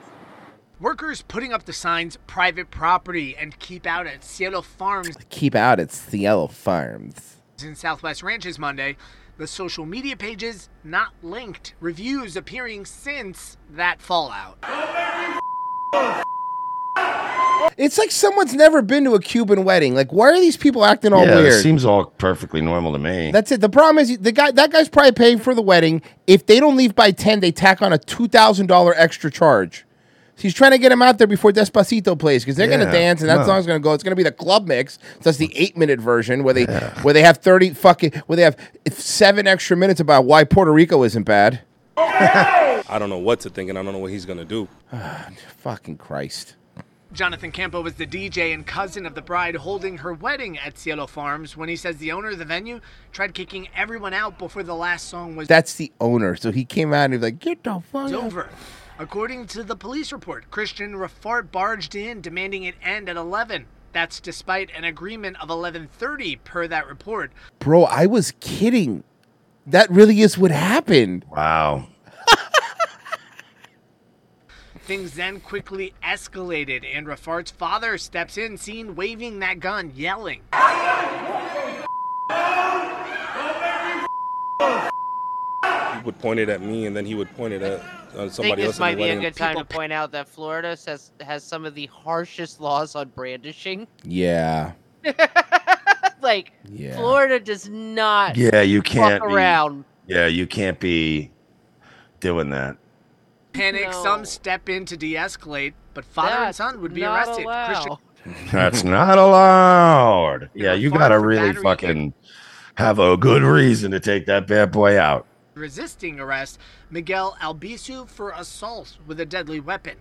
Speaker 17: Workers putting up the signs private property and keep out at Cielo Farms
Speaker 2: Keep out at Cielo Farms.
Speaker 17: in Southwest Ranches Monday. The social media pages not linked. Reviews appearing since that fallout.
Speaker 2: It's like someone's never been to a Cuban wedding. Like, why are these people acting all
Speaker 3: yeah,
Speaker 2: weird?
Speaker 3: it seems all perfectly normal to me.
Speaker 2: That's it. The problem is the guy. That guy's probably paying for the wedding. If they don't leave by ten, they tack on a two thousand dollar extra charge. So he's trying to get him out there before Despacito plays because they're
Speaker 1: Yeah,
Speaker 2: gonna dance and
Speaker 1: come
Speaker 2: that
Speaker 1: on.
Speaker 2: song's gonna go. It's gonna be the club mix. So that's the eight minute version where they where they have thirty fucking where they have seven extra minutes about why Puerto Rico isn't bad.
Speaker 26: I don't know what to think, and I don't know what he's gonna do.
Speaker 2: <sighs> Fucking Christ.
Speaker 17: Jonathan Campo was the DJ and cousin of the bride holding her wedding at Cielo Farms when he says the owner of the venue tried kicking everyone out before the last song was
Speaker 2: That's the owner. So he came out and he was like, "Get the fuck
Speaker 17: It's
Speaker 2: out."
Speaker 17: over. According to the police report, Christian Rafart barged in demanding it end at 11. That's despite an agreement of 11:30 per that report.
Speaker 2: Bro, I was kidding. That really is what happened.
Speaker 3: Wow.
Speaker 17: Things then quickly escalated and Rafart's father steps in seen waving that gun yelling.
Speaker 26: He would point it at me, and then he would point it at
Speaker 7: I
Speaker 26: uh,
Speaker 7: think
Speaker 26: somebody else
Speaker 7: this
Speaker 26: in the
Speaker 7: might be a
Speaker 26: wedding.
Speaker 7: good time to point out that Florida says has some of the harshest laws on brandishing. <laughs>
Speaker 2: Yeah.
Speaker 7: like
Speaker 3: Yeah.
Speaker 7: Florida does not.
Speaker 3: Yeah, you can't
Speaker 7: fuck
Speaker 3: be-
Speaker 7: around.
Speaker 3: yeah, you can't be doing that.
Speaker 17: Panic, some step in to de-escalate, but father
Speaker 7: That's
Speaker 17: and son would be
Speaker 7: not
Speaker 17: arrested. Christian
Speaker 3: That's not allowed. Yeah, you gotta really fucking have a good reason to take that bad boy out.
Speaker 17: resisting arrest Miguel Albizu for assault with a deadly weapon.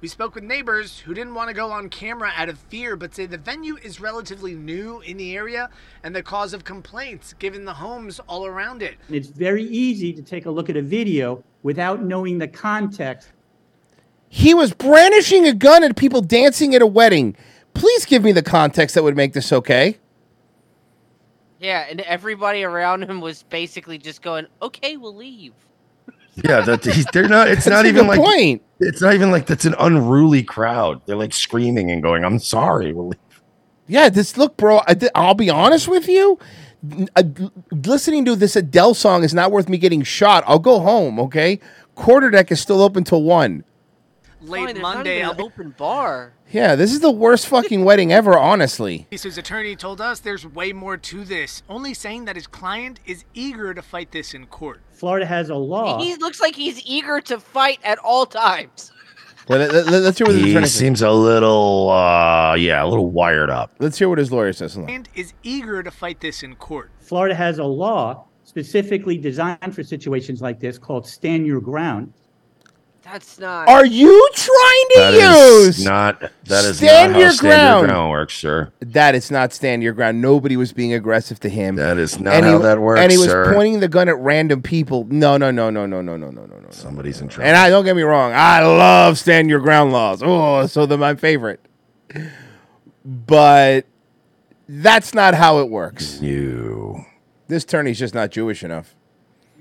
Speaker 17: We spoke with neighbors who didn't want to go on camera out of fear, but say the venue is relatively new in the area and the cause of complaints given the homes all around it.
Speaker 28: And it's very easy to take a look at a video without knowing the context.
Speaker 2: He was brandishing a gun at people dancing at a wedding. Please give me the context that would make this okay.
Speaker 7: Yeah, and everybody around him was basically just going, "Okay, we'll leave."
Speaker 3: Yeah, that he's, they're not. It's
Speaker 7: That's
Speaker 3: not
Speaker 7: a
Speaker 3: even like
Speaker 7: good point.
Speaker 3: it's not even like that's an unruly crowd. They're like screaming and going, "I'm sorry." We'll leave."
Speaker 2: Yeah, this look, bro. I th- I'll be honest with you. n- uh, l- listening to this Adele song is not worth me getting shot. I'll go home. Okay, quarterdeck is still open till one.
Speaker 17: Late
Speaker 7: there's not
Speaker 17: Monday,
Speaker 7: even an open bar.
Speaker 2: Yeah, this is the worst fucking wedding ever. Honestly,
Speaker 17: Albizu's attorney told us there's way more to this, only saying that his client is eager to fight this in court.
Speaker 28: Florida has a law.
Speaker 7: He looks like he's eager to fight at all times.
Speaker 2: Let, us hear what the
Speaker 3: He
Speaker 2: attorney.
Speaker 3: seems a little, uh, yeah, a little wired up.
Speaker 2: Let's hear what his lawyer says.
Speaker 29: And is eager to fight this in court.
Speaker 28: Florida has a law specifically designed for situations like this called stand your ground.
Speaker 7: That's not.
Speaker 2: Are you trying to
Speaker 3: That
Speaker 2: use?
Speaker 3: is not. That is
Speaker 2: Stand
Speaker 3: not
Speaker 2: your
Speaker 3: how stand
Speaker 2: ground.
Speaker 3: your ground works, sir.
Speaker 2: That is not stand your ground. Nobody was being aggressive to him.
Speaker 3: That is not how that works,
Speaker 2: And he was
Speaker 3: sir.
Speaker 2: pointing the gun at random people. No, no, no, no, no, no, no, no, no, no. Somebody's
Speaker 3: in
Speaker 2: trouble. And I don't get me wrong. I love stand your ground laws. Oh, so they're my favorite. But that's not how it works.
Speaker 3: You.
Speaker 2: This attorney's just not Jewish enough.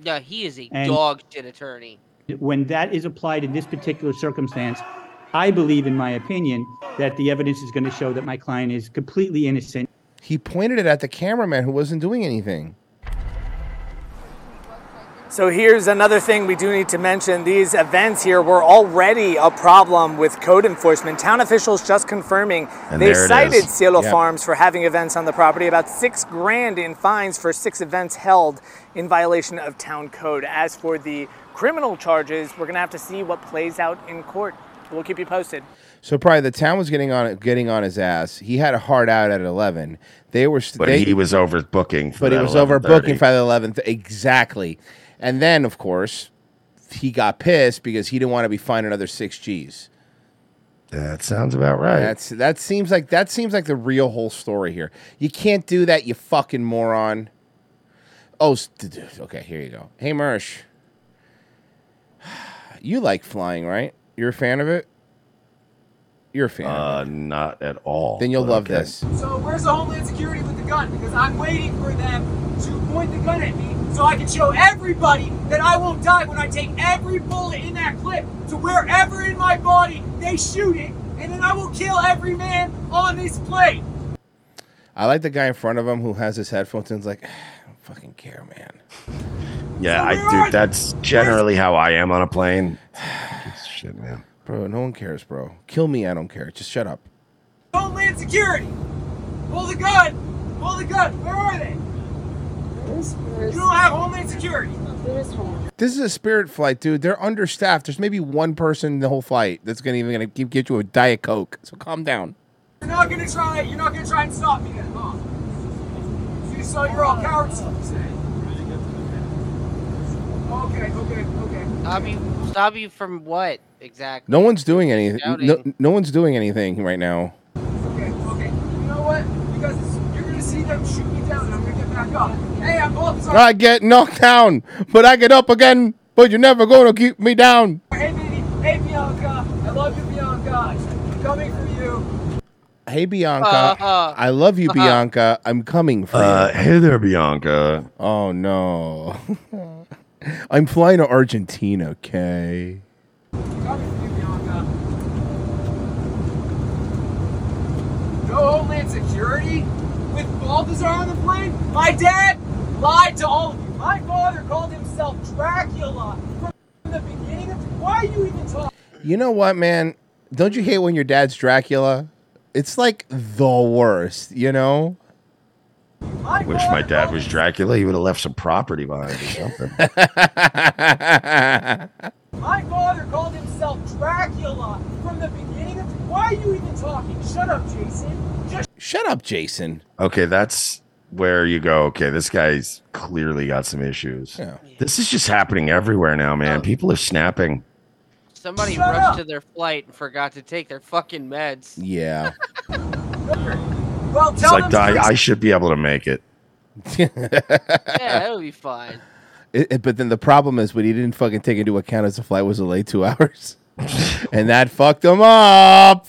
Speaker 7: No, he is a
Speaker 28: And-
Speaker 7: dog shit attorney.
Speaker 28: When that is applied in this particular circumstance, I believe, in my opinion, that the evidence is going to show that my client is completely innocent.
Speaker 2: He pointed it at the cameraman who wasn't doing anything.
Speaker 17: So here's another thing we do need to mention. These events here were already a problem with code enforcement. Town officials just confirming
Speaker 3: And
Speaker 17: they
Speaker 3: there it
Speaker 17: cited
Speaker 3: is.
Speaker 17: Cielo
Speaker 3: Yep.
Speaker 17: Farms for having events on the property, about six grand in fines for six events held in violation of town code. As for the criminal charges, we're gonna have to see what plays out in court. We'll keep you posted.
Speaker 2: So probably the town was getting on getting on his ass. He had a hard out at eleven. They were, st-
Speaker 3: But
Speaker 2: they,
Speaker 3: he was overbooking. For
Speaker 2: but he
Speaker 3: that
Speaker 2: was
Speaker 3: 11:30.
Speaker 2: overbooking by the eleventh exactly. And then of course he got pissed because he didn't want to be fined another six G's.
Speaker 3: That sounds about right.
Speaker 2: That's that seems like that seems like the real whole story here. You can't do that, you fucking moron. Oh, s- d- d- okay. Here you go. Hey, Mersh. <sighs> You like flying, right? You're a fan of it. You're a fan.
Speaker 3: Uh, not at all.
Speaker 2: Then you'll
Speaker 3: but
Speaker 2: love
Speaker 3: okay.
Speaker 2: this.
Speaker 13: So where's the Homeland Security with the gun? Because I'm waiting for them to point the gun at me so I can show everybody that I won't die when I take every bullet in that clip to wherever in my body they shoot it, and then I will kill every man on this plane.
Speaker 2: I like the guy in front of him who has his headphones and is like, I don't fucking care, man.
Speaker 3: Yeah, I do. That's generally how I am on a plane. It's <sighs> Shit, man.
Speaker 2: Bro, no one cares, bro. Kill me, I don't care. Just shut up.
Speaker 13: Homeland Security! Pull the gun! Pull the gun! Where are they? you don't have Homeland Security.
Speaker 2: This is a spirit flight, dude. They're understaffed. There's maybe one person in the whole flight that's gonna even gonna keep get you a diet coke. So calm down.
Speaker 13: You're not gonna try. You're not gonna try and stop me then, huh? You saw you're all cowards. Okay, okay, okay.
Speaker 7: Stop you, stop you from what exactly?
Speaker 2: No one's doing anything.
Speaker 7: Shouting.
Speaker 2: No, no one's doing anything right now.
Speaker 13: Okay, okay. You know what? You guys, you're gonna see them shoot me down, and I'm gonna get back up. Hey, I'm off. Sorry.
Speaker 2: I get knocked down, but I get up again. But you're never gonna keep me down.
Speaker 13: Hey, baby. Hey, Bianca. I love you, Bianca. I'm coming for you.
Speaker 2: Hey Bianca,
Speaker 13: Uh-huh.
Speaker 2: I love you,
Speaker 13: Uh-huh.
Speaker 2: Bianca. I'm coming for
Speaker 3: Uh,
Speaker 2: you.
Speaker 3: hey there, Bianca.
Speaker 2: Oh no,
Speaker 3: Uh,
Speaker 2: <laughs> I'm flying to Argentina. Okay.
Speaker 13: No Homeland Security? With Balthazar on the plane? My dad lied to all of you. My father called himself Dracula from the beginning of. Why are you even talking?
Speaker 2: You know what, man? Don't you hate when your dad's Dracula? It's like the worst, you know?
Speaker 13: I
Speaker 3: wish my dad was Dracula. He would have left some property behind or something.
Speaker 13: My father called himself Dracula from the beginning of. Why are you even talking? Shut up, Jason. Just
Speaker 2: <laughs> Shut up, Jason.
Speaker 3: okay, that's where you go. Okay, this guy's clearly got some issues.
Speaker 2: Yeah. Oh.
Speaker 3: This is just happening everywhere now, man. People are snapping.
Speaker 7: Somebody
Speaker 13: Shut
Speaker 7: rushed
Speaker 13: up.
Speaker 7: to their flight and forgot to take their fucking meds.
Speaker 2: Yeah.
Speaker 13: <laughs> well,
Speaker 3: It's
Speaker 13: tell
Speaker 3: like
Speaker 13: them.
Speaker 3: I, I should be able to make it.
Speaker 7: Yeah, that'll be fine.
Speaker 2: <laughs> It- it- but then the problem is what he didn't fucking take into account is the flight was delayed two <laughs> hours. and that fucked him up.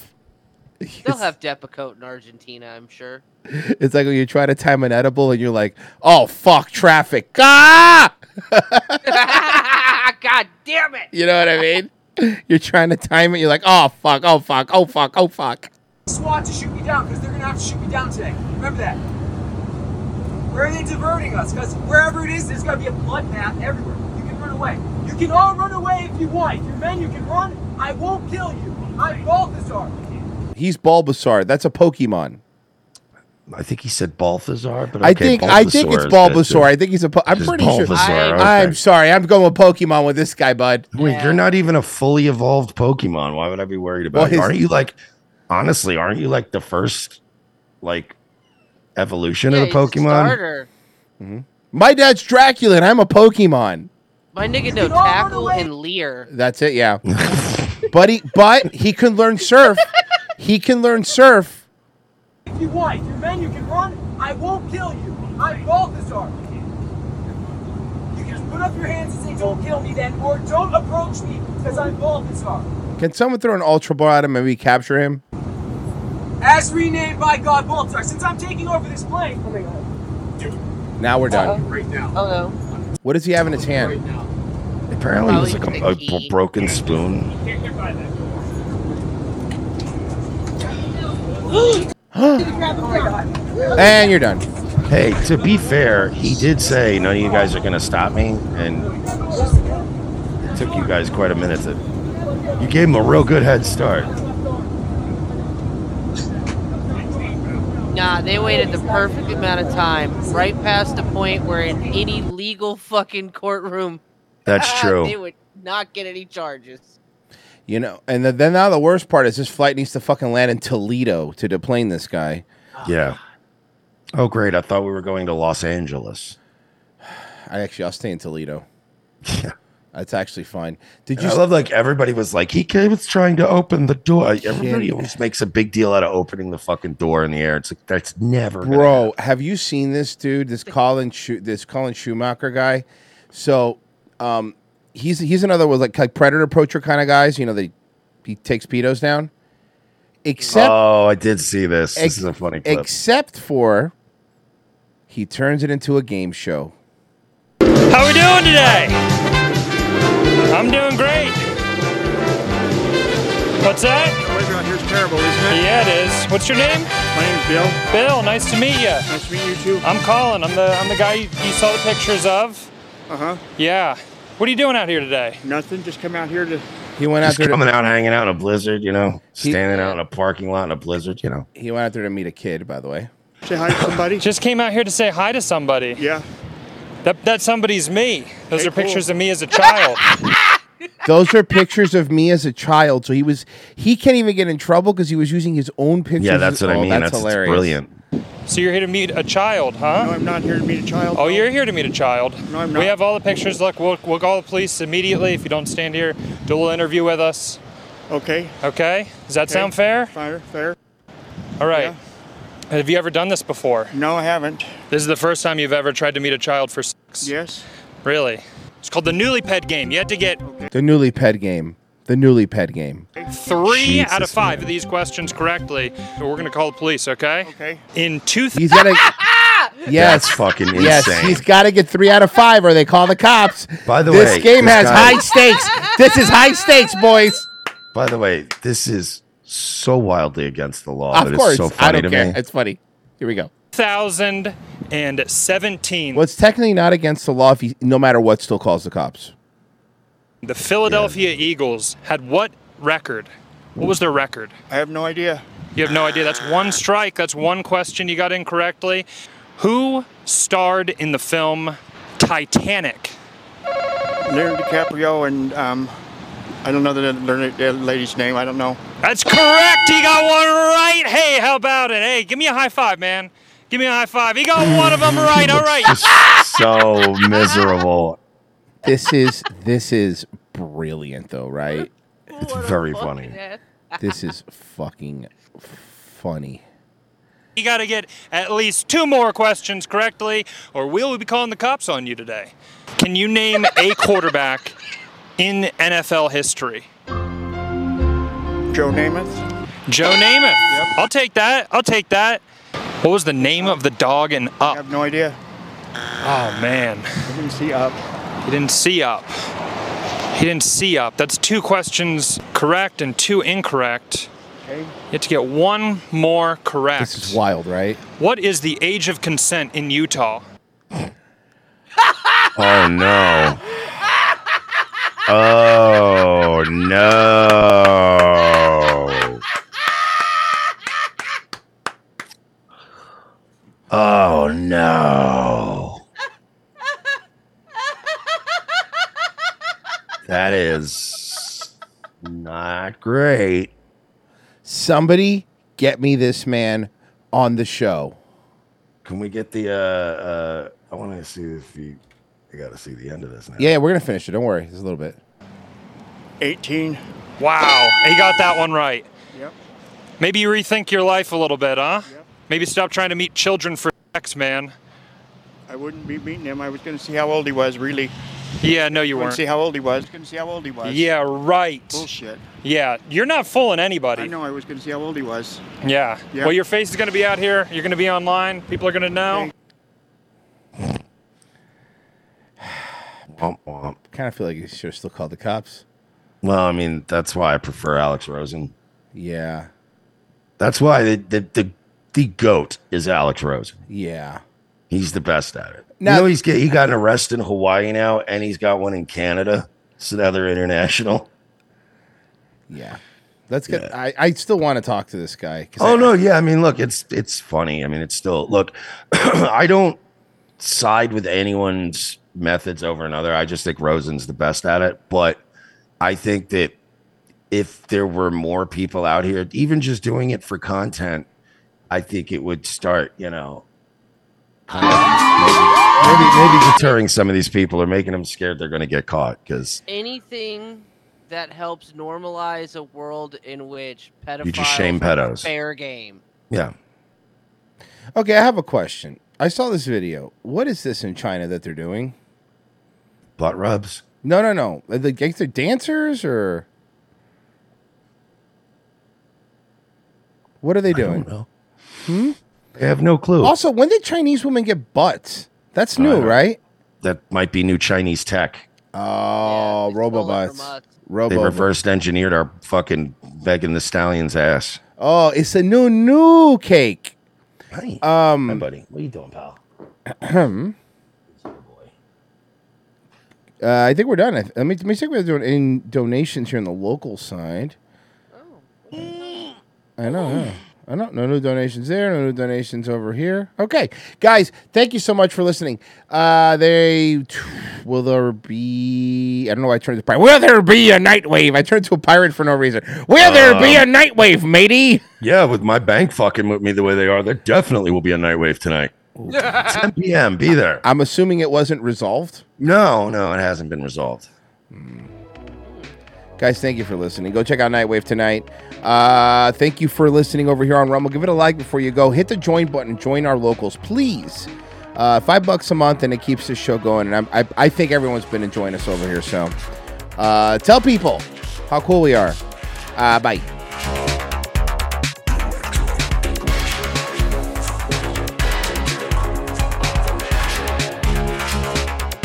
Speaker 7: They'll have Depakote in Argentina, I'm sure. <laughs>
Speaker 2: It's like when you try to time an edible and you're like, oh, fuck, traffic. <laughs> Ah!
Speaker 7: Ah, God damn it!
Speaker 2: You know what I mean? You're trying to time it. You're like, oh, fuck, oh, fuck, oh, fuck, oh, fuck.
Speaker 13: SWAT to shoot me down because they're gonna have to shoot me down today. Remember that. Where are they diverting us? Because wherever it is, there's gonna be a bloodbath everywhere. You can run away. You can all run away if you want. If you're men, you can run. I won't kill you. I'm Balthazar.
Speaker 2: He's Bulbasaur. That's a Pokemon.
Speaker 3: I think he said Balthazar, but okay,
Speaker 2: I think I think it's
Speaker 3: is good, too.
Speaker 2: Bulbasaur. I think he's a. Po- I'm
Speaker 3: Just
Speaker 2: pretty sure.
Speaker 3: Bulbasaur, okay.
Speaker 2: I'm sorry. I'm going with Pokemon with this guy, bud.
Speaker 3: Wait, you're not even a fully evolved Pokemon. Why would I be worried about
Speaker 2: Well,
Speaker 3: you?
Speaker 2: his-
Speaker 3: Aren't you like honestly, aren't you like the first like evolution
Speaker 7: Yeah,
Speaker 3: of the
Speaker 7: he's a
Speaker 3: Pokemon?
Speaker 7: starter.
Speaker 2: My dad's Dracula, and I'm a Pokemon.
Speaker 7: My nigga know tackle and leer.
Speaker 2: That's it.
Speaker 3: <laughs>
Speaker 2: Yeah, but he but he can learn surf. he can learn surf.
Speaker 8: If you want, if your menu can run, I won't kill you. I'm Balthazar. You can put up your hands and say, don't kill me then, or don't approach me, because I'm Balthazar.
Speaker 2: Can someone throw an Ultra Ball at him and we capture him?
Speaker 8: As renamed by God Balthazar, since I'm taking over this plane. Oh my god.
Speaker 2: Now we're done.
Speaker 8: Right now.
Speaker 2: What does he have in his hand?
Speaker 3: Apparently, it was like a, a b- broken spoon.
Speaker 2: And you're done.
Speaker 3: Hey, to be fair, he did say none of you guys are gonna stop me, and it took you guys quite a minute to. You gave him a real good head start.
Speaker 7: Nah, they waited the perfect amount of time, right past the point where in any legal fucking courtroom, <laughs>
Speaker 2: That's true.
Speaker 7: they would not get any charges.
Speaker 2: You know, and the, then now the worst part is this flight needs to fucking land in Toledo to deplane this guy.
Speaker 3: Yeah. Oh, great! I thought we were going to Los Angeles.
Speaker 2: I actually, I'll stay in Toledo.
Speaker 3: <laughs> Yeah,
Speaker 2: that's actually fine. Did
Speaker 3: And
Speaker 2: you?
Speaker 3: I love like everybody was like he came- was trying to open the door. Everybody
Speaker 2: Shit.
Speaker 3: always makes a big deal out of opening the fucking door in the air. It's like that's never. gonna
Speaker 2: Bro, have you seen this dude? This Colin, Schu- this Colin Schumacher guy. So, um, he's he's another was like, like predator poacher kind of guys. You know, they he takes pedos down. Except,
Speaker 3: oh, I did see this.
Speaker 2: ex-
Speaker 3: this is a funny clip.
Speaker 2: except for he turns it into a game show.
Speaker 12: How we doing today? I'm doing great. What's that? The weather out here is terrible, isn't it? Yeah, it is. What's your name? My name's Bill. Bill, nice to meet you. Nice to meet you too. I'm Colin. I'm the I'm the guy you, you saw the pictures of. Uh huh. Yeah. What are you doing out here today? Nothing. Just come out here to.
Speaker 2: He went out
Speaker 3: Just
Speaker 2: there. to-
Speaker 3: coming out, hanging out in a blizzard, you know, standing out in a parking lot in a blizzard, you know.
Speaker 2: He went out there to meet a kid, by the way.
Speaker 12: Say hi to somebody. <coughs> Just came out here to say hi to somebody. Yeah. That that somebody's me. Those are pictures of me as a child.
Speaker 2: Those are pictures of me as a child. So he was he can't even get in trouble because he was using his own pictures.
Speaker 12: Yeah, that's what I
Speaker 2: Oh,
Speaker 12: mean. That's- it's brilliant. So you're here to meet a child, huh? No, I'm not here to meet a child. Oh, you're here to meet a child. No, I'm not. We have all the pictures. Look, we'll, we'll call the police immediately if you don't stand here. Do a little interview with us. Okay. Okay. Does that
Speaker 14: Okay.
Speaker 12: sound fair?
Speaker 14: Fair, fair.
Speaker 12: All right. Have you ever done this before? No, I haven't. This is the first time you've ever tried to meet a child for sex. Yes. Really? It's called the newly ped game. You had to get
Speaker 2: The newly ped game. The newly ped game.
Speaker 12: three out of five of these questions correctly. We're gonna call the police. Okay. Okay. In two.
Speaker 2: He's gotta Yes.
Speaker 12: That's
Speaker 2: <laughs>
Speaker 12: fucking
Speaker 2: Yes,
Speaker 12: insane.
Speaker 2: he's gotta get three out of five or they call the cops.
Speaker 3: By the
Speaker 2: this
Speaker 3: way,
Speaker 2: game
Speaker 3: this
Speaker 2: has
Speaker 3: guy-
Speaker 2: high stakes. This is high stakes, boys.
Speaker 3: <laughs> By the way, this is so wildly against the law, but
Speaker 2: of course.
Speaker 3: it's so funny
Speaker 2: I don't
Speaker 3: to
Speaker 2: care.
Speaker 3: me.
Speaker 2: It's funny. Here we go.
Speaker 12: 2017,
Speaker 2: Well, it's technically not against the law if he no matter what still calls the cops.
Speaker 12: the Philadelphia Eagles had what record? What was their record?
Speaker 14: I have no idea.
Speaker 12: You have no idea. That's one strike. That's one question you got incorrectly. Who starred in the film Titanic?
Speaker 14: Leonardo DiCaprio and um, I don't know the, the the lady's name. I don't know.
Speaker 12: That's correct. He got one right. Hey, how about it? Hey, give me a high five, man. Give me a high five. He got one of them right. All right.
Speaker 3: so miserable.
Speaker 2: This is this is brilliant though, right?
Speaker 3: It's very funny.
Speaker 2: This is fucking funny.
Speaker 12: You got to get at least two more questions correctly, or we'll be calling the cops on you today. Can you name a quarterback in NFL history?
Speaker 14: Joe Namath.
Speaker 12: Joe Namath. I'll take that. I'll take that. What was the name of the dog in Up? I have
Speaker 14: no idea.
Speaker 12: Oh man.
Speaker 14: I didn't see Up.
Speaker 12: He didn't see Up. He didn't see Up. That's two questions correct and two incorrect. Okay. You have to get one more correct.
Speaker 2: This is wild, right?
Speaker 12: What is the age of consent in Utah?
Speaker 3: Oh no. Oh no. Oh, That is not great.
Speaker 2: Somebody get me this man on the show.
Speaker 3: Can we get the? uh uh I want to see if you. I got to see the end of this now.
Speaker 2: Yeah, we're gonna finish it. Don't worry, just a little bit.
Speaker 12: 18. Wow, he got that one right.
Speaker 14: Yep.
Speaker 12: Maybe you rethink your life a little bit, huh? Maybe stop trying to meet children for sex, man.
Speaker 14: I wouldn't be meeting him. I was going to see how old he was, really.
Speaker 12: Yeah, no, you
Speaker 14: I
Speaker 12: weren't.
Speaker 14: See how old he was. I was going to see how old he was.
Speaker 12: Yeah, right.
Speaker 14: Bullshit.
Speaker 12: Yeah, you're not fooling anybody.
Speaker 14: I know. I was going to see how old he was.
Speaker 12: Yeah.
Speaker 14: Yeah.
Speaker 12: Well, your face is going to be out here. You're going to be online. People are going to know.
Speaker 3: Womp womp.
Speaker 2: Kind of feel like you should have still called the cops.
Speaker 3: Well, I mean, that's why I prefer Alex Rosen.
Speaker 2: Yeah.
Speaker 3: That's why the the the, the goat is Alex Rosen.
Speaker 2: Yeah.
Speaker 3: He's the best at it.
Speaker 2: Now-
Speaker 3: you know, he's get, he got an arrest in Hawaii now, and he's got one in Canada. So now they're international.
Speaker 2: Yeah. Let's get. I, I still want to talk to this guy. 'cause
Speaker 3: Oh
Speaker 2: I-
Speaker 3: no, yeah. I mean, look, it's it's funny. I mean, it's still look. <clears throat> I don't side with anyone's methods over another. I just think Rosen's the best at it. But I think that if there were more people out here, even just doing it for content, I think it would start. You know, kind of maybe maybe deterring some of these people or making them scared they're going to get caught because
Speaker 7: Anything that helps normalize a world in which pedophiles
Speaker 3: just shame
Speaker 7: are
Speaker 3: pedos.
Speaker 7: fair game.
Speaker 3: yeah.
Speaker 2: Okay, I have a question. I saw this video. What is this in China that they're doing?
Speaker 3: Butt rubs.
Speaker 2: No, no, no. Are they gangster dancers or what are they doing? Hmm?
Speaker 3: They have no clue.
Speaker 2: Also, when did Chinese women get butts? That's new,
Speaker 3: don't-
Speaker 2: right?
Speaker 3: that might be new Chinese tech.
Speaker 2: Oh, robobots.
Speaker 3: They
Speaker 2: Robo.
Speaker 3: reversed engineered our fucking Megan the Stallion's ass.
Speaker 2: oh, it's a new new cake.
Speaker 3: Hey,
Speaker 2: um,
Speaker 3: buddy, what are you doing, pal?
Speaker 2: Ahem. Uh, I think we're done. I th- Let me, let me see if we're doing any donations here on the local side. I know. yeah. I know. No new donations there. No new donations over here. Okay, guys, thank you so much for listening. Uh, they will there be? I don't know. Why I turned to pirate. Will there be a night wave? I turned to a pirate for no reason. Will there be a
Speaker 3: Um,
Speaker 2: night wave, matey?
Speaker 3: Yeah, with my bank fucking with me the way they are, there definitely will be a night wave tonight. 10 p.m. Be there.
Speaker 2: I'm assuming it wasn't resolved.
Speaker 3: No, no, it hasn't been resolved.
Speaker 2: Hmm. Guys, thank you for listening. Go check out Nightwave tonight. Uh, thank you for listening over here on Rumble. Give it a like before you go. Hit the join button. Join our locals, please. Uh, five bucks a month, and it keeps this show going. And I'm, I, I think everyone's been enjoying us over here. So uh, tell people how cool we are. Uh, bye.